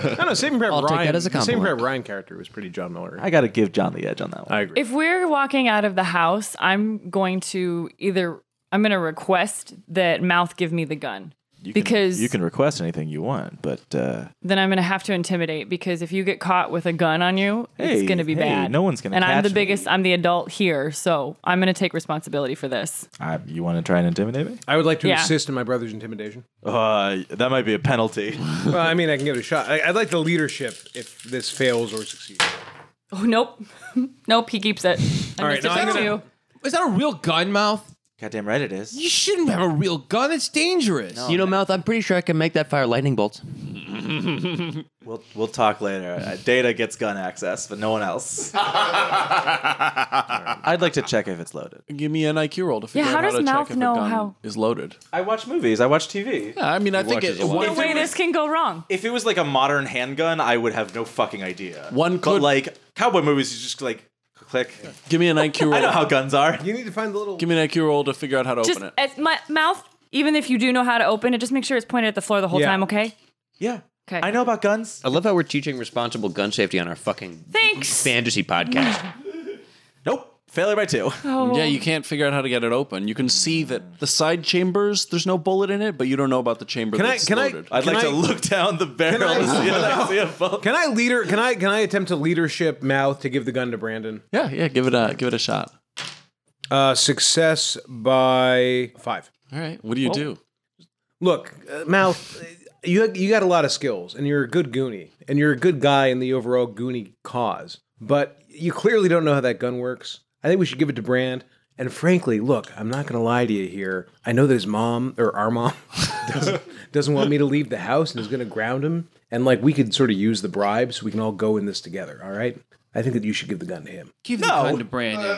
I don't know. Saving Private
I'll take
Ryan.
that as a
the Saving
compliment.
Private Ryan character was pretty John Miller.
I got to give John the edge on that one.
agree.
If we're walking out of the house, I'm going to either I'm going to request that Mouth give me the gun because
you can request anything you want, but uh,
then I'm going to have to intimidate because if you get caught with a gun on you,
Hey,
it's going to be
hey,
bad.
no one's gonna
And I'm
catch
the
me.
biggest. I'm the adult here, so I'm going to take responsibility for this.
I, you want to try and intimidate me?
I would like to
Yeah.
assist in my brother's intimidation.
Uh, that might be a penalty.
*laughs* well, I mean, I can give it a shot. I, I'd like the leadership if this fails or succeeds.
Oh nope, *laughs* nope. He keeps it. I
All right,
missed
now
it
I'm
by
gonna-
two.
Is that a real gun, mouth?
Goddamn right it is.
You shouldn't have a real gun. It's dangerous.
You know, mouth. I'm pretty sure I can make that fire lightning bolts.
We'll we'll talk later. Uh, Data gets gun access, but no one *laughs* else. I'd like to check if it's loaded.
Give me an IQ roll to figure
how
out how
does
to
Mouth
check if
know
a gun
how-
is loaded.
I watch movies. I watch TV.
Yeah, I mean, I think
watches
it,
a lot.
No
one,
way this can go wrong.
If it was like a modern handgun, I would have no fucking idea.
One
but
could-
like cowboy movies, you just like click.
give me an IQ
*laughs* I know
roll.
how guns are.
You need to find the little.
Give me an IQ roll to figure out how to
Just
open it.
as my mouth. Even if you do know how to open it, just make sure it's pointed at the floor the whole
Yeah.
time. Okay.
Yeah.
Okay.
I know about guns.
I love how we're teaching responsible gun safety on our fucking
Thanks.
fantasy podcast.
Nope. Failure by two.
Oh.
Yeah, you can't figure out how to get it open. You can see that the side chambers, there's no bullet in it, but you don't know about the chamber
Can I-
that's
can I-
loaded.
I'd
Can
like
I-
to look down the barrel and
Can I-
see if I
*laughs*
see a bullet.
Can I leader? Can I? Can I attempt to leadership mouth to give the gun to Brandon?
yeah, yeah, give it a give it a shot.
Uh, success by five.
All right, what do you do?
Look, uh, mouth. You you got a lot of skills, and you're a good goonie, and you're a good guy in the overall goonie cause. But you clearly don't know how that gun works. I think we should give it to Brand. And frankly, look, I'm not going to lie to you here. I know that his mom or our mom *laughs* doesn't, doesn't want me to leave the house and is going to ground him. And like we could sort of use the bribe so we can all go in this together. All right. I think that you should give the gun to him.
Give the gun
*laughs*
to Brandon.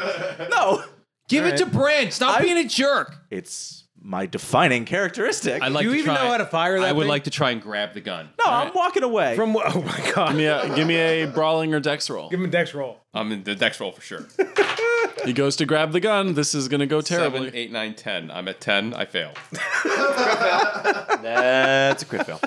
No.
Give it to Brand. Stop being a jerk.
It's my defining characteristic.
I
no,
like
Do you
to
even
try-
know how to fire that
I would
thing?
like to try and grab the gun.
I'm walking away.
From what? Oh my god!
Give me a, give me a brawling or dex roll.
Give him a dex roll.
I'm in the dex roll for sure.
He goes to grab the gun. This is gonna go terribly.
Seven, eight, nine, ten. I'm at ten. I fail.
*laughs*
That's a crit fail.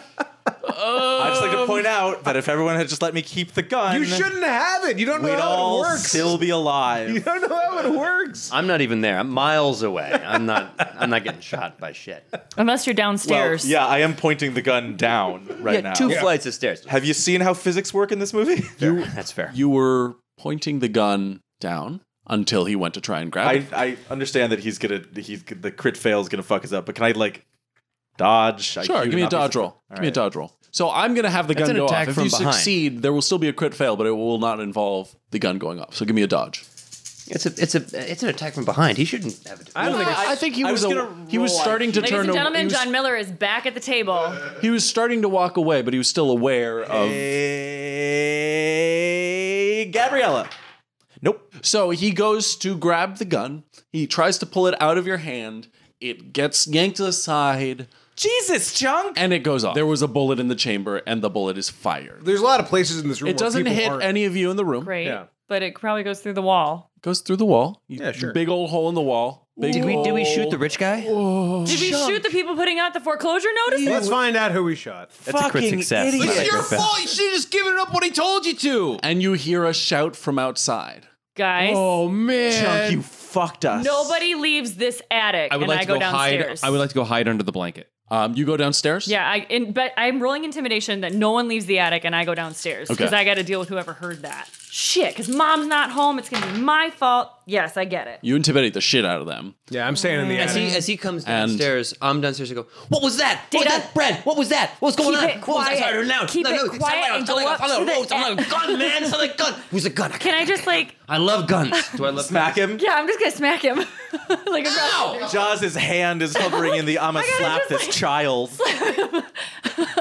I just like to point out that if everyone had just let me keep the gun,
You shouldn't have it. You don't know
We'd
how it
all
works.
still be
you *laughs*
alive.
don't know how it works.
I'm not even there. I'm miles away. I'm not. I'm not getting shot by shit.
Unless you're
Well,
downstairs.
yeah, I am pointing the gun down right
yeah,
now.
two flights of stairs.
Have you seen how physics work in this movie?
That's fair.
You were pointing the gun down until he went to try and grab
*laughs* I,
it.
I understand that he's gonna he's the crit fail is gonna fuck us up, but can I like dodge? I
Sure,
cue
give me a
not be
dodge
surpri-
roll.
All
Give me a
right.
dodge roll. So I'm going to have the
That's
gun
an
go off.
attack
If
from
you
behind.
succeed, there will still be a crit fail, but it will not involve the gun going off. So give me a dodge.
It's a. It's a. It's an attack from behind. He shouldn't have it.
I don't think.
it's-
I, think he
I
was.
was
a-
gonna
he was
roll, I
starting to
Ladies
turn.
and
a-
gentlemen,
he, was,
John Miller is back at the table.
he was starting to walk away, but he was still aware of.
Hey, Gabriella. Nope.
So he goes to grab the gun. He tries to pull it out of your hand. It gets yanked aside,
Jesus, Junk.
and it goes off. There was a bullet in the chamber, and the bullet is fired.
There's a lot of places in this room.
It doesn't hit any of you in the room.
Great.
Yeah.
But it probably goes through the wall.
Goes through the wall. You-
Yeah, sure.
Big old hole in the wall. Big
Did we? Did we shoot
old-
the rich guy?
Did we shoot the people putting out the foreclosure
Let's
notices?
find out who we shot.
That's a crit success.
idiot.
Not a
It's your
crit fail.
fault. You should have just given it up when he told you to.
And you hear a shout from outside.
Guys,
Oh man,
Junk, you fucked us.
nobody leaves this attic.
I would
and
like
I
to
go,
go, hide.
downstairs.
I would like to go hide under the blanket.
Um, you go downstairs.
Yeah, I in, but I'm rolling intimidation that no one leaves the attic and I go downstairs because
Okay.
I got to deal with whoever heard that. Shit, because mom's not home. It's gonna be my fault. Yes, I get it.
You intimidate the shit out of them.
Yeah, I'm staying in the
As
attic.
he, as he comes
And-
downstairs, I'm downstairs. I go, "What was that?
Did
what was
I-
that, Brad? What was that? What was going
Keep
on?
it
What was that?
quiet.
Sorry, I heard it now.
Keep
no,
it
no,
quiet and go up to the
I'm
attic.
like, gun, man. It's like gun. Who's a gun? I,
Can I just like?
I love guns. Do I love
Smack him.
Yeah, I'm just gonna smack him. *laughs* like across
Jaws' hand is hovering in the I'ma
*laughs* I gotta
slap
just,
this
like- *laughs*
child.
the-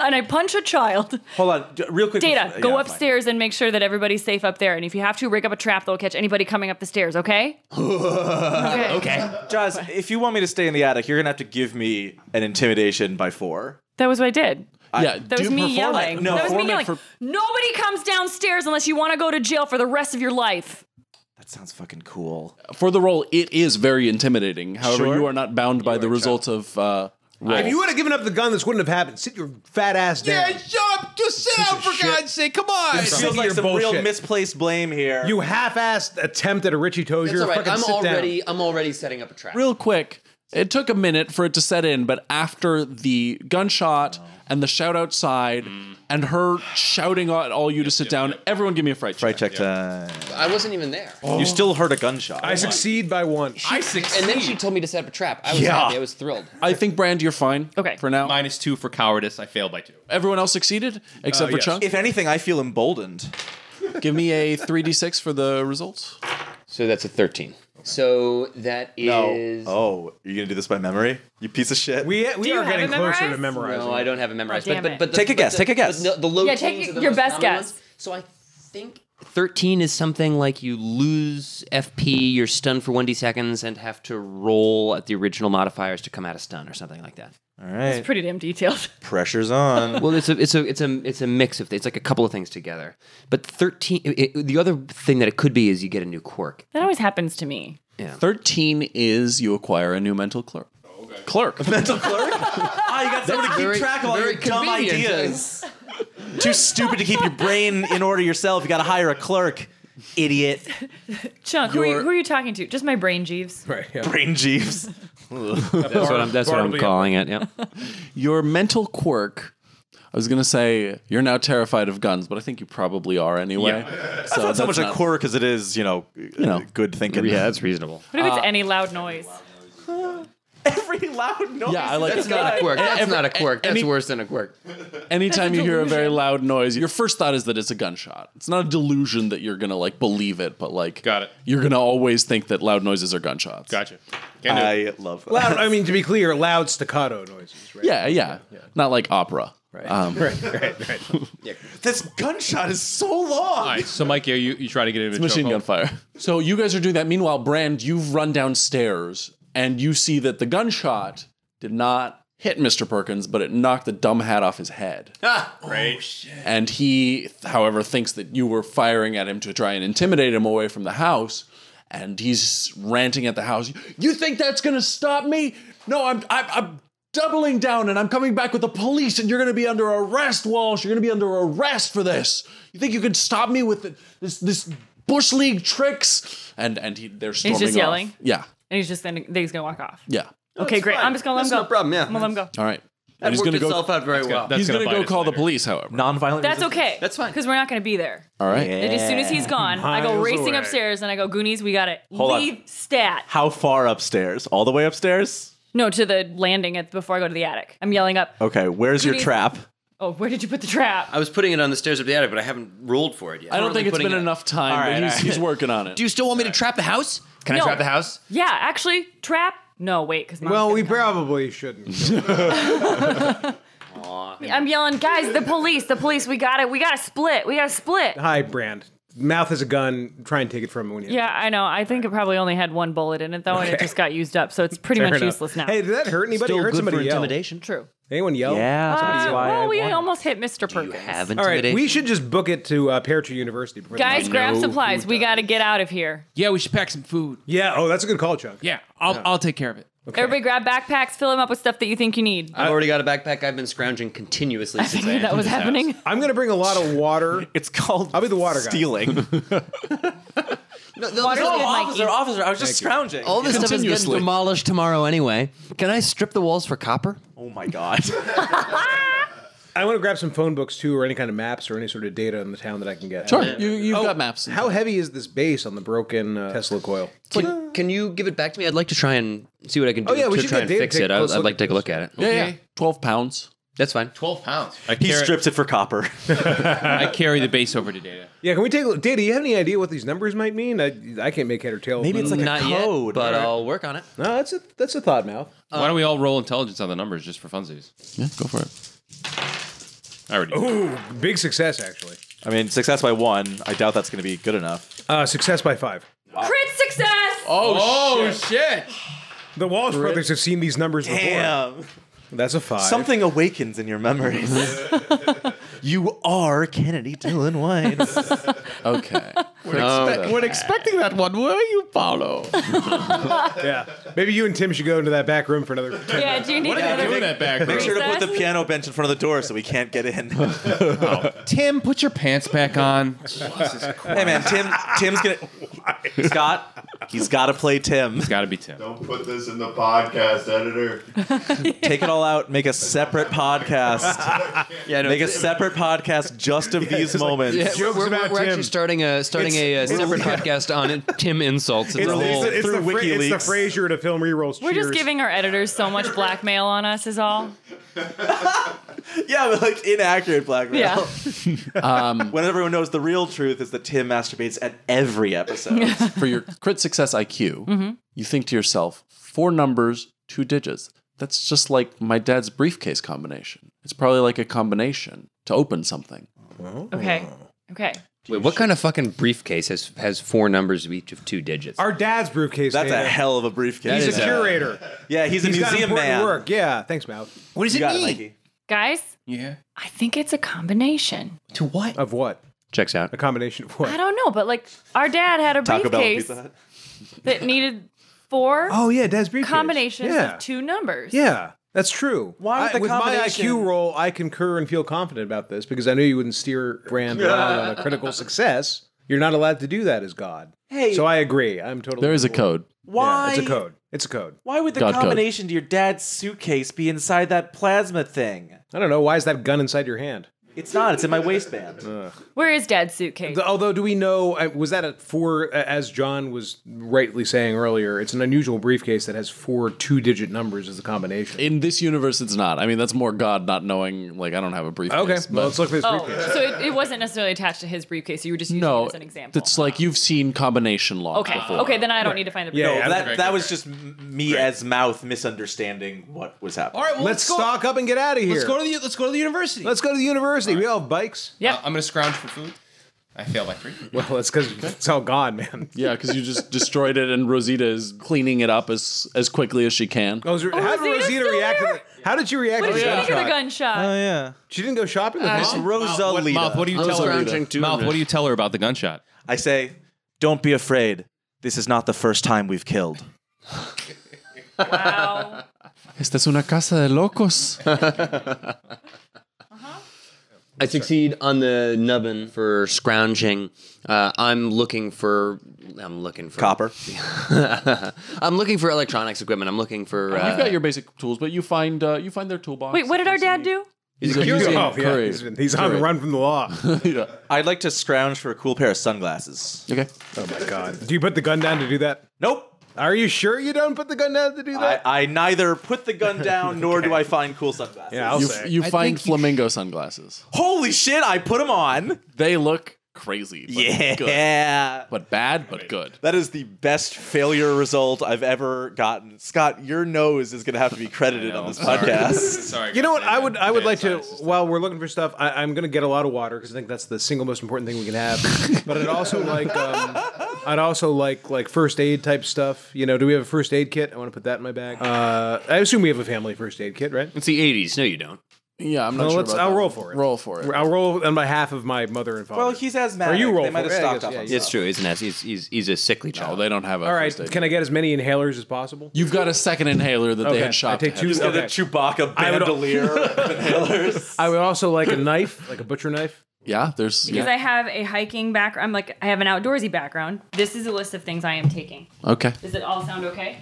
and I punch a child.
Hold on, j- real quick.
Data,
before-
go
yeah, fine.
upstairs and make sure that everybody's safe up there. And if you have to, rig up a trap that'll catch anybody coming up the stairs. Okay. okay.
Okay.
Jaws, if you want me to stay in the attic, you're gonna have to give me an intimidation by four.
That was what I did.
yeah,
That was
do perform
me yelling.
it.
No,
that was
perform
me
it
yelling.
for-
Nobody comes downstairs unless you want to go to jail for the rest of your life.
That sounds fucking cool.
For the role, it is very intimidating. However,
Sure.
you are not bound by the results of uh, roll.
If you would have given up the gun, this wouldn't have happened. Sit your fat ass down.
Yeah, shut up. Just sit
Piece
down
of
for
shit.
God's sake. Come on.
This
Feels
of
like
your
some real
bullshit.
misplaced blame here.
You half-assed attempt at a Richie Tozier.
It's all right.
Fucking
I'm
sit
already.
down.
I'm already setting up a trap.
Real quick, it took a minute for it to set in, but after the gunshot and the shout outside and her shouting at all you to sit down, everyone give me a fright check.
Right, check time.
I wasn't even there.
You still heard a gunshot.
I succeed by one.
I succeed.
And then she told me to set up a trap. I was
Yeah.
happy. I was thrilled.
I think, Brand, you're fine
Okay.
for now.
Minus two for cowardice. I fail by two.
Everyone else succeeded except
Uh,
for
yes.
Chunk.
if anything, I feel emboldened.
give me a 3d6 for the results.
So that's a 13. So that is.
Oh, you're gonna do this by memory? You piece of shit.
We,
Do
we
you
are
have
getting
it
closer to
memorized?
memorizing.
No, I don't have it memorized.
Oh,
but,
damn
but,
it.
but the,
Take a
but
guess,
the-
take a guess.
but The, the low
Yeah, take
teens are the
your
most
best
common
guess.
ones. So I think 13 is something like you lose FP, you're stunned for 1d seconds, and have to roll at the original modifiers to come out of stun or something like that.
All right,
It's pretty damn detailed. *laughs*
pressure's *laughs* on.
Well, it's a it's a it's a it's a mix of it's like a couple of things together. But 13 it, it- the other thing that it could be is you get a new quirk.
That always happens to me.
13 is you acquire a new mental clerk. Clerk. *laughs*
Ah, you got someone to keep
Very-
track of all
very
your dumb
convenient.
ideas. Too stupid to keep your brain in order yourself. You gotta hire a clerk. Idiot.
Chunk, who are, you,
Your-
who are you talking to? Just my brain, Jeeves.
Right, yeah.
Brain Jeeves.
That's what I'm that's what I'm
Bartleby.
calling it. Yeah.
your mental quirk. I was gonna say you're now terrified of guns, but I think you probably are anyway. *laughs* So
Not so much a
not-
quirk as it is, you know,
know.
good thinking.
reasonable.
What if it's any loud noise?
Every loud noise.
Yeah, I like
That's not a quirk. That's not a
e-
quirk. That's
any-
worse than a quirk.
Anytime you hear a very
delusion.
loud noise, your first thought is that it's a gunshot. It's not a delusion that you're gonna like believe it, but like
Got it.
You're gonna always think that loud noises are gunshots.
Gotcha. Can do.
I love that.
Loud, I mean, to be clear, loud staccato noises. Right?
Yeah, yeah, Not like opera. Right. Um,
This gunshot is so long.
All right, so Mike, you you try to get into a
Machine gun
chokehold.
fire. *laughs* So you guys are doing that. Meanwhile, Brand, you've run downstairs and you see that the gunshot did not hit Mr. Perkins, but it knocked the dumb hat off his head. And he, however, thinks that you were firing at him to try and intimidate him away from the house. And he's ranting at the house. You think that's gonna stop me? No, I'm. I'm, I'm doubling down and I'm coming back with the police and you're going to be under arrest, Walsh. You're going to be under arrest for this. You think you can stop me with th- this this bush league tricks? And and he, they're storming
just
off.
yelling?
Yeah,
And he's just then he's gonna walk off.
yeah.
okay, great. I'm just gonna let
That's
him go.
no problem, yeah.
I'm gonna let him go.
All right.
That
And he's
worked
going to go.
itself out very well.
That's
he's going to
bite
go
us
call the
later.
police, however.
Nonviolent.
That's okay.
That's fine.
Because we're not gonna be there.
All right.
And as soon as he's gone, I go racing upstairs and I go, Goonies, we gotta
Hold on.
leave stat.
How far upstairs? All the way upstairs?
No, to the landing at, before I go to the attic. I'm yelling up,
Okay, where's your
Goonies.
trap?
Oh, where did you put the trap?
I was putting it on the stairs of the attic, but I haven't ruled for it yet.
I don't think it's been enough time,
All
but
right,
he's,
all right.
he's working on it.
Do you still want me to trap the house? Can
No.
I trap the house?
Yeah, actually, trap. No, wait, because
Well, we probably shouldn't.
I'm yelling, guys, the police, the police, we got it, we gotta split, we gotta split.
Hi, Brand. Mouth has a gun. Try and take it from him when you.
Yeah, I know. I think it probably only had one bullet in it though, and it
Okay.
just got used up, so it's pretty
Fair
much
enough.
useless now.
Hey, did that hurt anybody?
Still
I heard
good
somebody
for
yell.
intimidation.
True.
Anyone yell?
Uh,
that's
well, we almost hit Mr. Perkins.
You have
All
intimidation.
right, we should just book it to uh, Paratree University. Before the
Guys,
night.
grab
know
supplies.
who
We gotta get out of here.
Yeah, we should pack some food.
Yeah. Oh, that's a good call, Chuck.
Yeah, I'll, I'll take care of it.
Everybody grab backpacks, fill them up with stuff that you think you need.
I've already got a backpack. I've been scrounging continuously since I
that was happening.
I'm gonna bring a lot of water.
It's called
I'll be the water guy.
stealing.
*laughs*
Water's good,
officer,
Mikey.
officer, I was just scrounging.
All this stuff is getting
Continuously.
demolished tomorrow anyway. Can I strip the walls for copper?
Oh my god.
I want to grab some phone books too, or any kind of maps, or any sort of data in the town that I can get.
Sure. You, you've
Oh,
got maps.
How heavy is this base on the broken uh, Tesla coil?
Can, can you give it back to me? I'd like to try and see what I can do
Oh, yeah, we
to
should
try
get
and
Dave
fix
to take
it.
a
I,
close
I'd
look
like
at
to take a
this.
look at it.
Yeah, yeah. 12 pounds.
That's fine.
Twelve pounds. I
he
carry,
strips it for copper.
I carry the base over to Data.
Yeah, can we take a look? Data, you have any idea what these numbers might mean? I, I can't make head or tail.
Maybe it's like
Mm-hmm.
Not
a code.
yet, but
or-
I'll work on it.
no, that's a that's a thought mouth.
Why don't we all roll intelligence on the numbers just for funsies?
Yeah, go for it.
I already. did.
Ooh, big success actually.
*laughs* I mean, success by one. I doubt that's going to be good enough.
Uh, success by five.
Crit success!
Oh, shit!
The Walsh brothers have seen these numbers before. That's a five.
*laughs* Something awakens in your *laughs* memories. you are Kennedy Dylan White.
Okay.
We're expecting that one, were you, Paolo?
Yeah. Maybe you and Tim should go into that back room for *laughs* another.
Yeah, do you need
What are you
another-
doing that back
Make
there?
sure to put the piano bench in front of the door so we can't get in. *laughs* hey
Tim, put your pants
*laughs*
back on. Jesus Christ.
man, Tim. Tim's
*laughs*
gonna. Scott, he's got to play Tim.
Got to be Tim.
Don't put this in the podcast editor.
Take it all out. Make a separate podcast.
Yeah, no,
Make a separate podcast just of these moments.
Yeah, we're, we're-
about
we're
Tim.
actually starting a starting a, uh separate podcast on it, Tim insults. It's
It's,
a whole-
it's, it's, the,
Through
Fra- it's the
WikiLeaks.
Frasier to film rerolls.
We're just
Cheers.
giving our editors so much blackmail on us, is all.
*laughs* Yeah, but like inaccurate blackmail.
Yeah.
*laughs*
*laughs*
Um,
When everyone knows the real truth is that Tim masturbates at every episode.
For
*laughs*
your crit success IQ,
Mm-hmm.
you think to yourself, four numbers, two digits. That's just like my dad's briefcase combination. It's probably like a combination to open something.
Okay. Okay.
Wait, what kind of fucking briefcase has has four numbers of each of two digits?
our dad's briefcase.
That's a
Dana.
hell of a briefcase.
He's
is
a
a-
curator.
yeah, he's a
He's got
museum
important
man.
work. Yeah. Thanks, Mouth.
What does
You
it
got it,
mean?
Mikey.
Guys,
Yeah.
I think it's a combination.
to what?
Of what?
Checks out.
A combination of
I
what?
don't know, but like our dad had a
Taco Bell and
briefcase
Pizza Hut.
that needed four
Oh yeah, dad's briefcase.
combinations
Yeah.
of two numbers.
Yeah. That's true.
Why would
I,
the
with my
combination-
IQ roll, I concur and feel confident about this because I know you wouldn't steer Rand around on a critical success. You're not allowed to do that as God.
Hey.
So I agree. I'm totally.
There is a
cool.
code.
Yeah,
Why?
it's a code. It's a code.
Why would the
God code.
combination to your dad's suitcase be inside that plasma thing?
I don't know. Why is that gun inside your hand?
It's not. It's in my waistband.
Uh,
Where is dad's suitcase?
The- although, do we know? uh, Was that a four? uh, As John was rightly saying earlier, it's an unusual briefcase that has four two-digit numbers as a combination.
In this universe, it's not. I mean, that's more God not knowing, like, I don't have a briefcase.
Okay, well,
but-
let's look for this
oh,
briefcase.
so it, it wasn't necessarily attached to his briefcase. You were just using it
no,
as an example.
it's like you've seen combination law
okay.
before.
Okay, then I don't need to find the
Yeah,
briefcase.
yeah,
that that was just m- me as mouth misunderstanding what was happening.
All right. Well,
Let's
let's, go.
stock up and get out of here.
Let's go to the let's go to the university.
Let's go to the university. We all have bikes.
Yeah.
Uh, I'm gonna scrounge for food. I fail by three.
Well, that's because it's all gone, man.
Yeah, because you
*laughs*
just destroyed it, and Rosita is cleaning it up as as quickly as she can.
Oh, is- how did
Rosita's
Rosita
still
react? To
there?
the, how did she react?
What
to
did
the
you think of the
gunshot?
*laughs*
gunshot?
Oh yeah.
She didn't go shopping with
Uh,
mom.
What,
Rosalita.
Mouth, what do you tell her?
scrounging too,
Mouth,
man.
what do you tell her about the gunshot?
I say, don't be afraid. This is not the first time we've killed.
Wow.
Esta es una casa de locos.
I succeed on the nubbin for scrounging. Uh, I'm looking for. I'm looking for
Copper.
*laughs* I'm looking for electronics equipment. I'm looking for. Uh,
You've got your basic tools, but you find uh, you find their toolbox.
Wait, what did our dad do?
He's a museum
Oh, yeah,
courier. Oh,
he's, he's on the run from
*laughs*
the law.
Yeah.
*laughs* I'd like to scrounge for a cool pair of sunglasses.
Okay.
Oh my god. Do you put the gun down to do that?
Nope.
Are you sure you don't put the gun down to do
I,
that?
I neither put the
*laughs*
gun down nor do I find cool sunglasses.
yeah, I'll
You,
say.
you
I
find
think you
flamingo sunglasses.
Holy shit, I put them on.
They look crazy. But Good.
Yeah.
But bad, but good.
*laughs* That is the best failure result I've ever gotten. Scott, your nose is going to have to be credited on this podcast. *laughs*
*laughs*
Sorry.
You know what? I would I would like to. While we're looking for stuff, I, I'm going to get a lot of water because I think that's the single most important thing we can
*laughs*
have. but I'd also like um, I'd also like like first aid type stuff. You know, do we have a first aid kit? I want to put that in my bag. Uh, I assume we have a family first aid kit, right?
it's the '80s. No, you don't.
Yeah, I'm not
Well,
sure.
let's-
about
I'll
that
roll
one.
for it.
Roll for it.
I'll roll on behalf of my mother and father.
well, he's asthmatic.
Or you roll
they might
for
have
it. Yeah, I
stocked
guess,
up
yeah,
on
you-
It's true, isn't it? He's, he's, he's a sickly
Oh,
child.
they don't have a
all right.
first aid.
Can I get as many inhalers as possible?
You've got a second inhaler that they
Okay,
had shopped.
I take
ahead.
two.
stuff.
Okay.
The Chewbacca
I would-
*laughs* bandolier of inhalers.
I would also
*laughs*
like a knife, like a butcher knife.
Yeah, there's.
Because
yeah.
I have a hiking background. I'm like I have an outdoorsy background. This is a list of things I am taking.
okay.
Does it all sound okay?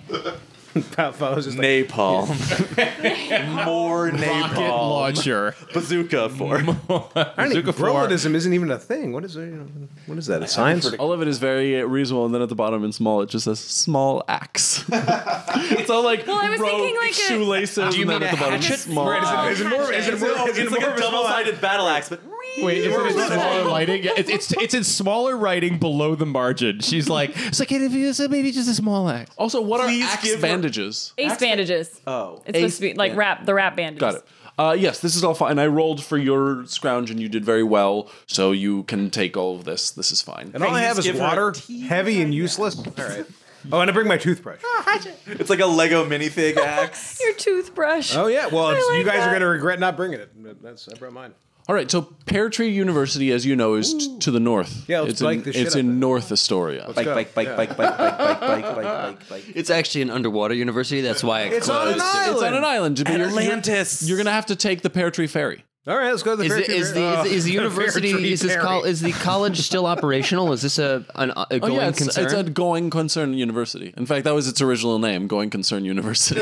Pop- I was just like,
Napalm. *laughs* More
Rocket
napalm.
launcher.
Bazooka for.
irony, Broadism isn't even a thing. What is it? you know, What is that? A science?
All of it is very uh, reasonable, and then at the bottom in small, it just says small axe. *laughs* it's all like
Well, I was
rope,
thinking like a-
shoelaces, and then at the bottom
hatchet?
small.
Right,
axe.
is it more- is it more-
*laughs* It's like a double-sided battle axe, but
Wait, is it in smaller writing? Yeah, it's, it's it's in smaller writing below the margin. She's like, it's like, hey, if you- so maybe just a small axe.
Also, what
Please
are axe
give her-
bandages?
Ace bandages.
Oh.
It's supposed to be like wrap the wrap bandages.
Got it. Uh, yes, this is all fine. I rolled for your scrounge, and you did very well, so you can take all of this. This is fine.
And all I
you
have
just
is
give her
water,
a tea
heavy and useless. All right. Oh, and I bring my toothbrush.
Ah,
It's like a Lego *laughs* minifig axe.
Your toothbrush.
Oh yeah. Well, it's,
I
you
like
guys are
that.
going to regret not bringing it. That's I brought mine.
All right, so Pear Tree University, as you know, is t- to the north.
Yeah, let's
it's
bike
in,
the shit
it's
out of it.
in North Astoria.
Let's go.
bike, bike,
Yeah.
bike, bike, bike, bike, bike, bike, bike, bike.
It's actually an underwater university. That's why it
It's on
closed.
an island.
it's on an island. but you're-
Atlantis.
You're, you're gonna have to take the Pear Tree Ferry.
All right, let's go to the
Is,
fair
it, is,
tree-
the, is, is
*laughs*
the
*laughs*
uh, fair
university
tree
is this col-
fairy.
is the college still operational? Is this a an, a going
oh yeah, it's,
concern?
it's a going concern university. In fact, that was its original name, Going Concern
*laughs*
University.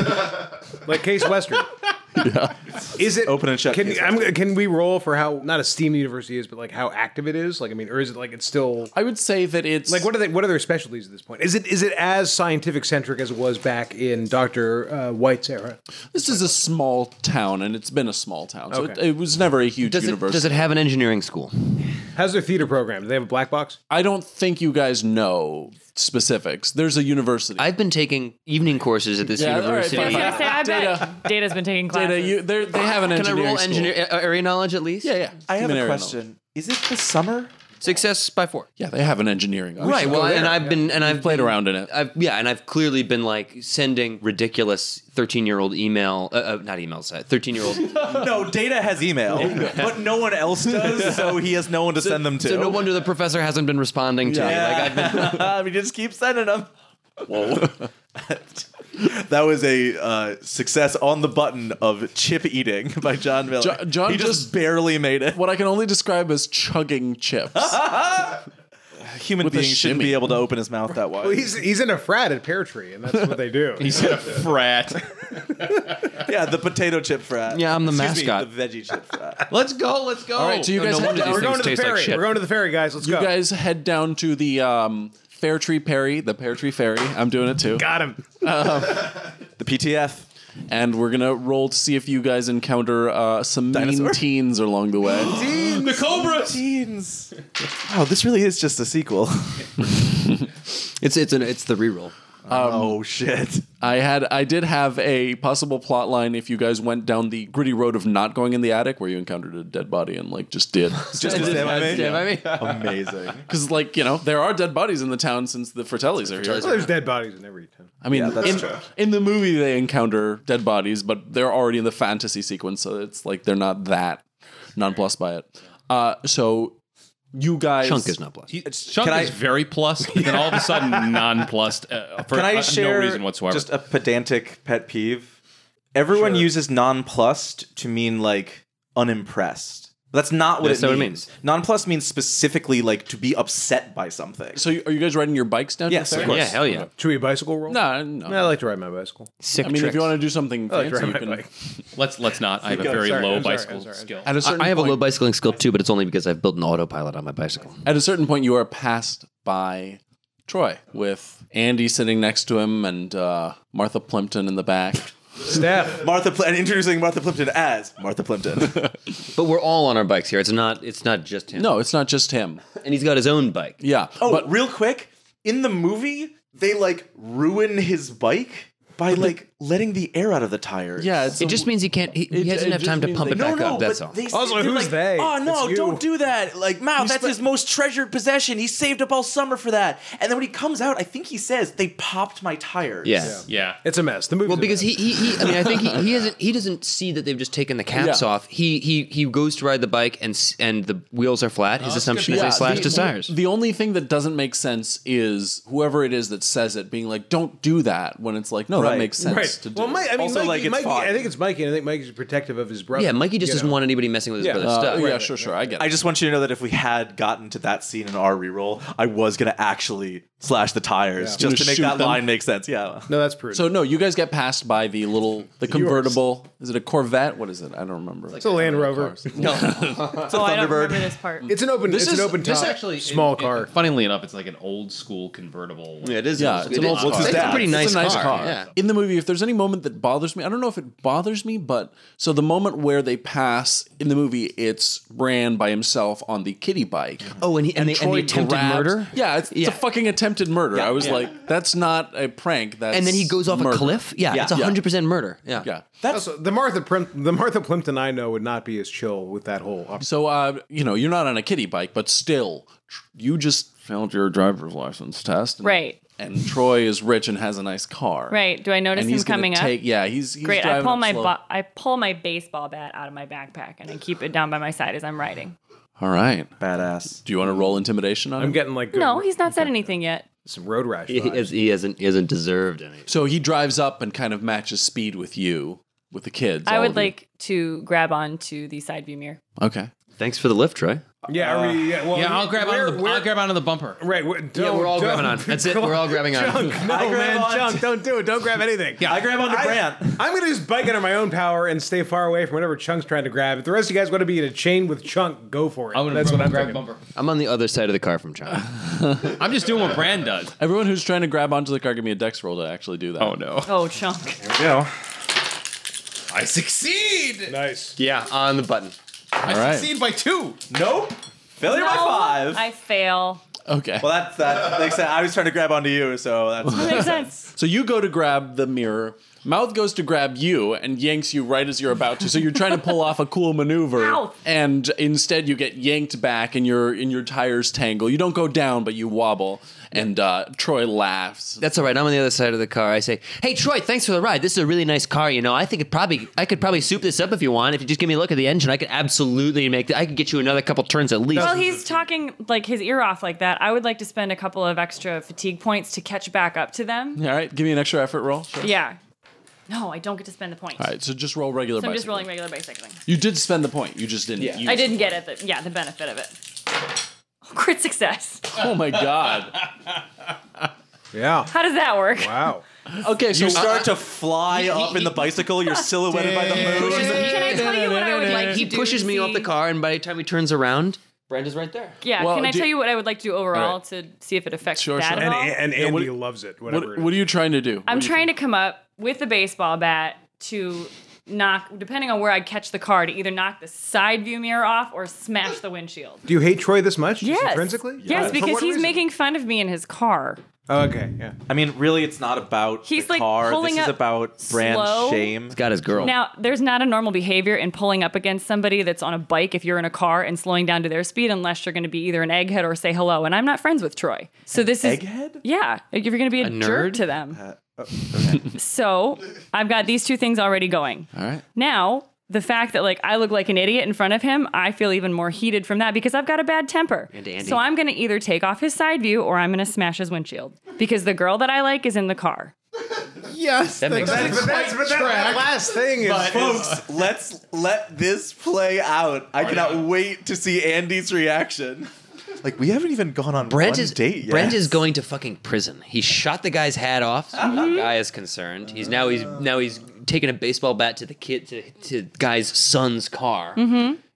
like
*laughs*
Case Western? Is it
Open and shut
Can,
Case
I'm, gonna- can we roll for how not a steam university is, but like how active it is? Like I mean, or is it like it's still
I would say that it's
like what are they? What are their specialties at this point? Is it is it as scientific centric as it was back in Doctor uh, White's era?
this is a small town, and it's been a small town, so
Okay.
it, it was never a huge
does it
university.
does it have an engineering school?
How's their theater program? Do they have a black box?
I don't think you guys know specifics. There's a university.
I've been taking evening courses at this
Yeah, all right,
university.
fine,
I was gonna say, I bet Data's been taking classes.
Data, you, they're- they have an
Can I
engineering
roll
school.
engineer a- area knowledge at least?
Yeah, yeah.
I have a
Engineering
question. Is it the summer?
Success by four.
knowledge. Yeah, they have an engineering.
right.
option.
Well, and I've been and I've
played
been-
around in it.
I've, yeah, and I've clearly been like sending ridiculous thirteen-year-old email, uh, uh, not emails,
*laughs*
thirteen-year-old.
No, Data has *laughs* email, but no one else does, so he has no one to send them to.
so no wonder the professor hasn't been responding to me. Like I've
*laughs*
been,
we just keep sending them. Whoa. *laughs* that was a uh, success on the button of chip eating by John Miller.
Jo- John
he just,
just-
barely made it.
what I can only describe as chugging chips.
Oh,
Human
with a
beings shouldn't
shimmy.
be able to open his mouth that wide.
Well, he's he's in a frat at Pear Tree, and that's what they do.
He's a frat.
yeah, the potato chip frat.
Yeah, I'm the
Excuse me,
mascot.
the veggie chip frat.
Let's go. Let's go.
All right, so you guys
no
head
wonder
down.
these
We're going to the
Tastes like
ferry.
shit.
We're going to the ferry, guys. Let's
You
go.
guys head down to the um, Fair Tree Perry, the Pear Tree Ferry. I'm doing it too.
got him.
The PTF.
And we're gonna roll to see if you guys encounter uh, some
Dinosaur?
mean teens along the way.
the cobras.
Teens. Wow, this really is just a sequel.
*laughs* it's it's an it's the reroll.
oh
*laughs*
shit.
I had, I did have a possible plot line if you guys went down the gritty road of not going in the attic, where you encountered a dead body and like just
*laughs*
did,
Just stand by me.
Yeah, I mean,
Amazing.
because like you know there are dead bodies in the town since the Fratellis are here.
Well, there's dead bodies in every town.
I mean,
Yeah, that's
in,
true.
in the movie they encounter dead bodies, but they're already in the fantasy sequence, so it's like they're not that nonplussed by it. Uh, so you guys,
chunk is not plus.
Chunk
Can
is
I-
very plus, but then all of a sudden nonplussed uh, for
Can I
uh,
share
no reason whatsoever.
just a pedantic pet peeve? Everyone uses nonplussed to mean like unimpressed. That's not what
That's
it
not what
means.
it
Nonplussed means specifically like to be upset by something.
So, you- are you guys riding your bikes down? to
Yes,
the fair?
of course.
Yeah, hell yeah.
Should we bicycle roll?
No, no.
I like to ride my bicycle.
Sick
I mean, if you want to do something
I like to
fancy,
ride
you
my
can.
bike.
Let's let's not. I have a very
sorry,
low
I'm sorry,
bicycle
I'm sorry, I'm
skill.
At a certain
I have a
point,
low bicycling skill too, but it's only because I've built an autopilot on my bicycle.
At a certain point, you are passed by Troy with Andy sitting next to him and uh, Martha Plimpton in the back.
Steph,
Martha Pl- and introducing Martha Plimpton as Martha
*laughs*
Plimpton.
But we're all on our bikes here. It's not. It's not just him.
No, it's not just him.
and he's got his own bike.
Yeah.
oh,
but
real quick, in the movie, they like ruin his bike by like letting the air out of the tires.
yeah, it's
It just means he can't. He, he
It-
doesn't
it
have
just
time to
means
pump
they-
it
No,
back up. That's all.
They,
Also,
they're
who's
like,
they?
Oh no,
It's you.
don't do that. Like, Mao, that's his most treasured possession. He saved up all summer for that. And then when he comes out, I think he says, "They popped my tires."
Yeah.
Yeah.
it's a mess. The movie.
Well, because he, he, he I mean, I think he, he doesn't he doesn't see that they've just taken the caps
Yeah.
off. He he he goes to ride the bike and s- and the wheels are flat. His assumption is they slashed his tires.
The only thing that doesn't make sense is whoever it is that says it being like, "Don't do that," when it's like, "No, that
Right.
makes sense
Right.
to do."
Well, Mike, I mean,
Also, like,
Mikey,
it's
Mikey,
fine.
I think it's Mikey, and I think Mikey's protective of his brother.
yeah, Mikey just
you
doesn't
know.
want anybody messing with his
Yeah.
brother's
Uh,
stuff.
yeah, sure, sure, I get it.
I just want you to know that if we had gotten to that scene in our reroll, I was gonna actually slash the tires
Gonna
just to make
shoot
that
them.
line make sense. Yeah.
No, that's prudent.
so no, you guys get passed by the little, the convertible. Is it a Corvette? What is it? I don't remember.
it's a Land Rover.
oh, I don't remember this part.
It's an open. it's
is-
an open top.
this actually
small
it- it-
car.
funnily enough, it's like an old school convertible.
it is.
Yeah, it's an old
it's,
car.
it's a pretty
It's
nice,
it's a nice car.
Yeah.
In the movie, if there's any moment that bothers me, I don't know if it bothers me, but so the moment where they pass in the movie, it's Bran by himself on the kitty bike.
Oh, and he and, they, and
Troy
the attempted
grabs-
murder.
Yeah, it's, it's a fucking attempted murder. I was like, that's not a prank. That's
And then he goes off
murder.
a cliff. Yeah, it's
Yeah.
hundred percent murder. Yeah.
Yeah.
Also, the Martha Prim- the Martha Plimpton I know would not be as chill with that whole. Op-
So, uh, you know, you're not on a kitty bike, but still, tr- you just failed your driver's license test. And,
Right.
And Troy is rich and has a nice car.
Right. Do I notice
And
him
he's gonna
coming
take,
up?
Yeah, he's, he's
Great. I
driving
pull
up
my
slow.
ba- I pull my baseball bat out of my backpack and I keep it down by my side as I'm riding.
All right.
Badass.
Do you want to roll intimidation on him?
I'm getting like good-
No, he's not said anything yet.
some road rash.
He,
vibes.
has, he hasn't he hasn't deserved any.
So he drives up and kind of matches speed with you, with the kids.
I
all
would
of you.
like to grab onto the side view mirror.
Okay.
Thanks for the lift, Troy.
Yeah,
Uh,
are we- yeah. Well,
Yeah, I'll grab
where,
onto the
where-
I'll grab onto the bumper.
Right, we
Yeah, we're all grabbing on. That's it. We're all grabbing on.
No
Oh,
I grab
man,
on.
junk. Don't do it. Don't grab anything. Yeah,
I grab onto Bran.
I'm gonna just bike under my own power and stay far away from whatever Chunk's trying to grab. If the rest of you guys want to be in a chain with Chunk, go for it.
I'm gonna
That's what I'm
grab
thinking.
bumper.
I'm on the other side of the car from John.
I'm just doing what Brand does.
Everyone who's trying to grab onto the car, give me a dex roll to actually do that.
Oh no.
Oh, chunk.
I succeed.
Nice.
Yeah, on the button.
I
right.
*laughs* succeed by two.
Nope. Failure by
No,
five.
I fail.
Okay.
well, that's that. Like I said, I was trying to grab onto you, so
*laughs*
that's.
That makes sense.
So you go to grab the mirror. Mouth goes to grab you and yanks you right as you're about to. So you're trying to pull off a cool maneuver,
Ow.
and instead you get yanked back, and your in your tires tangle. You don't go down, but you wobble. And uh, Troy laughs.
That's all right. I'm on the other side of the car. I say, "Hey, Troy, thanks for the ride. This is a really nice car. You know, I think it probably I could probably soup this up if you want. If you just give me a look at the engine, I could absolutely make. I could get you another couple turns at least.
Well, he's talking like his ear off like that. I would like to spend a couple of extra fatigue points to catch back up to them.
All right, give me an extra effort roll.
Yeah. No, I don't get to spend the points.
All right, so just roll regular.
So I'm just
bicycle.
rolling regular bicycling.
You did spend the point. You just didn't. Yeah.
I didn't get it. The, yeah, the benefit of it. Crit success.
Oh my god.
Yeah.
How does that work?
Wow.
Okay, so
You
Uh,
start to fly up in the
*laughs*
bicycle. You're silhouetted by the moon.
Can I tell you what I would like?
he
to do
pushes
to
me off the
see-
car, and by the time he turns around, Brenda's right there.
Yeah.
Well,
can I
do-
tell you what I would like to do overall
All right.
to see if it affects
Sure,
that
sure.
at
And,
all?
and Andy
what-
loves it. Whatever.
what, what are you trying to do?
I'm trying to come up with a baseball bat to knock, depending on where I catch the car, to either knock the side view mirror off or smash the windshield.
Do you hate Troy this much? just
Yes.
Intrinsically?
Yes,
For
because
what
he's
reason?
making fun of me in his car.
Oh, okay. Yeah.
I mean, really, it's not about
He's,
the
like,
car.
pulling
this is
up
about brand
slow.
shame.
Got his girl.
Now, there's not a normal behavior in pulling up against somebody that's on a bike if you're in a car and slowing down to their speed unless you're going to be either an egghead or say hello. And I'm not friends with Troy. So this is.
Egghead?
Yeah, like, if you're going to be a,
A
jerk
nerd?
to them.
*laughs*
so I've got these two things already going.
All right.
Now, the fact that like I look like an idiot in front of him, I feel even more heated from that because I've got a bad temper.
And Andy.
So I'm going to either take off his side view or I'm going to smash his windshield because the girl that I like is in the car.
Yes,
That makes
that's
sense.
quite track.
last thing is
Folks, let's let this play out. I cannot wait to see Andy's reaction. Like we haven't even gone on
Brent
one
is
date yet.
Brent is going to fucking prison. He shot the guy's hat off. So the guy is concerned. He's now he's now he's taking a baseball bat to the kid to to guy's son's car.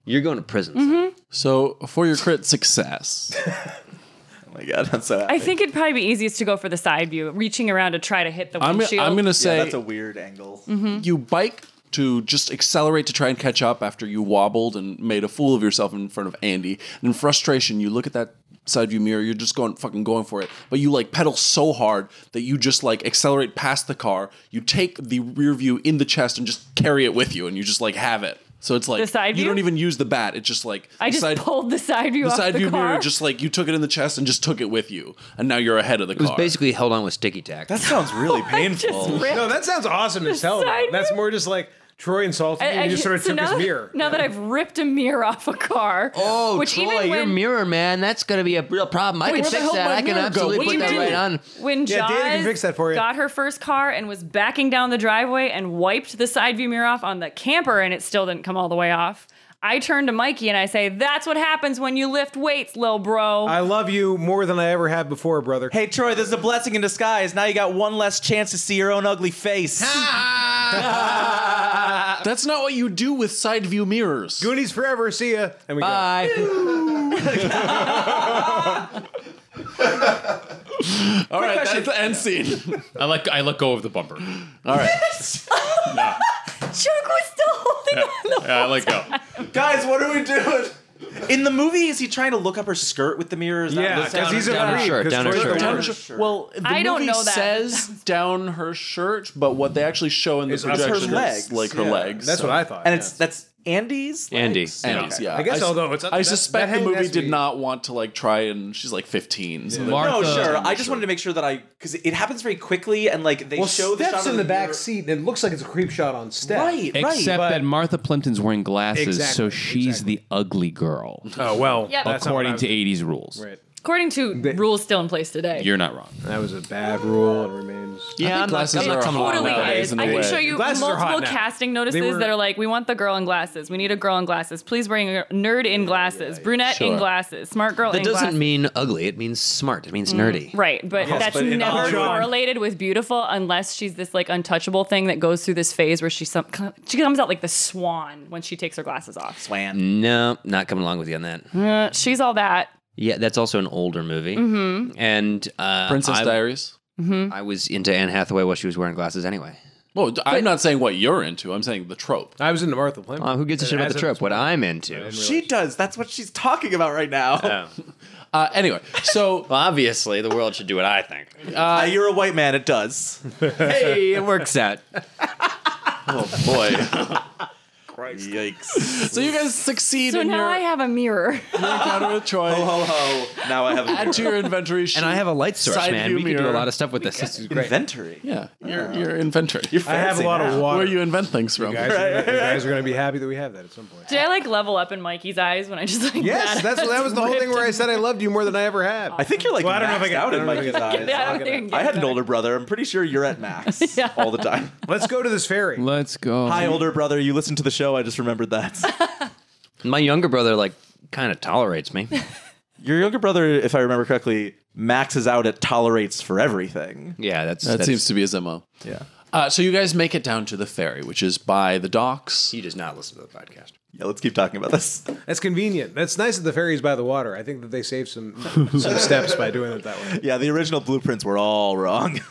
You're going to prison. son.
So for your crit
*laughs*
success,
Oh my god, that's so.
I
Happy.
think it'd probably be easiest to go for the side view, reaching around to try to hit the
I'm
windshield.
I'm gonna
yeah,
say
that's a weird angle.
Mm-hmm.
you bike to just accelerate to try and catch up after you wobbled and made a fool of yourself in front of Andy. And in frustration, you look at that side view mirror, you're just going fucking going for it. But you like pedal so hard that you just like accelerate past the car. You take the rear view in the chest and just carry it with you and you just like have it. So it's like
The side
you
view?
don't even use the bat. It's just like
I
the
just
side,
pulled the side view
the
off
side
the
view
car.
mirror just like you took it in the chest and just took it with you. And now you're ahead of the
It was
car.
basically held on with sticky tack.
That sounds really
*laughs* *laughs* I just
painful.
ripped-
no, that sounds awesome
*laughs*
as hell.
side
That's
view?
more just like Troy insulted
I-
me. and
I-
you just sort of
so
took
now
his
that-
mirror.
Now that I've ripped a mirror off a car,
Oh,
which
Troy,
even when,
your mirror, man, that's going to be a real problem. I
where
can
the
fix
hell
that.
my
I can
mirror go?
absolutely
What
put
do
that
you
right
do?
on.
when
Yeah, Dana can
Jaws
fix that for you.
got her first car and was backing down the driveway and wiped the side view mirror off on the camper, and it still didn't come all the way off. I turned to Mikey and I say, "That's what happens when you lift weights, lil bro."
I love you more than I ever have before, brother.
Hey Troy, this is a blessing in disguise. Now you got one less chance to see your own ugly face.
That's not what you do with side view mirrors.
Goonies forever. See ya. And we go.
Bye.
All right, that's the end scene. *laughs*
I let I let go of the bumper.
All right.
Chuck was still holding on. The
Yeah, I let go.
Guys, what are we doing? In the movie, is he trying to look up her skirt with the mirrors?
Yeah, because he's a
down her
creep,
shirt,
'cause
down her
Troy's
shirt.
the
Down her
worst.
shirt. Well, the
I don't
movie
know that.
says down her shirt, but what they actually show in the
Is us her
projection
legs.
is like her
Yeah.
legs.
That's
so-
what I thought.
and
yeah.
it's that's Andy's.
Andy.
legs?
Andy's,
Okay.
yeah.
I guess
s-
although it's up-
I
that-
suspect the
that hang
movie
has to
did
be-
not want to like try and she's like 15. So they-
Martha.
No, sure. I just wanted to make sure that I because it happens very quickly and like they
well,
show the
steps
shot of
in the
mirror.
back seat, and it looks like it's a creep shot on step.
Right,
Except
right.
that Martha Plimpton's wearing glasses,
Exactly,
so she's the ugly girl,
Oh well,
Yep. that's not
according to '80s rules.
According to rules still in place today,
You're not wrong.
that was a bad rule and *laughs* remains.
I think
Yeah, I'm not,
glasses
I'm
are
not coming along
totally
with that.
nowadays
is.
in a
I
way.
can show you
Glasses are hot
multiple
now.
casting notices
They were-
that are like, we want the girl in glasses. We need a girl in glasses. Please bring a nerd in glasses, brunette in
Sure.
glasses, smart girl
That
in
doesn't
glasses.
mean ugly. It means smart. It means nerdy.
Right, but that's
but in
never
all genre-
correlated with beautiful unless she's this like untouchable thing that goes through this phase where she some she comes out like the swan when she takes her glasses off.
Swan.
No, not coming along with you on that.
Uh, she's all that.
Yeah, that's also an older movie. Mm-hmm. And uh,
Princess
I,
Diaries.
I was into Anne Hathaway while she was wearing glasses anyway.
Well, d- I'm not saying what you're into. I'm saying the trope.
I was into Martha Plimpton.
Uh, who gives a shit about the trope? What I'm into.
She does. That's what she's talking about right now.
Uh, anyway,
*laughs*
so
Well, obviously, the world should do what I think.
Uh, you're a white man. It does.
*laughs*
hey, it works out.
Oh, boy,
*laughs*
Yikes.
so you guys succeed
So
in
now
your
I have a mirror.
encounter with Troy.
Ho ho. Now I have a
Add to your inventory sheet.
And I have a light source,
Side
man.
view
We can do a
mirror.
lot of stuff with this. This *laughs* is great.
inventory.
yeah, your your inventory.
I have a lot of water.
Where you invent things from.
guys, are gonna, you guys are going to be happy that we have that at some
*laughs*
point.
Did I like level up in Mikey's eyes when I just like
Yes,
badass
that's that was the whole
ripped
thing where
*laughs*
I said I loved you more than I ever have.
I think you're like
Well, I don't know if I
maxed
can-
out
I
in
don't know if I
Mikey's
can-
Yeah, I
eyes.
don't think
I
can
had
get
an older brother. I'm pretty sure you're at max
*laughs* Yeah.
all the time.
*laughs*
*laughs*
Let's go to this ferry.
Let's go.
Hi, older brother. You listen to the show. I just remembered
*laughs*
that.
My younger brother, like, kind of tolerates me.
Your younger brother, if I remember correctly, maxes out at tolerates for everything.
Yeah, that's
That seems to be his mo.
Yeah.
Uh, so you guys make it down to the ferry, which is by the docks.
He does not listen to the podcast.
Yeah, let's keep talking about this. *laughs*
That's convenient. That's nice that the ferry's by the water. I think that they saved *laughs* some some steps by doing it that way.
Yeah, the original blueprints were all wrong. *laughs*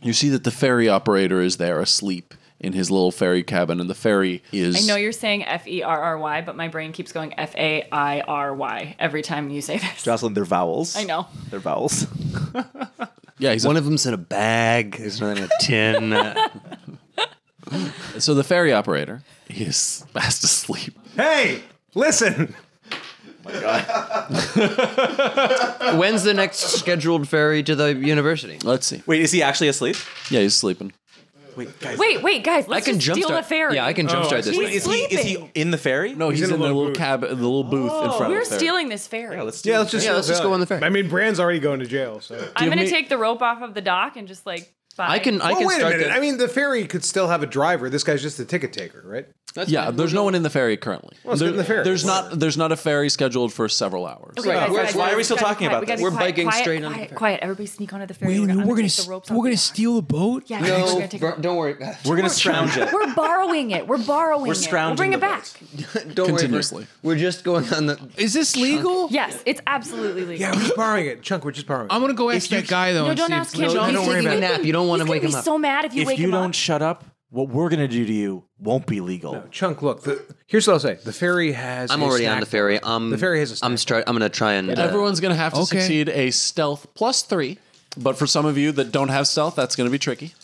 You see that the ferry operator is there asleep in his little ferry cabin, and the ferry is.
I know you're saying F E R R Y, but my brain keeps going F A I R Y every time you say this.
Jocelyn, they're vowels.
I know.
They're vowels.
Yeah, he's
One of them's in a bag. There's another in a tin. Uh,
so the ferry operator is *laughs* fast asleep.
Hey, listen.
When's the next scheduled ferry to the university?
Let's see.
*laughs* Wait, is he actually asleep?
Yeah, he's sleeping.
Wait, guys.
Wait, wait, guys,
I
let's
can
just
jumpstart.
steal the ferry.
Yeah, I can
I
jumpstart
see.
this
He's
thing.
Is he, is he in the ferry?
No, he's,
He's in
in, the
a little
little
booth.
cabin, the little booth in front
Oh, We're
of the ferry.
stealing this ferry.
Yeah, let's do
Yeah,
it.
let's just
Yeah, let's just go on the ferry.
I mean, Brand's already going to jail, so
I'm gonna take the rope off of the dock and just like by.
I can. I
Well,
can
wait a
start.
minute.
the-
I mean, the ferry could still have a driver. This guy's just a ticket taker, right?
yeah, there's no one in the ferry currently.
let's get in the ferry.
There's not there's not a ferry scheduled for several hours.
Okay, guys,
Why-
guys,
why are we
guys,
still
guys,
talking
quiet,
about
we gotta
this?
be
We're
quiet,
biking
quiet,
straight onto
quiet,
the-
quiet. Everybody sneak onto the ferry. we're gonna, take the ropes off the dock.
the boat.
Yeah,
No,
we're gonna take
bro- don't worry.
We're gonna scrounge it.
*laughs* We're borrowing it. We're borrowing
We're
it.
scrounging
We'll bring it
the
back.
boats.
*laughs* Don't
Continuously.
worry. We're, we're just going on the.
Is this legal?
Yes, it's absolutely legal.
Yeah, we're just borrowing it. Chunk, we're just borrowing
I'm
it.
gonna go ask that guy though.
No,
and
don't
see if-
ask him.
No,
He's
don't worry
taking
about
a
it.
nap. You don't wanna He's gonna
wake him
be
up.
so mad if you
if
wake
you
him
don't
up.
shut up, what we're gonna do to you won't be legal.
Chunk, look. The, here's what I'll say. The ferry has.
I'm
a
already
snack
on the ferry. Um,
The ferry has a snack
I'm stri- I'm gonna try and. uh,
Everyone's going to have to
Okay.
succeed a stealth plus three. But for some of you that don't have stealth, that's going to be tricky.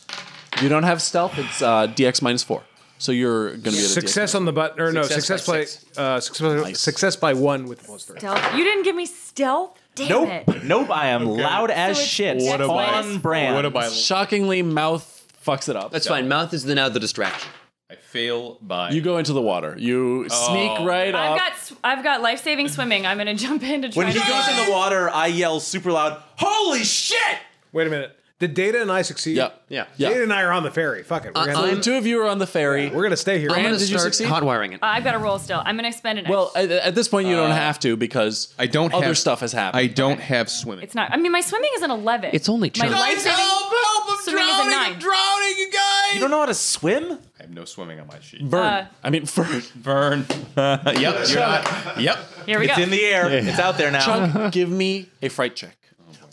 If you don't have stealth, it's uh, DX minus four. So you're going to be at a
Success on the button, or no?
Success
Success
by
by
six.
uh, success, success by one with the plus three.
Stealth. You didn't give me stealth. Damn it.
Nope, nope. I am loud as
So it's
shit.
What a bias.
on brand?
What am I?
DX. Shockingly, mouth fucks it up.
That's fine. Mouth is the, now the distraction.
I fail by.
You go into the water. You sneak right
I've
up.
got s- I've got life saving swimming. I'm gonna *laughs* jump in to try.
When he
to-
goes in the water, I yell super loud, "Holy shit!"
Wait a minute. Did Data and I succeed?
Yep. Yeah. Yeah.
Data and I are on the ferry. Fuck it. We're,
I-
gonna,
the two of you are on the ferry.
we're gonna stay here.
Uh, I'm gonna
did you
start
succeed?
hotwiring it.
I've got a roll still. I'm gonna spend an.
well, uh, at, at this point, you don't have to because
I don't.
other
have,
stuff has happened.
I don't have swimming.
It's not. I mean, my swimming is an eleven.
It's only
my
chunk.
life saving.
help! I'm
Swimming is a nine.
drowning, you guys.
You don't know how to swim?
I have no swimming on my sheet.
Burn.
Uh,
I mean, burn.
*laughs*
Burn. yep. You're not. Yep.
Here we
It's
go.
in the air. It's out there now.
Uh-huh. *laughs*
Chunk, give me a fright check.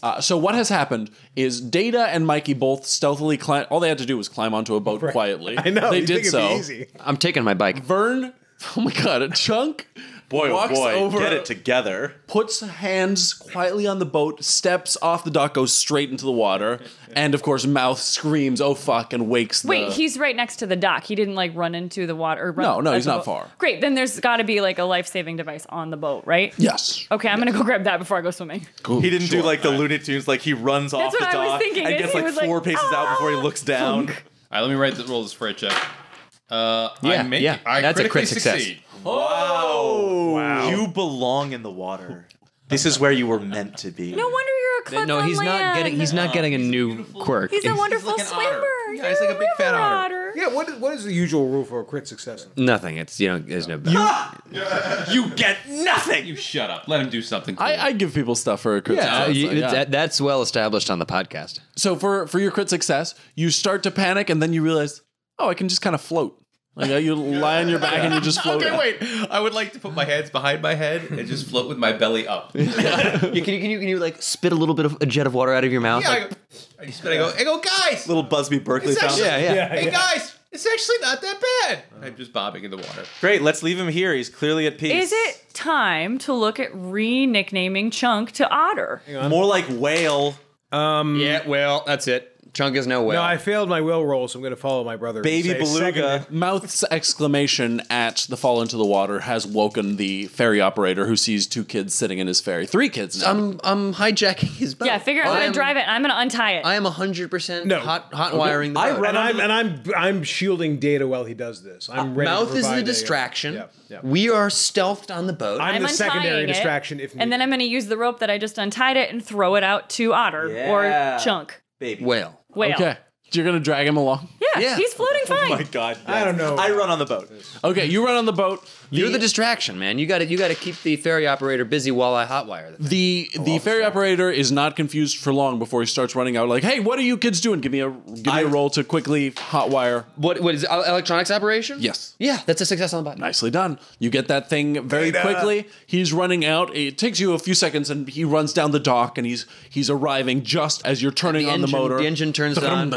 Uh, so what has happened is Data and Mikey both stealthily climb. All they had to do was climb onto a boat quietly. I
No,
they
you
did
think it'd
so.
Be easy.
I'm taking my bike.
Vern, *laughs* oh my god, a chunk
Boy, oh
walks
boy,
over,
get it together.
puts hands quietly on the boat, steps off the dock, goes straight into the water, and of course, mouth screams, "Oh fuck!" and wakes.
Wait,
the,
he's right next to the dock. He didn't like run into the water. Or run
No, no,
at
he's
the
not
boat.
far.
Great. Then there's got to be like a life saving device on the boat, right?
yes.
Okay, I'm gonna go grab that before I go swimming.
He didn't do like the Looney Tunes, like he runs off the
That's what I was
dock
thinking,
and
is
gets
he
like
was like,
four paces out before he
"Ah!"
looks down.
All right. Let me write the roll. This freight check. Uh,
Yeah,
I make,
yeah.
I
That's a
critically
crit success.
Succeed.
Oh, you belong in the water. This is where you were meant to be.
No wonder you're a cliff
No,
on
he's not
land.
getting. He's not getting a new quirk.
He's a wonderful
like an otter.
swimmer.
Yeah, he's
You're
like a big
river
fat otter.
Yeah. What is, what is the usual rule for a crit success?
Nothing. It's you know. There's no.
You get nothing.
You shut up. Let him do something. Cool.
I, I give people stuff for a crit
Uh,
success.
you-
so, yeah.
that- that's well established on the podcast.
So for for your crit success, you start to panic, and then you realize, oh, I can just kind of float. Like uh, you lie on your back and you just float.
Okay, wait. I would like to put my hands behind my head and just float with my belly up. Yeah,
can, you, can you can you like spit a little bit of a jet of water out of your mouth?
I, go- I just I go. I go, guys.
Little Busby Berkeley
It's
found
actually,
it.
Hey guys, it's actually not that bad.
I'm just bobbing in the water.
Great, let's leave him here. He's clearly at peace.
Is it time to look at re-nicknaming Chunk to Otter?
more like whale,
yeah. Well, that's it. Chunk is no way.
Um, No, I failed my will roll, so I'm gonna follow my brother. and
baby
say second-
beluga?
Mouth's exclamation at the fall into the water has woken the ferry operator who sees two kids sitting in his ferry. Three kids. now.
I'm I'm hijacking his boat.
Yeah, figure out how
I
to
am-
drive it. and I'm gonna untie it.
I am hundred percent
No.
hot hot wiring the
I
boat.
run
And I'm and I'm I'm shielding Data while he does this. I'm ready. to
Mouth is
provide
the
a-
distraction.
Yep, yep.
We are stealthed on the boat.
I'm,
I'm
the secondary
untying it,
distraction. If needed.
and then I'm gonna use the rope that I just untied it and throw it out to Otter
Yeah.
or Chunk.
baby.
whale.
Whale.
okay. You're gonna drag him along.
Yeah,
Yeah.
he's floating fine.
Oh My God,
I don't know.
I run on the boat.
Okay, you run on the boat.
You're the distraction, man. You got to you got to keep the ferry operator busy while I hotwire. The thing.
The the ferry operator is not confused for long before he starts running out like, "Hey, what are you kids doing? Give me a give me
I-
a roll to quickly hotwire."
What what is it, uh, electronics operation?
Yes.
Yeah, that's a success on the button.
Nicely done. You get that thing very quickly. He's running out. It takes you a few seconds, and he runs down the dock, and he's he's arriving just as you're turning
The
on
engine-
the motor.
the engine turns it on.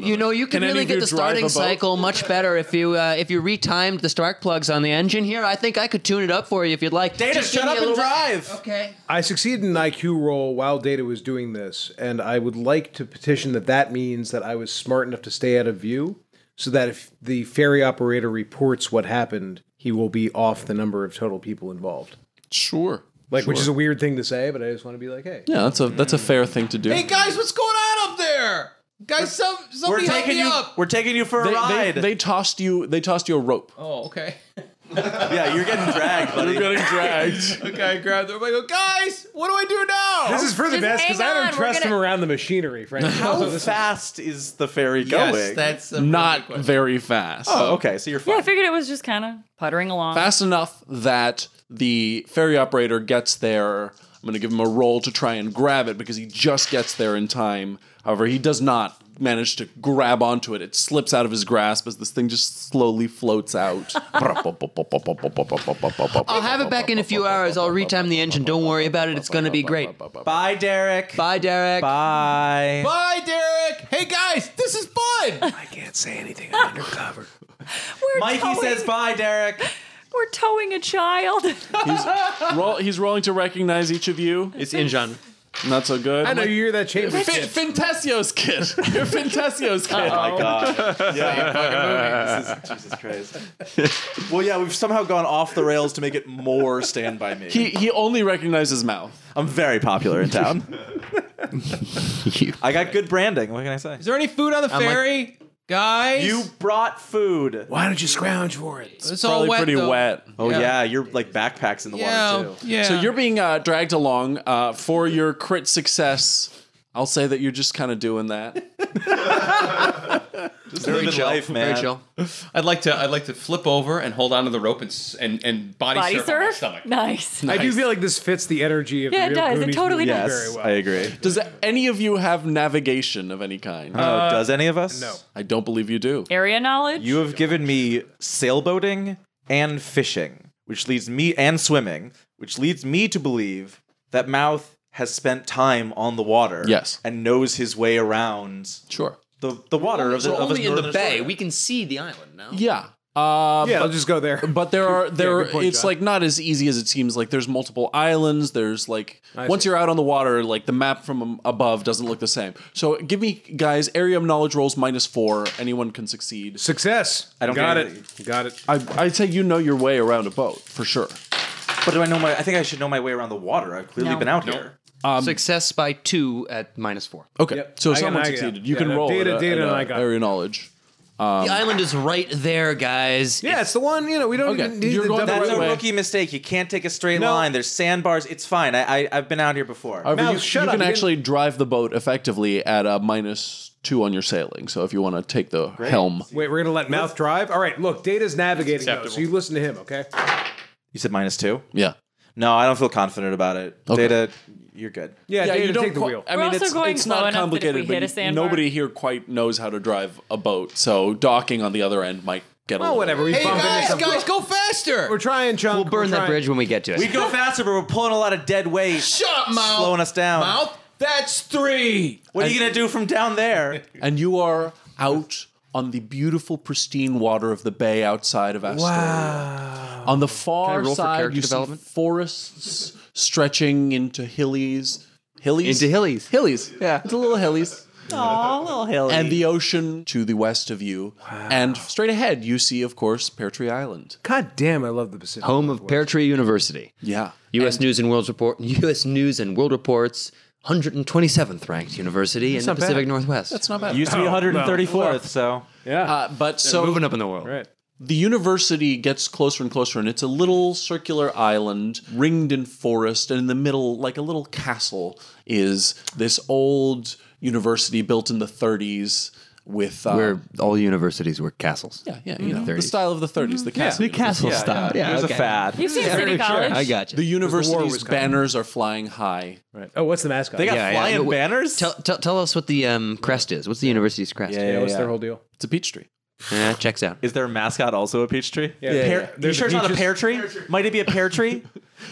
You know, you can,
any
really
of
get
you drive a
the starting
boat?
cycle much better if you uh, if you retimed the spark plugs on the engine here. I think I could tune it up for you if you'd like.
Data,
Just give
shut
me
up
a
and
little-
drive.
Okay.
I succeeded in an IQ roll while Data was doing this, and I would like to petition that that means that I was smart enough to stay out of view, so that if the ferry operator reports what happened, he will be off the number of total people involved.
Sure.
Like, which is a weird thing to say, but I just want to be like, hey,
Yeah, that's a that's a fair thing to do.
Hey guys, what's going on up there? Guys, some
We're
somebody help
taking
me
you.
up.
We're taking you for a
they,
ride.
they, they tossed you they tossed you a rope.
Oh, okay.
Yeah, you're getting dragged, buddy.
You're getting *laughs* dragged.
Okay, I grabbed her. I go, guys, what do I do now?
This is for the
Just
best because
hang
I
on,
don't
we're
trust
gonna-
him around the machinery,
*laughs*
frankly.
How fast is the ferry
Yes,
going?
that's a
Not
really good
very fast.
oh, okay. So you're
Yeah, I
fine.
figured it was just kind of puttering along.
Fast enough that the ferry operator gets there. I'm going to give him a roll to try and grab it because he just gets there in time. However, he does not manage to grab onto it. It slips out of his grasp as this thing just slowly floats
*laughs*
out. *laughs*
I'll have it back in a few hours. I'll retime the engine. Don't worry about it. It's going to be great.
Bye, Derek.
Bye, Derek.
Bye.
Bye, Derek. Hey, guys, this is fun.
We're
Mikey
towing,
says bye, Derek.
we're towing a child.
*laughs* Roll, he's rolling to recognize each of you.
It's in John.
Not so good.
I know you hear that chamber.
Fin- Fintesio's kid. You're Fintesio's kid.
Oh. *laughs* Yeah, this is, Jesus Christ. Well, yeah, we've somehow gone off the rails to make it more Stand By Me.
He, he only recognizes mouth.
I'm very popular in town. I got good branding. What can I say?
Is there any food on the ferry, guys?
You brought food.
Why don't you scrounge for it?
it's all
Probably
wet,
pretty
though.
wet.
Oh yeah. your like backpacks in the
Yeah,
water too.
yeah.
So you're being uh, dragged along uh, for your crit success. I'll say that you're just kind of doing that.
Just living life, man.
Very chill.
I'd like to. I'd like to flip over and hold onto the rope and s- and, and body,
Body
surf, on my
surf?
stomach.
Nice.
I do feel like this fits the energy of
Yeah, it
the real
does. It
Goonies
totally
movie
does.
very
Yes,
well. Uh,
I agree.
Does any of you have navigation of any kind?
Uh, does any of us?
no.
I don't believe you do.
Area knowledge.
You have given me sailboating and fishing, which leads me and swimming, which leads me to believe that Mouth has spent time on the water.
Yes.
And knows his way around
Sure.
the, the water of the,
We're
of
only
his
in the
northern
bay.
shore.
We can see the island now.
Yeah. Uh,
Yeah, I'll
but,
just go there.
but there are there
good point,
it's
John.
like not as easy as it seems. Like there's multiple islands. There's like once you're out on the water, like the map from um, above doesn't look the same. So give me guys area of knowledge rolls minus four. Anyone can succeed.
Success. I
don't
got
get
it. Got it.
I, I'd say you know your way around a boat for sure.
But do I know my? I think I should know my way around the water. I've clearly
No.
been out here.
Um,
Success by two at minus four.
Okay, so
I got-
someone
I got-
succeeded. You
yeah,
can
no,
roll
data-
at a-
data
at a
and I got-
area knowledge.
the island is right there, guys.
Yeah, it's the one. You know, we don't
Okay.
even need
You're
the
going
double
that
That's a
way.
rookie mistake. You can't take a straight
No.
line. There's sandbars. It's fine. I, I I've been out here before.
However,
Mal,
you,
shut
you
up,
can
you didn't-
actually drive the boat effectively at a minus two on your sailing. So if you want to take the helm,
Wait, we're gonna let mouth drive. All right, look, Data's navigating though, so you listen to him, okay?
you said minus two.
yeah,
No, I don't feel confident about it.
Okay.
Data, you're good.
Yeah,
yeah,
Data,
you don't.
take the
qui-
wheel.
I
We're
mean,
also
it's
going
it's
slow
not
enough that if we
complicated,
hit a
but
sandbar-
nobody here quite knows how to drive a boat. So docking on the other end might get a
Oh,
little-
whatever. We
hey
bump into
guys,
some-
guys, go faster!
We're trying, Chunk.
We'll burn that bridge when we get to it.
We go faster, but we're pulling a lot of dead weight.
Shut up, mouth.
Slowing us down.
Mouth. That's three.
What are you gonna do from down
*laughs*
there?
And you are out on the beautiful, pristine water of the bay outside of Astoria.
Ah,
On the
Can
far
I roll for
side,
character
you see
development?
forests stretching into hillies. Hillies?
Into hillies.
Hillies. Yeah. Into little hillies.
Aw, little hill.
And the ocean to the west of you. And straight ahead, you see, of course, Pear Tree Island.
God damn, I love the Pacific.
Home of Pear Tree University.
Yeah.
U.S. News and World Report. U.S. News and World Reports. 127th ranked university in the
not bad.
Pacific Northwest.
That's not bad.
used to be 134th, so
uh, but so
moving up in the world.
Right.
the university gets closer and closer, and it's a little circular island ringed in forest, and in the middle, like a little castle, is this old university built in the 30s with. Uh,
Where all universities were castles.
yeah, yeah, you know, the
30s.
style of the 30s, the castle.
castle style. Yeah,
it was a fad.
You've seen City College.
I got you.
The university's banners are flying high.
Right. Oh, what's the mascot?
They got
Yeah, yeah.
flying
Wait,
banners.
Tell, tell, tell us what the um, crest is. What's the university's crest?
Yeah,
yeah,
yeah,
what's
yeah.
their whole deal?
It's a peach tree.
Yeah, checks out.
Is their mascot also a peach tree?
yeah,
Pear-
yeah.
You
There's
sure
a
it's not a
peaches-
pear tree? Might it be a pear tree?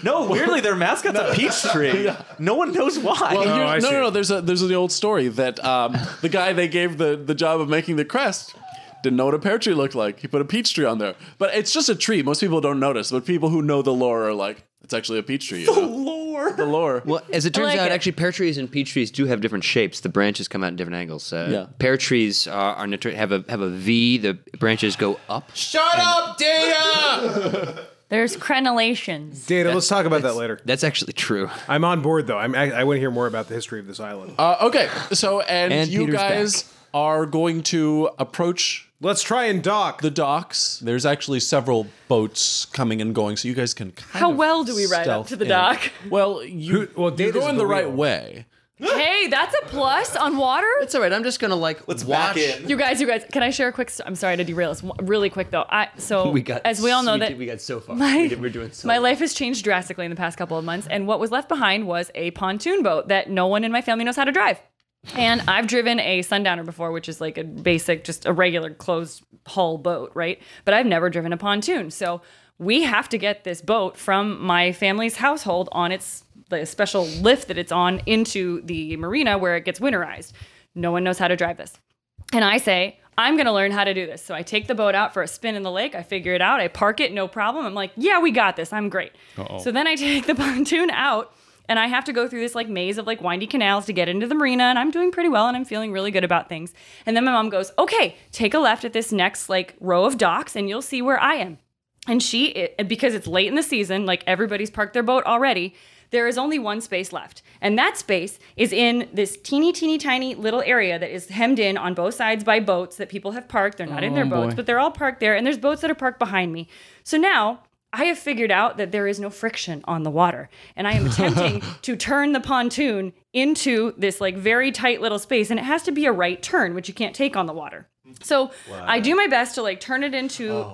no, weirdly, their mascot's a peach tree. No one knows why.
Well,
I
here's- no,
see.
no, no. There's a there's the old story that *laughs* um, the guy they gave the the job of making the crest didn't know what a pear tree looked like. He put a peach tree on there, but it's just a tree. Most people don't notice, but people who know the lore are like, it's actually a peach tree. You know?
*laughs* Lord.
The lore.
Well, as it turns
like
out,
it.
actually, pear trees and peach trees do have different shapes. The branches come out in different angles. Uh,
Yeah.
Pear trees are, are notor- have a have a V. The branches go up.
Shut up, Data.
There's
*gasps*
crenellations.
Data, let's talk about that later.
That's actually true.
I'm on board though. I'm, I, I want to hear more about the history of this island.
Uh, okay, so and,
And
you
Peter's
guys
back.
are going to approach
Let's try and dock.
the docks. There's actually several boats coming and going, so you guys can. Kind
How
of
well do we ride up
stealth
to the
in.
dock?
Well, you
Who- well,
you're
Data's
going
the
the right
wheel.
way.
hey, that's a plus on water.
That's all right. I'm just gonna like
Let's back
watch.
in.
You guys, you guys, can I share a quick? St- I'm sorry to derail this. One- Really quick though. I so
We got
as we all know
we
that
did- we got so
*laughs*
far.
my-
we did, we're doing so.
My life has changed drastically in the past couple of months, and what was left behind was a pontoon boat that no one in my family knows how to drive. And I've driven a sundowner before, which is like a basic, just a regular closed hull boat, right? But I've never driven a pontoon. So we have to get this boat from my family's household on its the special lift that it's on into the marina where it gets winterized. No one knows how to drive this. And I say, I'm going to learn how to do this. So I take the boat out for a spin in the lake. I figure it out. I park it, no problem. I'm like, yeah, we got this. I'm great. So then I *laughs* take the pontoon out and I have to go through this like maze of like windy canals to get into the marina. And I'm doing pretty well and I'm feeling really good about things. And then my mom goes, okay, take a left at this next like row of docks and you'll see where I am. And she, it, because it's late in the season, like everybody's parked their boat already, there is only one space left. And that space is in this teeny, teeny, tiny little area that is hemmed in on both sides by boats that people have parked. They're not in their boats, but they're all parked there. And there's boats that are parked behind me. So now I have figured out that there is no friction on the water. And I am attempting to turn the pontoon into this like very tight little space. And it has to be a right turn, which you can't take on the water. So I do my best to like turn it into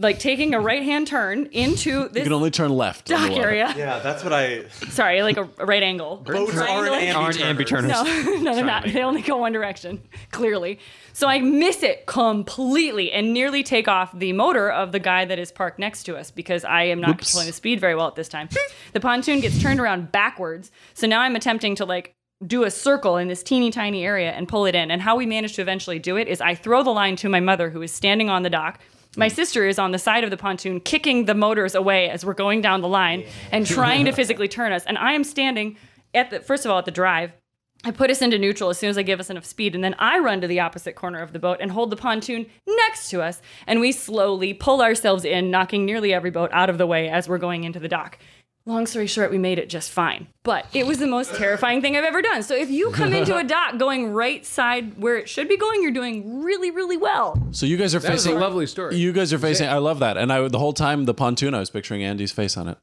like taking a right hand turn into
You
this
can only turn left. on the
dock
water.
area.
Yeah, that's what I.
*laughs* Sorry, like a, a right angle.
Boats are
Triangle.
an
aren't
ambiturners.
ambiturners.
No, no, *laughs* they're not. They only go one direction, clearly. So I miss it completely and nearly take off the motor of the guy that is parked next to us because I am not
Whoops.
controlling the speed very well at this time. the pontoon gets turned around backwards. So now I'm attempting to like do a circle in this teeny tiny area and pull it in. And how we manage to eventually do it is I throw the line to my mother who is standing on the dock. My sister is on the side of the pontoon kicking the motors away as we're going down the line and trying to physically turn us. And I am standing at the first of all at the drive I put us into neutral as soon as I give us enough speed, and then I run to the opposite corner of the boat and hold the pontoon next to us, and we slowly pull ourselves in, knocking nearly every boat out of the way as we're going into the dock. Long story short, we made it just fine, but it was the most terrifying thing I've ever done. So if you come
*laughs*
into a dock going right side where it should be going, you're doing really, really
*laughs*
well.
So you guys are
That is
facing
a lovely story.
You guys are facing. I love that. And I the whole time the pontoon, I was picturing Andy's face on it.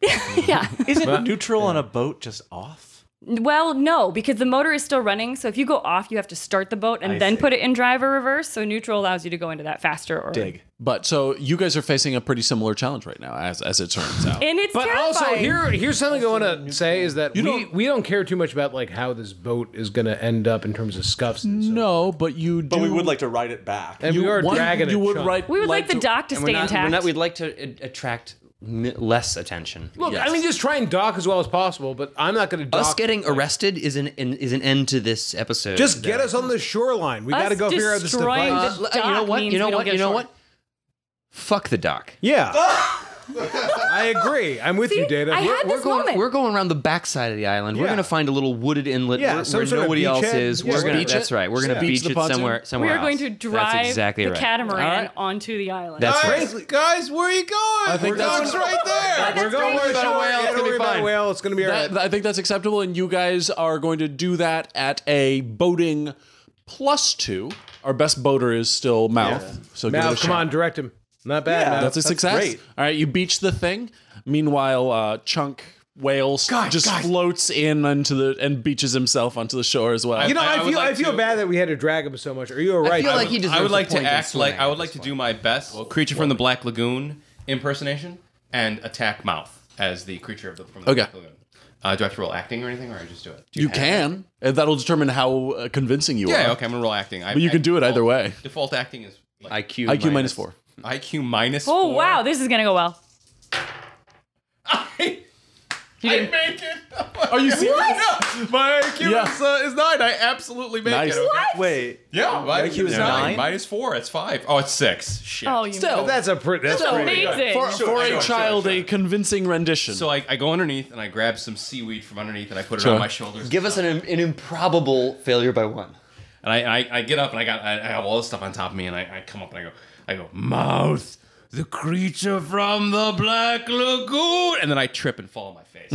yeah.
Isn't neutral on a boat just off?
Well, no, because the motor is still running. So if you go off, you have to start the boat and then put it in drive or reverse. So neutral allows you to go into that faster or
Dig.
But so you guys are facing a pretty similar challenge right now, as as it
*laughs*
turns out.
And it's
But
terrifying.
also, here here's something I want to say is that we,
don't-
we don't care too much about like how this boat is going to end up in terms of scuffs. And so.
no, but you. Do,
But we would like to ride it back.
and we are
one-
dragging
You
a
would
chunk.
right.
We would like, the
to-
dock to
and
stay
we're not,
intact.
we're not. We'd like to a- attract n- less attention.
Look, I mean, just try and dock as well as possible, but I'm not going to dock.
Us getting arrested is an, an is an end to this episode.
Just get us on the shoreline. We
Us
got to go figure out this
destroying
device.
the-
Uh, you know
dock
what?
means
You know
we don't
what?
get
You know
short.
what? Fuck the dock.
Yeah. I agree. I'm with you, Data.
I
We're-
had
we're
this
going,
moment.
We're going around the backside of the island. We're
Yeah.
going to find a little wooded inlet
Yeah,
where,
some
where
sort of
nobody else
beachhead.
is.
Yeah,
we're
just
gonna.
beach
That's
it.
right. We're going to
Yeah.
beach,
Beach the
it
pontoon.
somewhere.
We
Somewhere.
are going
else.
to drive
That's exactly
the
right.
catamaran
All right.
onto the island.
That's right.
Guys, guys, where are you going?
I think
The
that's-
dog's right there.
We're going to worry about a whale.
It's
Don't
gonna
worry
be
about a
fine.
whale. It's going to be all right.
That, I think that's acceptable, and you guys are going to do that at a boating plus two. Our best boater is still Mouth. So give it a
Mav,
shot.
come on, direct him. Not bad.
Yeah.
Mav.
That's a success.
great.
All right, you beach the thing. Meanwhile, uh, Chunk Whale
Guys,
just
guys.
floats in onto the and beaches himself onto the shore as well.
you know,
I-
I,
I would
feel
like
I feel
to-
bad that we had to drag him so much. Are you all right?
feel
Mav?
like he deserves
I would
a
like to
point in
act like
swimming
I
at
would like
this
to
point.
do my best creature from the Black Lagoon impersonation and attack Mouth as the creature of the from the
Okay.
Black Lagoon. Uh, do I have to roll acting or anything, or I just do it? Do
you
have-
can. And that'll determine how uh, convincing you
Yeah,
are.
okay, I'm gonna roll acting. I,
But you
I
can do it either
default-
way.
Default acting is like
IQ
IQ minus four.
IQ minus.
Oh
four.
wow, this is gonna go well.
*laughs* I,
You
I
didn't-
make it. *laughs* Are you serious? Yeah. My IQ
Yeah.
is, uh, is nine. I absolutely make
Nice.
it. okay?
Wait,
Yeah, my IQ
is nine?
Minus four. That's five. Oh, it's six. Shit.
oh, you
Still,
that's a pretty. That's
that's
pretty good.
amazing.
for, for a
sure,
child,
sure,
a convincing rendition.
So I, I go underneath and I grab some seaweed from underneath and I put it
Sure.
on my shoulders.
Give us an, an improbable failure by one.
And I, I, I get up and I got I, I have all this stuff on top of me and I, I come up and I go I go mouth.
the creature from the Black Lagoon, and then I trip and fall on my face.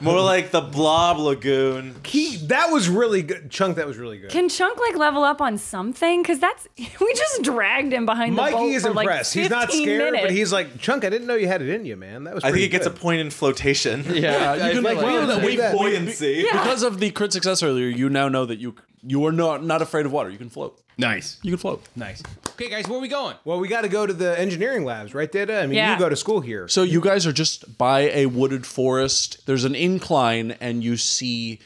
*laughs*
More like the Blob Lagoon.
He, that was really good. Chunk, that was really good.
Can Chunk like level up on something? Because that's *laughs* we just dragged him behind the boat
Mikey is
for, like,
impressed. he's not
15
scared, but
minutes.
he's like, Chunk, I didn't know you had it in you, man. That was
I think
pretty
it gets a
good.
point in flotation. *laughs*
Yeah,
you can like
wow,
feel that
look at
we
that.
Buoyancy.
because of the crit success earlier. You now know that you you are not not afraid of water. You can float.
nice.
You can float.
Nice.
Okay, guys, where are we going?
Well, we got to go to the engineering labs, right, Data? I mean,
Yeah.
you go to school here.
So you guys are just by a wooded forest. There's an incline, and you see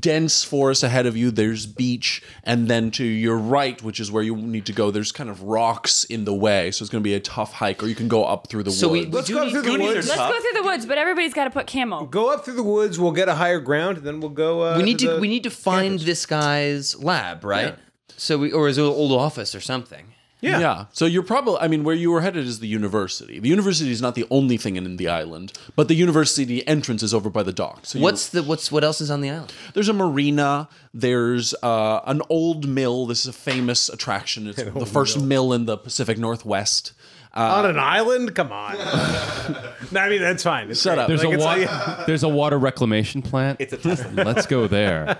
dense forest ahead of you. There's beach, and then to your right, which is where you need to go, there's kind of rocks in the way. So it's going to be a tough hike, or you can go up through the
So we-
woods.
Let's
do
go
need-
through the
Goonies are
woods.
Let's go through the woods, but everybody's got to put camo.
Go up through the woods. We'll get a higher ground, and then we'll go. Uh,
we need
to.
to
the-
we need to find this guy's lab, right? So we or his old office or something.
yeah. So you're probably, I mean, where you were headed is the university. The university is not the only thing in, in the island, but the university entrance is over by the dock. So you-
What's the what's what else is on the island?
There's a marina. There's uh, an old mill. This is a famous attraction. *laughs* It's the first mill. in the Pacific Northwest. Uh,
on an island?
*laughs*
Come on. *laughs* no, I mean that's fine. It's
Shut
great.
up.
There's
Like,
a
it's
water.
like-
there's a water reclamation plant.
It's a Tesla.
*laughs* Let's go there.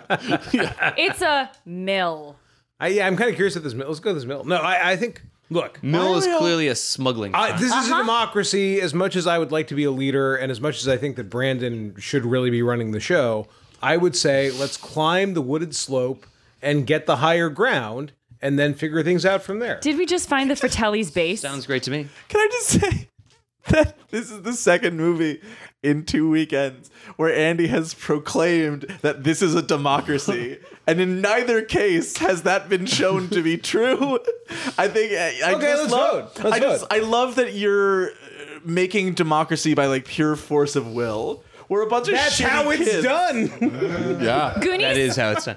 It's a mill.
I, yeah, I'm kind of curious at this mill. Let's go to this mill. No, I, I think. Look,
Mill is
Mario-
clearly a smuggling.
I,
front.
this is
Uh-huh.
a democracy. As much as I would like to be a leader, and as much as I think that Brandon should really be running the show, I would say let's climb the wooded slope and get the higher ground, and then figure things out from there.
Did we just find the Fratelli's base?
Sounds great to me.
Can I just say that this is the second movie in two weekends where Andy has proclaimed that this is a
*laughs*
democracy, and in neither case has that been shown to be true. I think I, I
Okay,
just
let's
love.
vote. Let's
I just
vote.
I love that you're uh, making democracy by like pure force of will. We're a bunch
That's
of shitty
how it's
kids.
done.
Yeah.
Goonies,
That is
*laughs*
how it's done.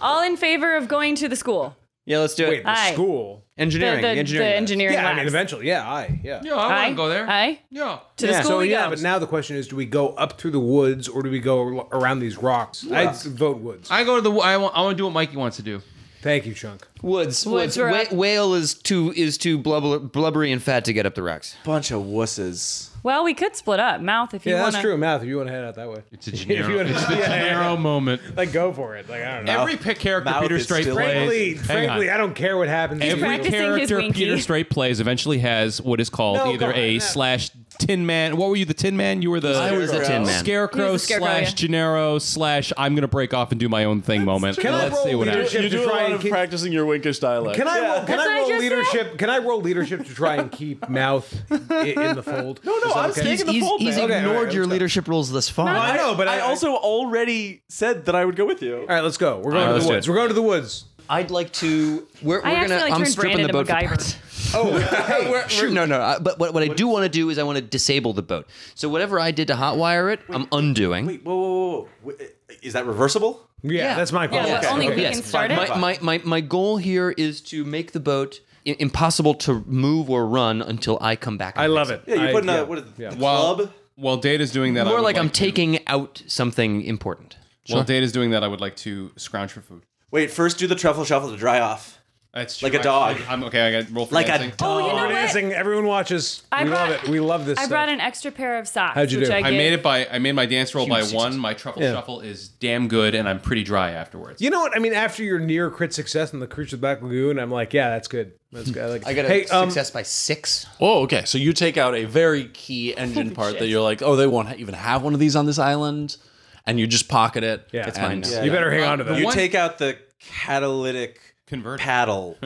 all in favor of going to the school.
Yeah, let's do
Wait,
it.
the
Aye.
school.
The,
Engineering,
the,
engineering.
the
labs.
engineering
Yeah, I
labs.
mean, eventually, yeah, I, yeah.
Yeah, I want
Aye,
to go there.
aye.
Yeah.
To the school
so
we
yeah,
go.
but now the question is: Do we go up through the woods, or do we go ar- around these rocks? I'd vote woods.
I go to the. I want. I want to do what Mikey wants to do.
Thank you, Chunk.
Woods,
Woods,
woods.
we're
Wha-
up.
whale is too is too blubber, blubbery and fat to get up the rocks.
Bunch of wusses.
well, we could split up. Mouth, if you
Yeah,
want
that's true. Mouth, if you want to head out that way, *laughs*
It's a Gennaro.
you wanna-
it's the Gennaro moment.
like go for it. Like I don't know.
Every pick character
Mouth
Peter
is
Straight
still-
plays.
Frankly,
Hang
frankly,
on.
I don't care what happens. to you.
practicing his
character
winky.
Peter Straight plays eventually has what is called
No,
either
come
a
on, no.
slash Tin Man. What were you, the Tin Man? You were the
I was the Tin Man.
He
Scarecrow,
was the Scarecrow,
slash
yeah.
Gennaro slash I'm gonna break off and do my own thing moment.
Can I
Let's
roll
see what happens.
leadership
You
to
do a
try
lot
and
of
keep-
practicing your Winkish dialect.
Can I roll, can
That's what
I
I
roll
just
leadership? Can I roll leadership to try and *laughs* keep mouth i- in the fold? No, no,
I'm staying in the
He's,
fold.
he's
man.
Okay, all
ignored
right,
your
let's go.
leadership rules thus far.
No,
I know, but
I also already said that I would go with you.
All right, let's go. We're going to
let's
the
do
woods.
it.
We're going to the woods.
I'd like to. We're,
I
we're gonna.
accidentally
I'm
turned
stripping the
Brandon
boat
into
for
MacGyver.
parts. *laughs* Shoot. Oh, No, no. I, but what, what I do want to do is I want to disable the boat. So whatever I did to hotwire it, I'm undoing.
Wait, whoa, whoa, whoa, whoa. Wait, eh, Is that reversible?
Yeah, that's my
Yeah,
problem.
but only we
Yes.
can start it.
My, my, my, my goal here is to make the boat i- impossible to move or run until I come back.
I love it.
Yeah, you
I-
put in a what is it, the
While-
club?
While Data's doing that, I
More
would
like I'm
to-
taking out something important.
While Data's doing that, I would like to scrounge for food.
Wait, first do the truffle shuffle to dry off.
That's
Like
true,
a dog.
actually. I'm okay. I got roll for
Like
dancing.
a dog.
oh, you know what?
Dancing, everyone watches.
I
we
brought-
love it. We love this.
I
stuff.
brought an extra pair of socks.
How'd you
which
do?
I,
I
gave-
made it by I made my dance roll by one. My truffle shuffle is damn good, and I'm pretty dry afterwards.
You know what? I mean, after your near crit success in the creature of the back lagoon, I'm like, yeah, that's good. That's good. I like.
I got a
hey, um,
success by six.
Oh, okay. So you take out a very key engine part that you're like, oh, they won't ha- even have one of these on this island, and you just pocket it.
Yeah. It's
and-
mine now.
You better hang on to
You
that.
take out the catalytic
Converter.
*laughs* paddle.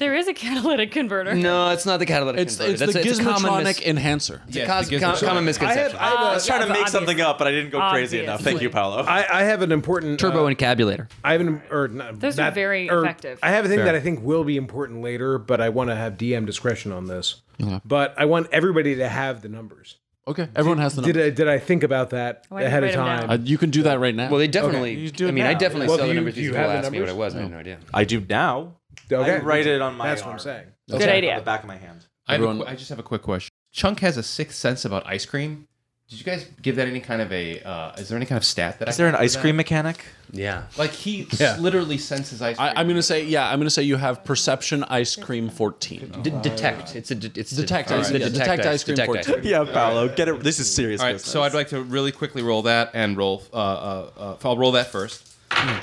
There is a *laughs* catalytic converter.
No, it's not the catalytic
It's,
converter.
it's
That's
the
a- it's a common
Gizmotronic
mis-
enhancer.
Yes,
cos-
the
com-
Gizmo-
common
I have.
misconception.
I have,
Oh,
a-
I was trying to
that's
make something
obvious.
up, but I didn't go crazy enough. Thank you, Paolo.
I, I have an important uh,
Turbo encabulator.
I have an or not,
Those are
not-
very
or-
effective.
I have a thing that I think will be important later, but I want to have DM discretion on this. But I want everybody to have the numbers.
Okay. Everyone has the
Did
number.
I did I think about that
Why don't you
ahead of
write 'em down?
time?
Uh, you can do that right now.
Well, they definitely.
do
I
it
mean, I
now.
definitely
Well,
saw
do
the
you-
numbers.
do you
These
have
people
the
asked me what it
numbers?
was. I have no idea.
I do now.
Okay.
I write it on my
That's
arm.
what I'm saying.
Good
On the
idea.
back of my hand.
I, have a
Everyone-
qu- I just have a quick question. Chunk has a sixth sense about ice cream. Did you guys give that any kind of a? Uh, is there any kind of stat that I
Is there
can
an
do
ice
that?
cream mechanic?
Yeah.
Like he
Yeah.
literally senses ice cream.
I, I'm gonna say yeah. I'm gonna say you have perception ice cream 14.
D- detect. It's a. De- it's
Detect
a,
ice-
the
yeah, detect ice cream
detect
for-
Yeah, Paolo, get it. This is serious.
All right,
business.
so I'd like to really quickly roll that and roll. Uh, uh, uh, I'll roll that first.
Hmm.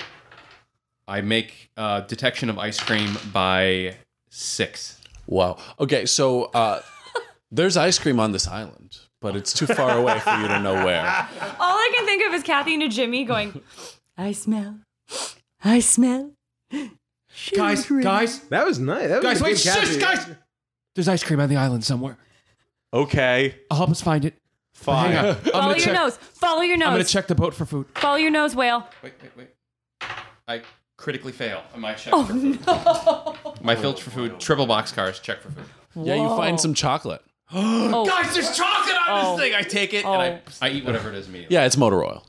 I make uh, detection of ice cream by six.
Wow. Okay, so uh, there's ice cream on this island, but it's too far away for you to know *laughs* where.
All I can think of is Kathy and Jimmy going, I smell, I smell.
Guys, guys,
That was nice. That was
guys,
a
wait,
good
shush,
caveat.
guys. There's ice cream on the island somewhere.
okay,
I'll help us find it.
fine.
Hang on. I'm
Follow
gonna
your
check.
nose. Follow your
I'm gonna
nose.
check the boat for food.
Follow your nose, whale.
Wait, wait, wait. I critically fail on my check.
Oh
for food.
no!
*laughs* My filch for food. Triple box cars. Check for food.
Yeah, you find some chocolate.
Oh,
Guys, there's chocolate on
Oh.
this thing. I take it and I, I eat whatever it is immediately.
Yeah, it's motor oil.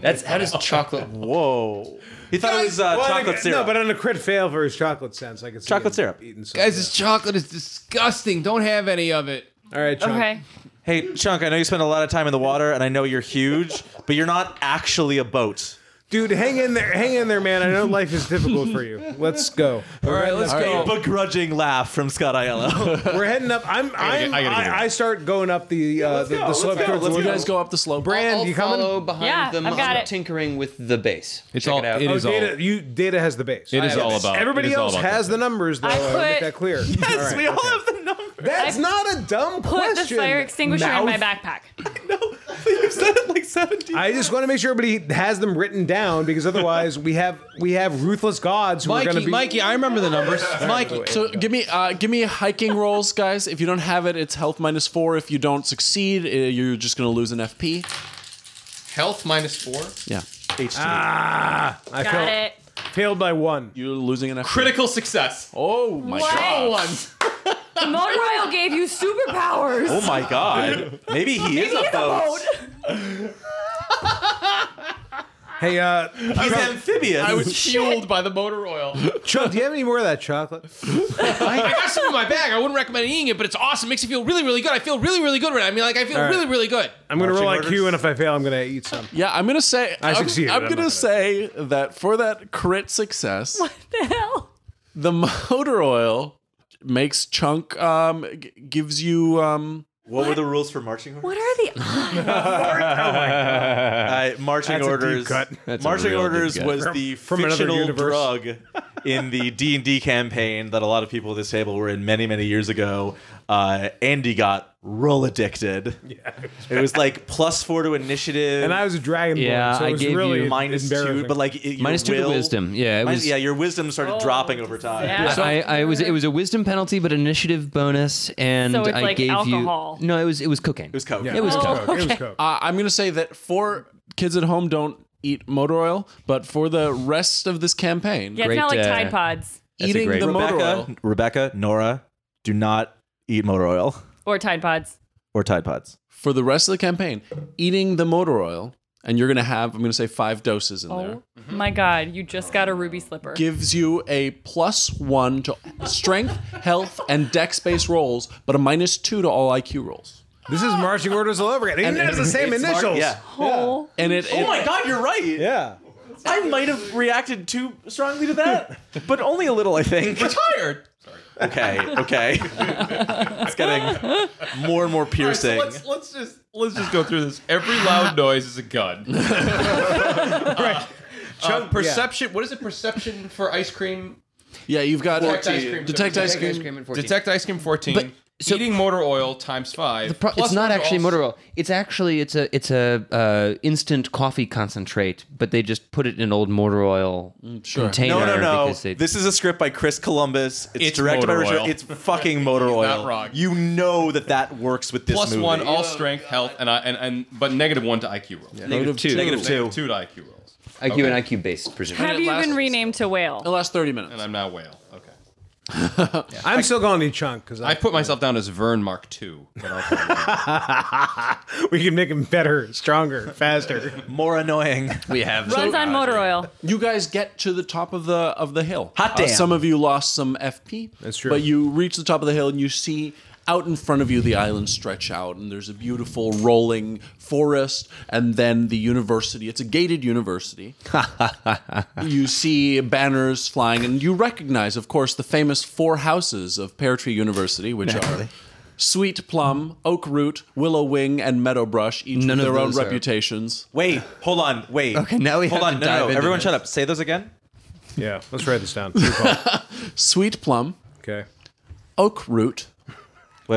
That's how does chocolate work?
Whoa. He thought it was uh,
Well, I
chocolate
think-
syrup.
No, but on a crit fail for his chocolate sounds like it's
Chocolate syrup.
Eating some,
Guys, this chocolate is disgusting. Don't have any of it.
All right, Chunk.
oh. okay.
hey, Chunk, I know you spend a lot of time in the water, and I know you're huge, but you're not actually a boat.
dude, hang in there, hang in there, man. I know life is difficult for you. Let's go. All right, let's
A begrudging laugh from Scott
*laughs*
Aiello.
We're heading up. I'm. I'm
I
I,
gotta get
I, start going up the uh, the, the
let's
slope.
go, let's
towards the
You
window.
guys go up the slope.
Brand,
I'll
you coming?
follow behind
Yeah,
them.
I've got
I'm
it.
tinkering with the base.
It's
Check
all.
it out.
It
Oh,
is all.
data, you data has the base.
It is all about.
Everybody
it is all
else
about
has
that.
the numbers, though.
I
I want to make
put- *laughs*
that clear. All right,
we all
okay.
have the number.
That's not a dumb
Put
question.
the fire extinguisher in my
Mouth.
backpack.
You've said it like 17
I just want to make sure everybody has them written down because otherwise we have we have ruthless gods who are going
Mikey,
to be.
Mikey, I remember the numbers. Mikey,
So give me uh, give me hiking rolls, guys. If you don't have it, it's health minus four. If you don't succeed, uh, you're just gonna lose an FP.
Health minus four.
Yeah,
Ah, I
Got
failed,
it.
failed by one.
you're losing an FP.
Critical success.
Oh my
What?
god!
*laughs*
The motor oil gave you superpowers.
Oh my god. Maybe he is a boat.
*laughs*
Hey, uh,
He's amphibious.
I was fueled by the motor oil.
Chuck, do you have any more of that chocolate?
I got some in my bag. I wouldn't recommend eating it, but it's awesome. Makes you feel really, really good. I feel really, really good right now. I mean, like I feel
right.
really, really good.
I'm going to roll
Marching
IQ,
orders?
and if I fail, I'm going to eat some.
Yeah, I'm gonna say
I
I'm-
succeeded.
I'm,
I'm not
gonna
gonna-
say that for that crit success,
the hell?
the *laughs* motor oil makes chunk um g- gives you um
what were the rules for marching orders?
What are the odds?
Uh, marching
That's a deep
orders.
cut.
marching
real deep
orders
cut.
was the
from another
fictional
universe.
drug in
*laughs*
the D and D campaign that a lot of people at this table were in many, many years ago. Uh, Andy got roll addicted. Yeah, it was like plus four to initiative,
And I was a dragonborn,
Yeah,
so
I
it was
gave
really
you
minus
embarrassing.
two, but like it, your
Minus two to
will-
wisdom. Yeah, it
minus-
was-
yeah, your wisdom started dropping over time.
Yeah. So-
I, I was it was a wisdom penalty, but initiative bonus, and
So it's
I
like
gave
alcohol.
you no. It was it was cocaine. It
was coke.
It was
Oh. *laughs*
coke.
Coke. It was Coke.
Uh, I'm going to say that for kids at home, don't eat motor oil, but for the rest of this campaign,
Yeah, it's
Great,
not like
uh,
Tide Pods
That's a
eating
great-
the motor oil.
Rebecca, Rebecca, Nora, do not eat motor oil
or Tide Pods.
or Tide Pods.
For the rest of the campaign, eating the motor oil, and you're going to have, I'm going to say, five doses in there.
Oh my god, you just got a ruby slipper.
Gives you a plus one to strength, health, and dex based rolls, but a minus two to all IQ rolls.
This is marching orders all over again. It even has the same initials.
Yeah.
oh,
And it,
Oh
it-
my God, you're right.
Yeah.
I might have reacted too strongly to that, but only a little, I think.
Tired.
Okay, okay. it's getting more and more piercing.
let's, let's just let's just go through this. Every loud noise is a gun. Uh, uh, perception. What is it? Perception for ice cream.
yeah, you've got
Detect ice cream.
Detect
So
ice cream.
and 14.
Detect ice cream fourteen.
But- so-
Eating motor oil times five.
The pro-
plus
it's not
one to
actually
all-
motor oil. It's actually it's a it's a uh, instant coffee concentrate, but they just put it in an old motor oil container.
no, no, no.
because They,
This is a script by Chris Columbus. It's,
It's
directed by
motor
Richard.
oil.
It's fucking motor oil.
wrong.
You know that that works with this
Plus
movie.
one, all strength, health, and I and, and but negative one to IQ rolls.
Negative two.
Negative two.
Two to IQ rolls.
IQ and IQ based, presumably.
have
it
you
lasts-
been renamed to
The
whale?
last 30 minutes.
And I'm now whale. Okay.
I'm still going to eat chunk because
I put myself down as Vern Mark two. But I'll
we can make him better, stronger, faster.
More annoying.
we have
Runs on motor oil.
You guys get to the top of the of the hill.
Hot
Uh,
damn.
some of you lost some FP. That's
true.
But you reach the top of the hill and you see out in front of you, the islands stretch out, and there's a beautiful rolling forest, and then the university. It's a gated university.
*laughs*
you see banners flying, and you recognize, of course, the famous four houses of Pear Tree University, which are. Sweet plum, oak root, willow wing, and meadow brush, each
None
with
of
their own
those are-
reputations.
Wait, hold on, wait.
Okay, now we
hold
have
on. no,
to
no,
dive
no.
into
Everyone,
this.
shut up. Say those again.
Yeah, let's write this down.
Sweet plum,
okay.
oak root.
Wait,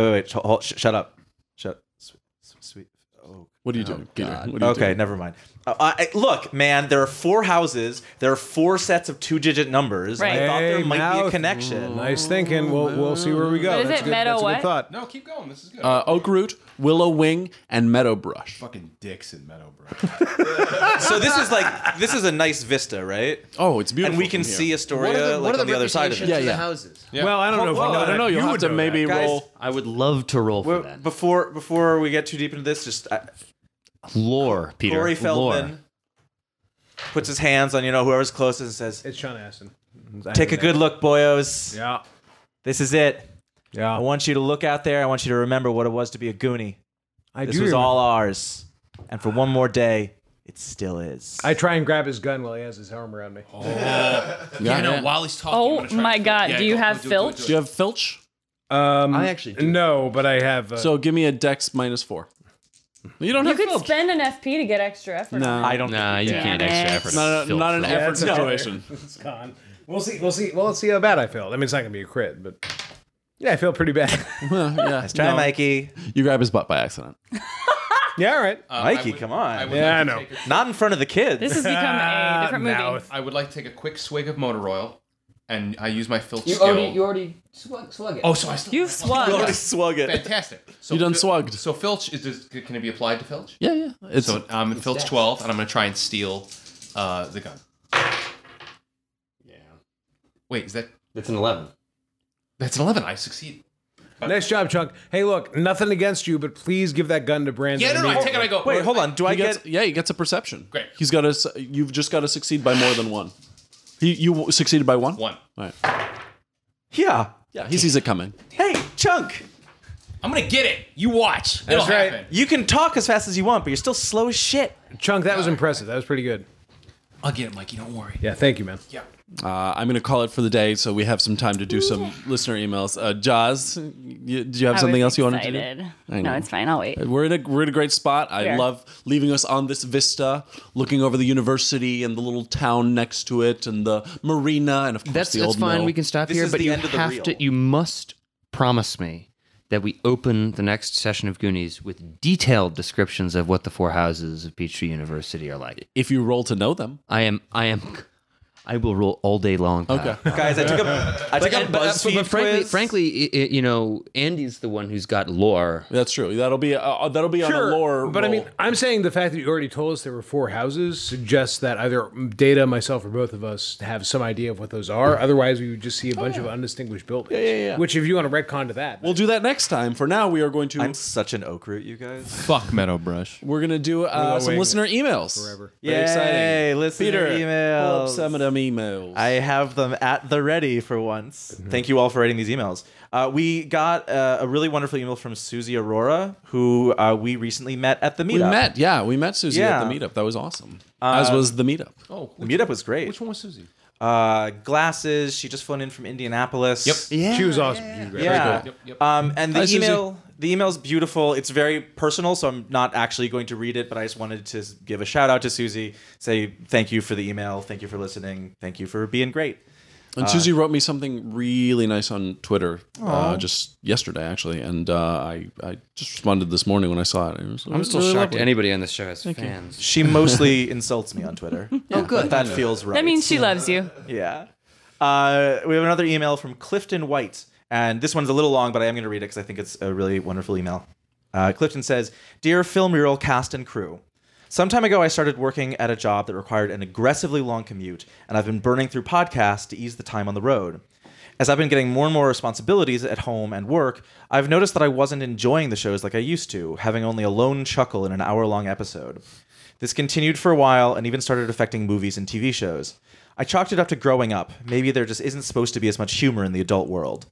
wait, wait. Sh- hold- sh- shut up. Shut. Sweet. sweet. Oh.
What are you doing, Peter? What are you
Okay, never mind. Uh, I, I- look, man, there are four houses. There are four sets of two-digit numbers. and I
Right.
thought there
Hey,
might be a
mouth.
connection.
*laughs* Nice thinking. We'll we'll see where we go.
What is
that's
it,
good,
meta
that's a
what?
good thought.
No, keep going. This is good.
Uh, oak root, willow wing, and meadow brush.
Fucking dicks in Meadow, bro.
so this is like this is a nice vista, right?
Oh, it's beautiful.
and we can
from here.
see Astoria like on the, other side of it.
Yeah, yeah.
houses?
Well, I don't know.
I
Well,
if you know
don't
that.
know. You'll
You
have
would
to
know
maybe
Guys,
roll.
I would love to roll for
Well,
that.
Before before we get too deep into this, just uh,
lore, Peter.
Corey Feldman
Lore.
puts his hands on you know whoever's closest and says,
that. It's Sean Astin.
"Take a good look, boyos.
Yeah.
This is it.
Yeah.
I want you to look out there. I want you to remember what it was to be a goonie.
I
This
do
was
remember-
all ours, and for one more day, it still is."
I try and grab his gun while he has his arm around me.
Yeah.
I know. While he's talking, I'm
Oh
gonna try
my
to-
God!
Yeah,
do you
go- go
have
do it, do it,
filch?
do
Do you have filch?
Um,
I actually do.
no, but I have. Uh,
So give me a dex minus four. You don't
You
have
could
filch.
spend an FP to get extra effort.
No.
*laughs* I don't.
Nah, you can't extra effort.
not, a,
Filch
not an
roll.
effort
that's a
situation.
it's gone. We'll see. We'll see. Well, let's see how bad I feel. I mean, it's not gonna be a crit, but yeah, I feel pretty bad. *laughs*
yeah,
Try, Mikey.
you grab his butt by accident.
yeah, all right.
it. Uh,
Mikey,
I would-
come on.
I would
Yeah, I
like to
know.
take a-
Not in front of the kids. *laughs*
This has become *laughs* a different movie.
Now it's-
*laughs* I would like to take a quick swig of motor oil, and I use my filch
You
skill.
already, you already slug, slug it.
oh, so I still
You've swung.
Already *laughs* swung it.
fantastic. So
You done
fil-
swagged.
So filch is does, can it be applied to filch?
Yeah, yeah. It's
So I'm in filch
dex.
twelve, and I'm gonna try and steal uh, the gun. Yeah. Wait, is that
That's an eleven.
that's an eleven? I succeed.
Nice job, Chunk. Hey, look, nothing against you, but please give that gun to Brandon.
Yeah, no, no. I take it.
immediately.
I go.
Wait, hold on. Do I
he gets,
get?
yeah, he gets a perception.
Great.
He's got to. You've just got to succeed by more than one. He, you succeeded by one.
One.
All right.
Yeah.
Yeah, he sees it coming.
Hey, Chunk.
I'm gonna get it. You watch. It'll
right.
happen.
You can talk as fast as you want, but you're still slow as shit.
Chunk, that was impressive. That was pretty good.
I'll get it, Mikey. Don't worry.
Yeah, thank you, man.
Uh, I'm going to call it for the day, so we have some time to do some listener emails. Uh, Jaws, you, do you have
I
something
was
else you wanted to do?
excited.
I know.
No, it's fine. I'll wait.
We're in a we're in a great spot. I
Yeah.
love leaving us on this vista, looking over the university and the little town next to it, and the marina, and of course
That's
the
that's
old
fine.
mill.
We can stop
This
here,
is
but
the
you
end of the
have
reel.
to. You must promise me that we open the next session of Goonies with detailed descriptions of what the four houses of Peachtree University are like.
if you roll to know them.
I am. I am. I will roll all day long. Pat.
Okay.
Guys, I took a,
*laughs*
I took a
But, but,
BuzzFeed
but frankly,
quiz.
frankly, i- i- you know, Andy's the one who's got lore.
That's true. That'll be uh, that'll be on a lore.
but I
roll.
mean, I'm saying the fact that you already told us there were four houses suggests that either Data, myself, or both of us have some idea of what those are. Otherwise, we would just see a bunch of undistinguished buildings.
yeah, yeah.
Which, if you want to retcon to that,
we'll do that next time. For now, we are going to
I'm such an oak root, you guys.
Fuck Meadow Brush.
we're going to do uh, some
wing
listener emails. Forever. Very
Yay,
exciting.
listener
Peter, pull up
emails.
some of them emails.
I have them at the ready for once.
Mm-hmm.
Thank you all for writing these emails. Uh, we got uh, a really wonderful email from Susie Aurora, who uh, we recently met at the meetup.
we met, yeah, we met Susie at the
Yeah. Uh,
meetup. That was awesome. As was the meetup.
Oh,
The meetup was great.
Which one was Susie?
Uh, glasses. She just flown in from Indianapolis. Yep.
yeah, she was awesome. You guys.
Yeah.
Yep, yep.
Um, and the
Hi, Susie.
email, the email's beautiful. It's very personal, so I'm not actually going to read it, but I just wanted to give a shout out to Susie, say thank you for the email, thank you for listening, thank you for being great.
And Susie wrote me something really nice on Twitter uh, just yesterday, actually, and uh, I I just responded this morning when I saw it. It was- it
I'm
was
still
really
shocked
lovely.
anybody on this show has fans.
She
*laughs*
mostly insults me on Twitter.
Oh, good.
But that feels right.
That means she loves you.
yeah. Uh, we have another email from Clifton White, and this one's a little long, but I am going to read it because I think it's a really wonderful email. Uh, Clifton says, "Dear Film Mural cast and crew." Some time ago, I started working at a job that required an aggressively long commute, and I've been burning through podcasts to ease the time on the road. As I've been getting more and more responsibilities at home and work, I've noticed that I wasn't enjoying the shows like I used to, having only a lone chuckle in an hour long episode. This continued for a while and even started affecting movies and TV shows. I chalked it up to growing up. Maybe there just isn't supposed to be as much humor in the adult world.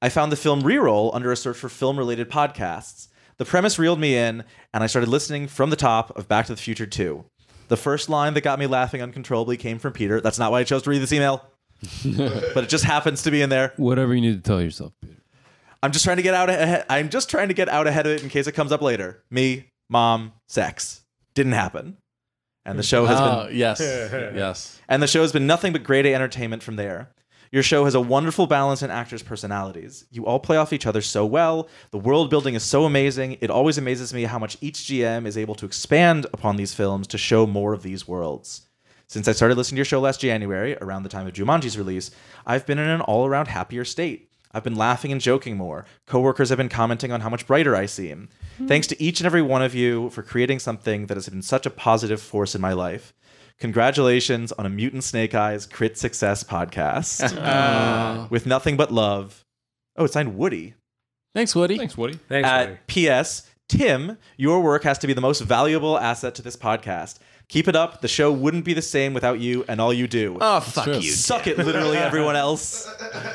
I found the film Reroll under a search for film related podcasts. The premise reeled me in, and I started listening from the top of Back to the Future 2. The first line that got me laughing uncontrollably came from Peter. That's not why I chose to read this email,
*laughs*
but it just happens to be in there.
Whatever you need to tell yourself, Peter.
I'm just trying to get out ahead. I'm just trying to get out ahead of it in case it comes up later. Me, mom, sex didn't happen, and the show has been
Ah, yes. yes.
and the show has been nothing but great entertainment from there. Your show has a wonderful balance in actors' personalities. You all play off each other so well. The world building is so amazing. It always amazes me how much each GM is able to expand upon these films to show more of these worlds. Since I started listening to your show last January, around the time of Jumanji's release, I've been in an all around happier state. I've been laughing and joking more. Coworkers have been commenting on how much brighter I seem. Thanks to each and every one of you for creating something that has been such a positive force in my life. Congratulations on a Mutant Snake Eyes Crit
*laughs*
Success podcast.
Oh.
With nothing but love. Oh, it's signed Woody.
Thanks, Woody.
Thanks, Woody.
Thanks,
At
buddy.
P.S. Tim, your work has to be the most valuable asset to this podcast. Keep it up. The show wouldn't be the same without you and all you do.
Oh, fuck you.
Suck it, literally everyone
*laughs*
else.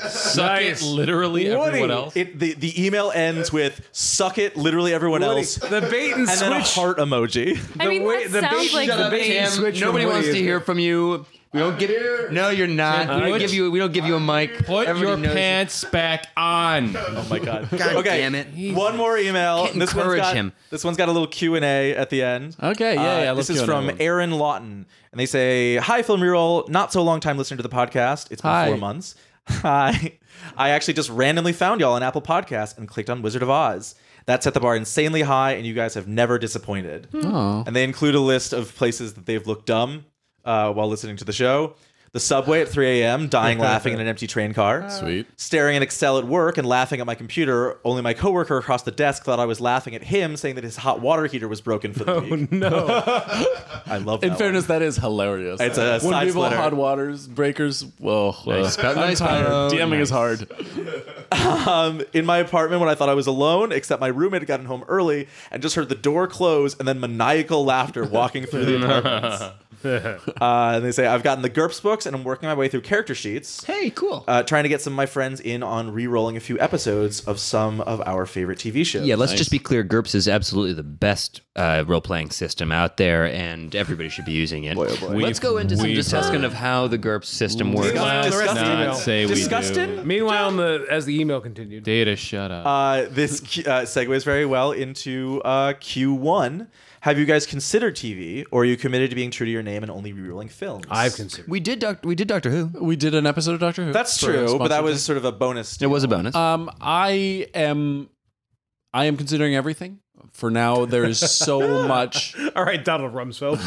Suck it, literally everyone else.
It, the, the email ends with "suck it," literally everyone else, *laughs* and
The bait and
then a
switch.
heart emoji.
I mean,
way-
that
the
sounds
baby's
like
got a
the
baby.
big-
Tim, switch from
nobody wants to
Woody.
hear from you. We don't give you. No, you're not. We don't give you. We don't give you a mic.
Put
Everybody
your
knows-
pants back on.
Oh my god! *laughs*
God
okay,
damn it.
One more email.
Can't
This one's
encourage
got
him.
this one's got a little Q and A at the end.
Okay, yeah, yeah.
Uh,
let's
this is
do another
from
one.
Aaron Lawton, and they say, "Hi, Film Reroll. Not so long time listener to the podcast. It's been
Hi.
four months. *laughs* Hi. I actually just randomly found y'all on Apple Podcasts and clicked on Wizard of Oz. That set the bar insanely high, and you guys have never disappointed.
Hmm.
And they include a list of places that they've looked dumb uh, while listening to the show." The subway at 3
*laughs*
a.m., dying laughing in an empty train car.
Uh. Sweet.
Staring at Excel at work and laughing at my computer. Only my coworker across the desk thought I was laughing at him, saying that his hot water heater was
*laughs*
broken
Oh,
for the week. I love.
In
that
fairness, that is hilarious.
It's
when
a side
people
splitter.
hot waters breakers. Whoa,
Nice.
uh, I'm
Nice,
tired.
Pyro.
DMing is hard.
one. in my apartment when I thought I was alone, except my roommate had gotten home early and just heard the door close and then maniacal laughter walking through the apartments.
*laughs*
uh, and they say I've gotten the GURPS books and I'm working my way through character sheets,
Hey, cool.
uh, trying to get some of my friends in on re-rolling a few episodes of some of our favorite TV shows.
yeah, let's just be clear. GURPS is absolutely the best uh, role playing system out there, and everybody should be using it.
oh,
let's go into some discussion of how the GURPS system works.
Disgust- disgusting.
not say we
Disgusting?
do.
Meanwhile, in the, as the email continued,
Data, shut up.
Uh, this Q- uh, segues very well into uh, Q1. Have you guys considered TV, or are you committed to being true to your name and only re-rolling films?
I've considered.
We did. Doc- we did Doctor Who.
We did an episode of Doctor Who.
That's
for a
true, but that
sponsored
was sort of a bonus.
It was a bonus.
Um, I am, I am considering everything. For now, there is so much.
All right, Donald Rumsfeld.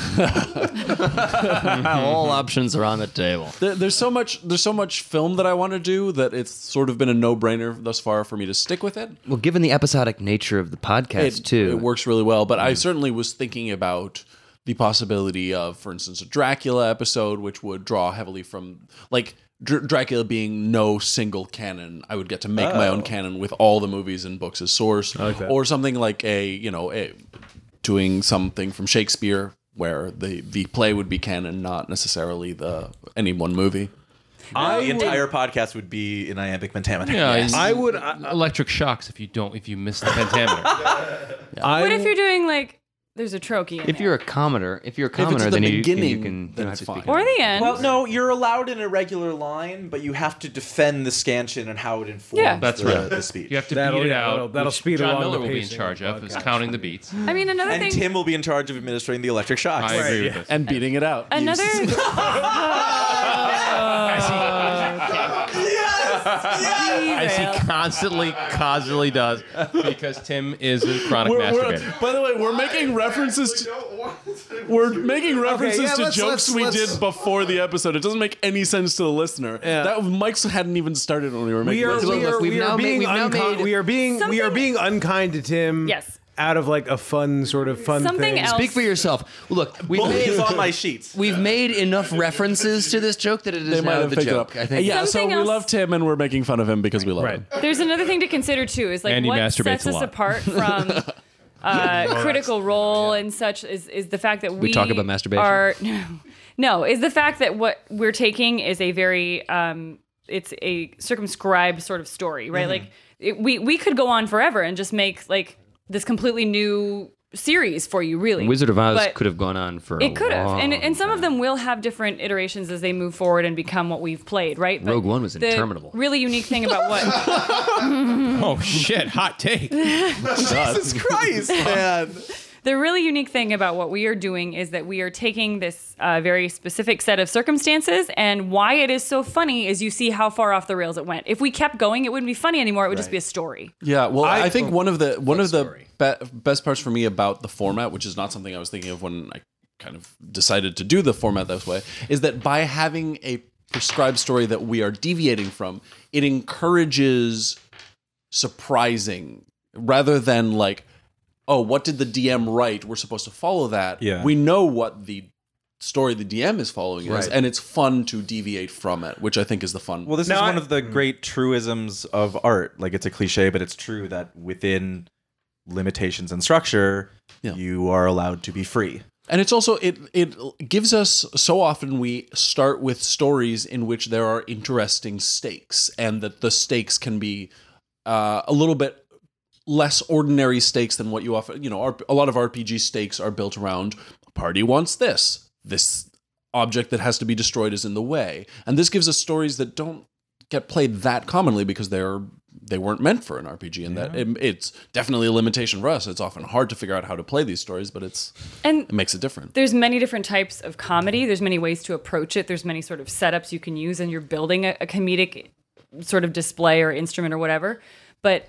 All options are on the table.
There, there's so much. There's so much film that I want to do that it's sort of been a no-brainer thus far for me to stick with it.
Well, given the episodic nature of the podcast, too,
It works really well. But I certainly was thinking about the possibility of, for instance, a Dracula episode, which would draw heavily from like Dr- Dracula being no single canon. I would get to make my own canon with all the movies and books as source, or something like a you know a doing something from Shakespeare. Where the, the play would be canon, not necessarily the any one movie.
the entire podcast would be in iambic pentameter.
yeah,
I would. I,
electric shocks if you don't if you miss
*laughs*
the pentameter.
I,
What if you're doing like there's a trochee? In
if
there.
you're a commoter, if you're a
If it's
commoter,
the
then you, you
beginning,
can. you
then
don't
it's
have to
fine.
speak.
or the end.
Well, no, you're allowed an irregular line, but you have to defend the scansion and how it informs
Yeah.
That's
the,
right.
the speech.
You have to
That'll-
beat it
yeah,
out.
that'll- that'll
which
speed
John
along
Miller
the
will be in
pacing
charge
of
of
the
is
podcast.
counting the beats.
I mean, another
and
thing.
Tim will be in charge of administering the electric shocks.
I agree with this.
And beating it out.
another. *laughs* *laughs*
As he constantly, constantly does because Tim is a chronic
We're- we're-
masturbator.
by the way, we're making references to
don't want to.
We're making references
yeah,
to
let's-
jokes
let's-
we
let's-
did before the episode. It doesn't make any sense to the listener. That Mike's hadn't even started when we were making.
we are,
this.
we are,
we've
we
now
are
made-
being
we've now
unkind.
made
We are being we are
something-
being unkind to Tim.
Yes.
Out of like a fun sort of fun
Something
thing.
else.
Speak for yourself. Look, we've
Bully is
made,
on my sheets.
*laughs* we've made enough references to this joke that it is
they might
now
have
the
picked it up.
joke. I think.
yeah, so
Something
we
else-
love Tim and we're making fun of him because we love
Right.
him.
There's another thing to consider too. Is like
And he
what
masturbates
sets
a
us
*laughs*
lot.
apart from uh, Critical Role and such is is the fact that we,
talk
*laughs*
about masturbation?
Are, no, is the fact that what we're taking is a very um, it's a circumscribed sort of story,
Mm-hmm.
right? Like it, we we could go on forever and just make like this completely new series for you, really.
Wizard of Oz
But-
could have gone on for.
it could have, and and some of them will have different iterations as they move forward and become what we've played, right? But
Rogue One was
the
interminable.
Really unique thing about what
Oh shit! Hot take.
Jesus Christ, man.
the really unique thing about what we are doing is that we are taking this uh, very specific set of circumstances, and why it is so funny is you see how far off the rails it went. If we kept going, it wouldn't be funny anymore; it would just be a story.
Yeah, well, I, think one of the one of the be- best parts for me about the format, which is not something I was thinking of when I kind of decided to do the format this way, is that by having a prescribed story that we are deviating from, it encourages surprising rather than like, oh, what did the DM write? We're supposed to follow that.
Yeah.
we know what the story the DM is following is, and it's fun to deviate from it, which I think is the fun.
Well, this
No,
is
I-
one of the great truisms of art. Like it's a cliche, but it's true that within limitations and structure,
Yeah.
you are allowed to be free.
And it's also it it gives us so often we start with stories in which there are interesting stakes and that the stakes can be uh, a little bit less ordinary stakes than what you often you know R- a lot of RPG stakes are built around party wants this this object that has to be destroyed is in the way and this gives us stories that don't get played that commonly because they're they weren't meant for an RPG and that it, it's definitely a limitation for us it's often hard to figure out how to play these stories but it's
And
it makes it different.
there's many different types of comedy. There's many ways to approach it. There's many sort of setups you can use, and you're building a, a comedic sort of display or instrument or whatever. But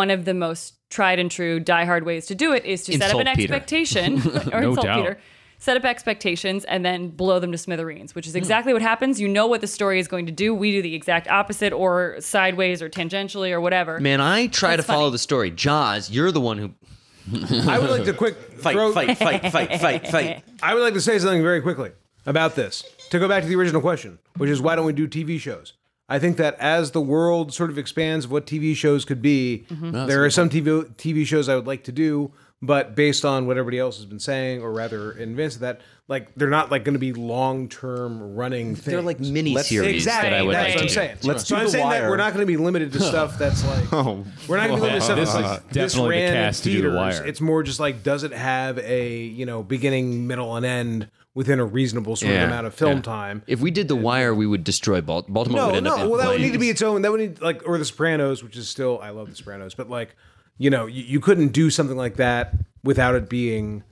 one of the most tried and true diehard ways to do it is to set up
Insult
an
Peter.
expectation or insult Peter. Set up expectations and then blow them to smithereens, which is exactly what happens. You know what the story is going to do. We do the exact opposite, or sideways, or tangentially, or whatever.
Man, I try to
That's funny.
follow the story. Jaws, you're the one who.
I would like to
*laughs*
quick
Fight,
throw,
fight,
*laughs*
fight, fight, fight, fight.
I would like to say something very quickly about this to go back to the original question, which is why don't we do TV shows? I think that as the world sort of expands of what TV shows could be,
Mm-hmm.
there are some TV TV shows I would like to do, but based on what everybody else has been saying, or rather in advance of that, like they're not like going to be long term running things.
They're like mini series
exactly.
that I would like
that's what
to
I'm
do.
saying.
Let's
so
do
I'm
The
saying that
Wire.
we're not going to be limited to
*laughs*
stuff that's like we're not going to be limited to stuff
Oh, This is
that's-
definitely the
ran in
cast to do The
theaters.
Wire.
It's more just like does it have a you know beginning, middle, and end within a reasonable sort
Yeah,
of amount of film
yeah.
time.
If we did The Wire, we would destroy Bal- Baltimore.
No,
would end
no.
Up in
Well, that would need to
flames.
be its own. That would need like or The Sopranos, which is still I love The Sopranos, but like you know you, you couldn't do something like that without it being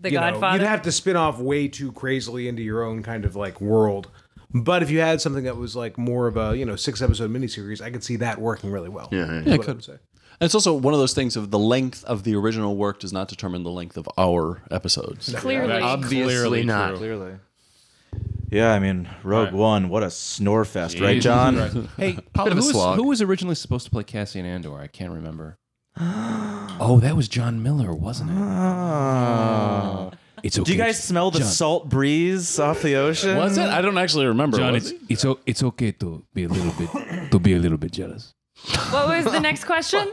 the
you know,
Godfather.
you'd have to spin off way too crazily into your own kind of like world. But if you had something that was like more of a you know six episode miniseries, I could see that working really well. Yeah, yeah, could. Say.
And it's also one of those things of the length of the original work does not determine the length of our episodes.
Clearly,
Obviously not.
Clearly. Yeah, I mean, Rogue One, what a snore fest, right, John?
Hey, Paul,
Bit of a
who, was,
slog.
who was originally supposed to play Cassian Andor? I
*gasps*
can't remember. oh, that was John Miller, wasn't it?
Ah.
It's okay.
Do you guys smell the salt breeze off the ocean?
Was it? I don't actually remember.
John,
was
it's,
it?
it's, o- it's okay to be a little bit to be a little
*laughs*
bit jealous.
what was the next question?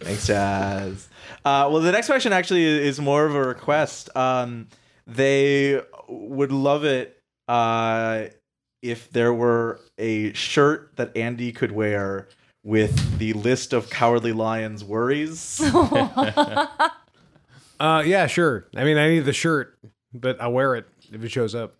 Thanks, Jazz. Uh, well, the next question actually is more of a request. Um, they would love it uh, if there were a shirt that Andy could wear with the list of Cowardly Lion's worries.
Uh, yeah, sure. I mean, I need the shirt, but I'll wear it if it shows up.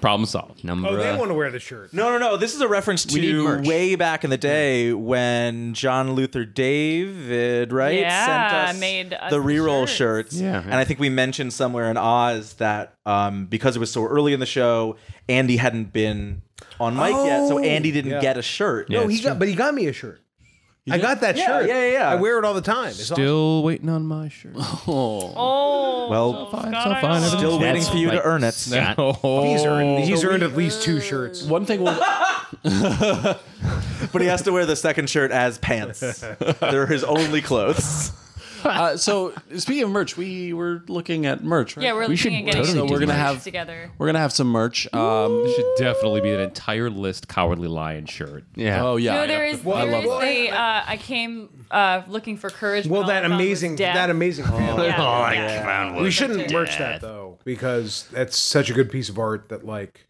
Problem solved.
Number.
Oh, they
uh,
want to wear the shirt.
No, no, no. This is a reference
need
to
merch.
way back in the day when John Luther David, right,
Yeah, made us
the reroll
shirts.
shirts. Yeah, and I think we mentioned somewhere in Oz that um, because it was so early in the show, Andy hadn't been on mic yet,
Oh,
so Andy didn't get a shirt.
no, he got, but he got me a shirt. I got that
Yeah,
shirt.
yeah, yeah, yeah.
I wear it all the time. It's awesome.
Still waiting on my shirt.
Oh,
Well,
Fine,
God,
so
I
fine.
know.
everything's
still
fine.
waiting for you to
like
earn it.
*laughs*
Scott.
He's earned, he's earned at least two shirts.
One thing we'll,
but he has to wear the second shirt as
*laughs*
pants. They're his only clothes.
uh, so speaking of merch, we were looking at merch, right?
yeah, we're
We should
looking at getting
totally
the
do
we're gonna
merch.
have together.
we're gonna have some merch. Um,
There should definitely be an entire list Cowardly Lion shirt.
Yeah.
oh yeah,
No,
I
there
know.
is. There
love
is a. Uh, I came uh, looking for courage.
Well,
but
that
all I found was
amazing,
death.
that amazing.
Oh,
family.
Yeah, yeah.
We shouldn't merch that though, because that's such a good piece of art that like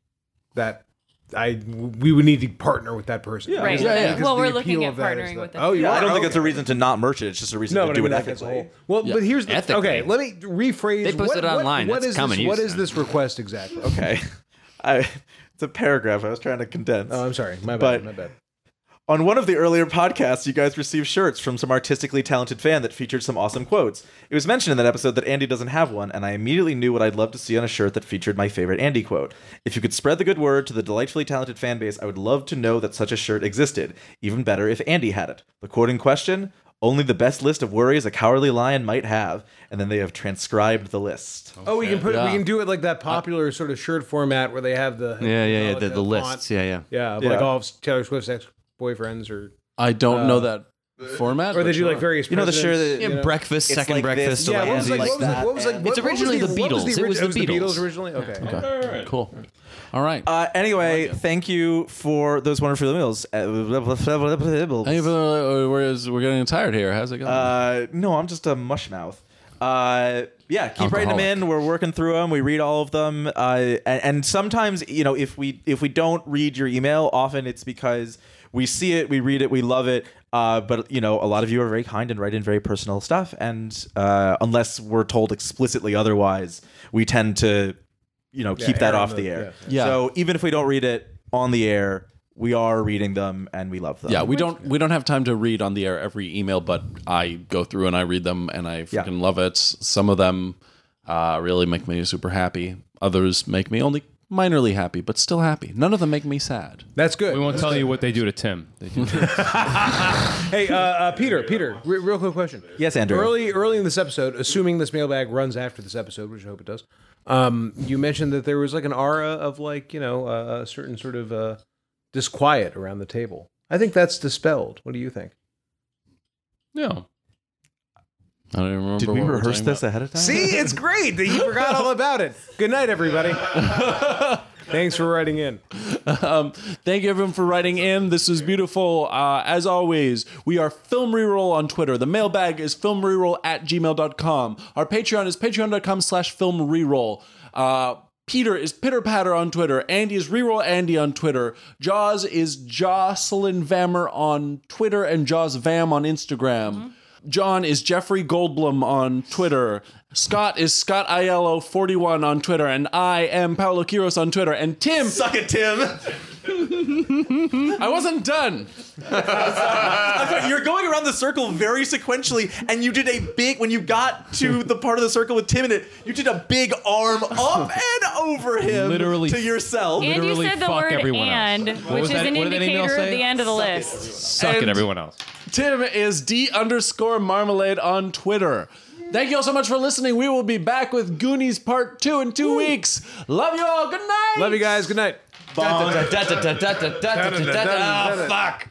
that I we would need to partner with that person.
Yeah.
Right.
Because-
Yeah, yeah.
because
Well,
the
we're
appeal
looking at
of that is
partnering
that-
with the-
Oh, you
Yeah,
are?
I don't think
Okay.
it's a reason to not merch it. It's just a reason
No,
to
but
do
I mean,
it
that's
ethically.
all. Well, but here's the
Ethically.
okay. Let me rephrase.
They post
what,
it
what-
online.
what
That's
is
common
this,
use
What is
now.
this request exactly?
Okay. *laughs* I, it's a paragraph I was trying to condense.
Oh, I'm sorry. My bad.
But-
my bad.
On one of the earlier podcasts, you guys received shirts from some artistically talented fan that featured some awesome quotes. It was mentioned in that episode that Andy doesn't have one, and I immediately knew what I'd love to see on a shirt that featured my favorite Andy quote. If you could spread the good word to the delightfully talented fan base, I would love to know that such a shirt existed. Even better if Andy had it. The quote in question only the best list of worries a cowardly lion might have, and then they have transcribed the list.
Oh, we can put we can do it like that popular sort of shirt format where they have the
Yeah, yeah, yeah.
uh,
The, the
font.
lists. Yeah, yeah.
Yeah, of,
Yeah.
like all of Taylor Swift's ex boyfriends or
I don't know that format.
or they
but
do like
sure.
various.
You know the shirt
presidents,
that-
you know?
breakfast,
It's
second
like
breakfast,
this,
a
Yeah, what was
Lindsay,
like,
like
what was,
that.
what was like?
It's
what was
originally the
what
Beatles. It was
orig-
the Beatles.
originally. Okay.
cool. All right.
Uh, anyway, thank you for those wonderful meals. Uh,
Hey, brother, uh, we're, we're getting tired here. How's it going?
Uh, no, I'm just a mush mouth. Uh, yeah, keep writing them in. We're working through them. We read all of them. Uh, and, and sometimes, you know, if we if we don't read your email, often it's because we see it, we read it, we love it. Uh, but you know, a lot of you are very kind and write in very personal stuff. And uh, unless we're told explicitly otherwise, we tend to, you know, keep that
err on
off
the-
the, air.
yeah. Yeah.
So even if we don't read it on the air, we are reading them and we love them.
yeah, we don't we don't have time to read on the air every email, but I go through and I read them, and I
Yeah.
freaking love it. Some of them uh, really make me super happy. Others make me only minorly happy, but still happy. None of them make me sad.
That's good.
We won't tell you what they do to Tim. They do
*laughs* Hey, uh, uh, Peter, Peter, re- real quick question.
Yes, Andrew.
Early, early in this episode, assuming this mailbag runs after this episode, which I hope it does, um, you mentioned that there was like an aura of like you know uh, a certain sort of uh, disquiet around the table. I think that's dispelled. What do you think?
no.
I don't even remember.
Did we
what we're
rehearse
talking
this
about.
ahead of time?
See, it's great that you forgot all about it. Good night, *laughs* everybody. Thanks for writing in.
Um, thank you everyone for writing in. This is beautiful. Uh, as always, we are Film Reroll on Twitter. The mailbag is filmreroll at gmail.com. Our Patreon is patreon.com slash film reroll. Uh, Peter is Pitter Patter on Twitter. Andy is Reroll Andy on Twitter. Jaws is Jocelyn Vammer on Twitter and Jaws Vam on Instagram. John is Jeffrey Goldblum on Twitter. Scott is Scott ILO41 on Twitter. And I am Paolo Quiros on Twitter. And Tim
Suck it, Tim.
I wasn't done.
You're going around the circle very sequentially, and you did a big. When you got to the part of the circle with Tim in it, you did a big arm
*laughs*
up and over him,
Literally.
to yourself.
And you
Literally
said the
fuck
word
everyone else.
"and,"
What
which
was
is
that-
an
what did that email
indicator of
say?
the end of the list.
Suck
And-
at everyone else.
Tim is D underscore marmalade on Twitter. Thank you all so much for listening. We will be back with Goonies Part 2 in two weeks. Love you all. Good night.
Love you guys. Good night.
Oh, fuck.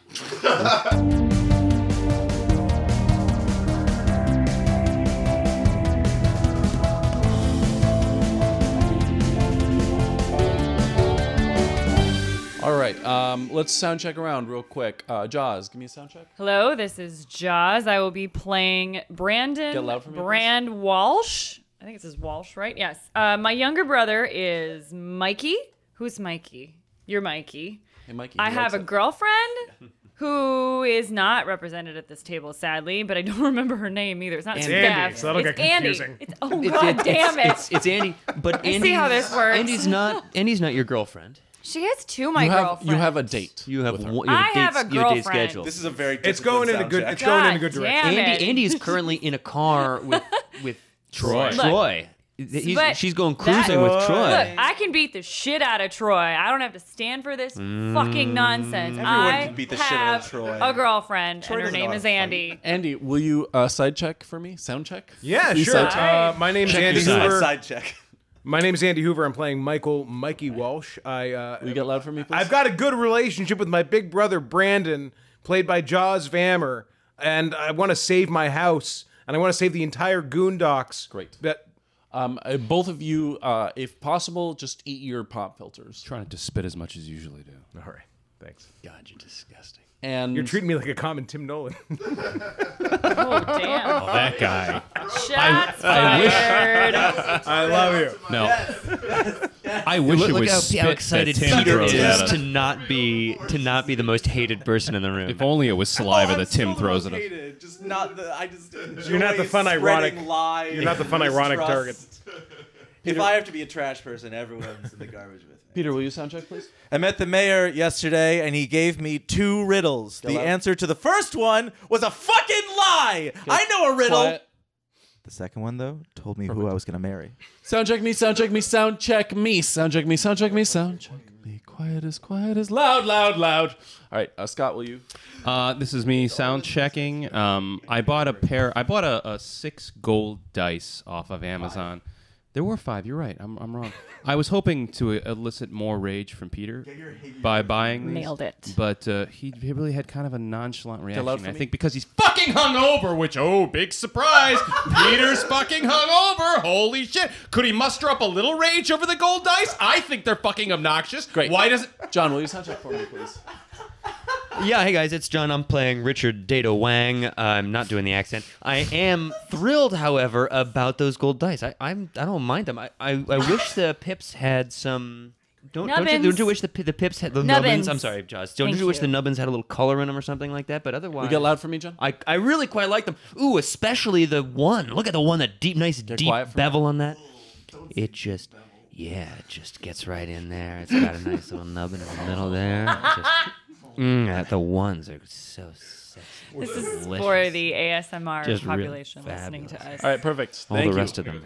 All right. Um, let's sound check around real quick. Uh, Jaws, give me a sound check.
Hello, this is Jaws. I will be playing Brandon
Get loud for me, please.
Brand Walsh. I think it says Walsh, right? Yes. Uh, my younger brother is Mikey. Who's Mikey? You're Mikey.
Hey, Mikey.
I
he
have
likes
a
it.
girlfriend who is not represented at this table, sadly, but I don't *laughs* remember her name either. It's not Steph.
Andy, so that'll
it's
get confusing.
Andy. It's, oh god, damn it!
It's, it's Andy, but
*laughs* I
Andy,
see how this works.
Andy's not Andy's not your girlfriend.
she has two my
You have,
girlfriends.
you have a date.
You have, one- you
I have
dates-
a
you date
girlfriend.
schedule.
is a very.
It's going in a good. It's going in a good
God
direction.
damn it.
Andy Andy is currently in a car
*laughs*
with with Troy.
Look.
Troy. He's-
But
she's going cruising
that-
with Troy.
Look, I can beat the shit out of Troy. I don't have to stand for this
Mm.
fucking nonsense.
Everyone
I
can beat the shit out
have
of Troy.
a girlfriend, and her
doesn't know
name
how
is
to fight. *laughs*
Andy.
Andy, will you uh, side check for me? Sound check?
Yeah,
Please
sure.
side check.
Uh, my name's Andy
your
Hoover.
side check.
My name's Andy Hoover. I'm playing Michael Mikey Walsh. I uh,
Will you get loud for me, please?
I've got a good relationship with my big brother Brandon, played by Jaws Vammer, and I want to save my house and I want to save the entire Goondocks.
Great.
But
Um, uh, both of you, uh, if possible, just eat your pop filters.
Trying to spit as much as you usually do.
all right. Thanks.
God, you're disgusting. And
You're treating me like a common Tim Nolan.
Oh damn!
That guy.
Shots
I wish-
fired.
*laughs*
I love you.
No. I wish it
look
was
how,
spit
how excited
that Tim
Peter
throws
is
at us.
to not be to not be the most hated person in the room.
If only it was
Oh,
saliva that Tim throws at us.
it. Just not the. I just.
You're not the fun ironic-
Lies,
you're not the fun ironic
mistrust. *laughs* If I have to be a trash person, everyone's in the garbage with me.
Peter, will you sound check, please?
I met the mayor yesterday, and he gave me two riddles. the
loud.
answer to the first one was a fucking lie. I know a
Oh.
riddle.
Quiet.
The second one, though, told me who I was going to marry.
Sound check me, sound check me, sound check me, sound check me, sound check me, sound check me. Quiet as quiet as loud, loud, loud. All right, uh, Scott, will you?
Uh, this is me sound checking. Um, I bought a pair. I bought a, a six gold dice off of Amazon. There were five. You're right. I'm, I'm wrong. I was hoping to e-, elicit more rage from Peter by buying these,
Nailed it.
but uh, he, he really had kind of a nonchalant reaction.
loud for
I
me?
think because he's fucking hungover, which oh big surprise, Peter's fucking hungover. Holy shit! Could he muster up a little rage over the gold dice? I think they're fucking obnoxious.
Great.
Why does not
John, will you sound check for me, please?
Yeah, hey guys, it's John. I'm playing Richard Data Wang. I'm not doing the accent. I am thrilled, however, about those gold dice. I, I'm I don't mind them. I, I, I wish the pips had some. Don't, don't, you,
Nubbins.
don't you wish the, pi- the pips had the nubbins?
Nubbins.
I'm sorry, Josh. Don't
Thank
you wish
you.
the nubbins had a little color in them or something like that? But otherwise,
You get loud for me, John?
I, I really quite like them. Ooh, especially the one. Look at the one, that deep, nice deep
quiet for me.
bevel on that. It just, yeah, it just gets right in there. It's got a nice little nub in the middle there. It Just, mm, the ones are so sexy.
This is
Delicious.
for the ASMR
Just really
population listening to us.
All right, perfect.
All
Thank
the
you.
rest of them.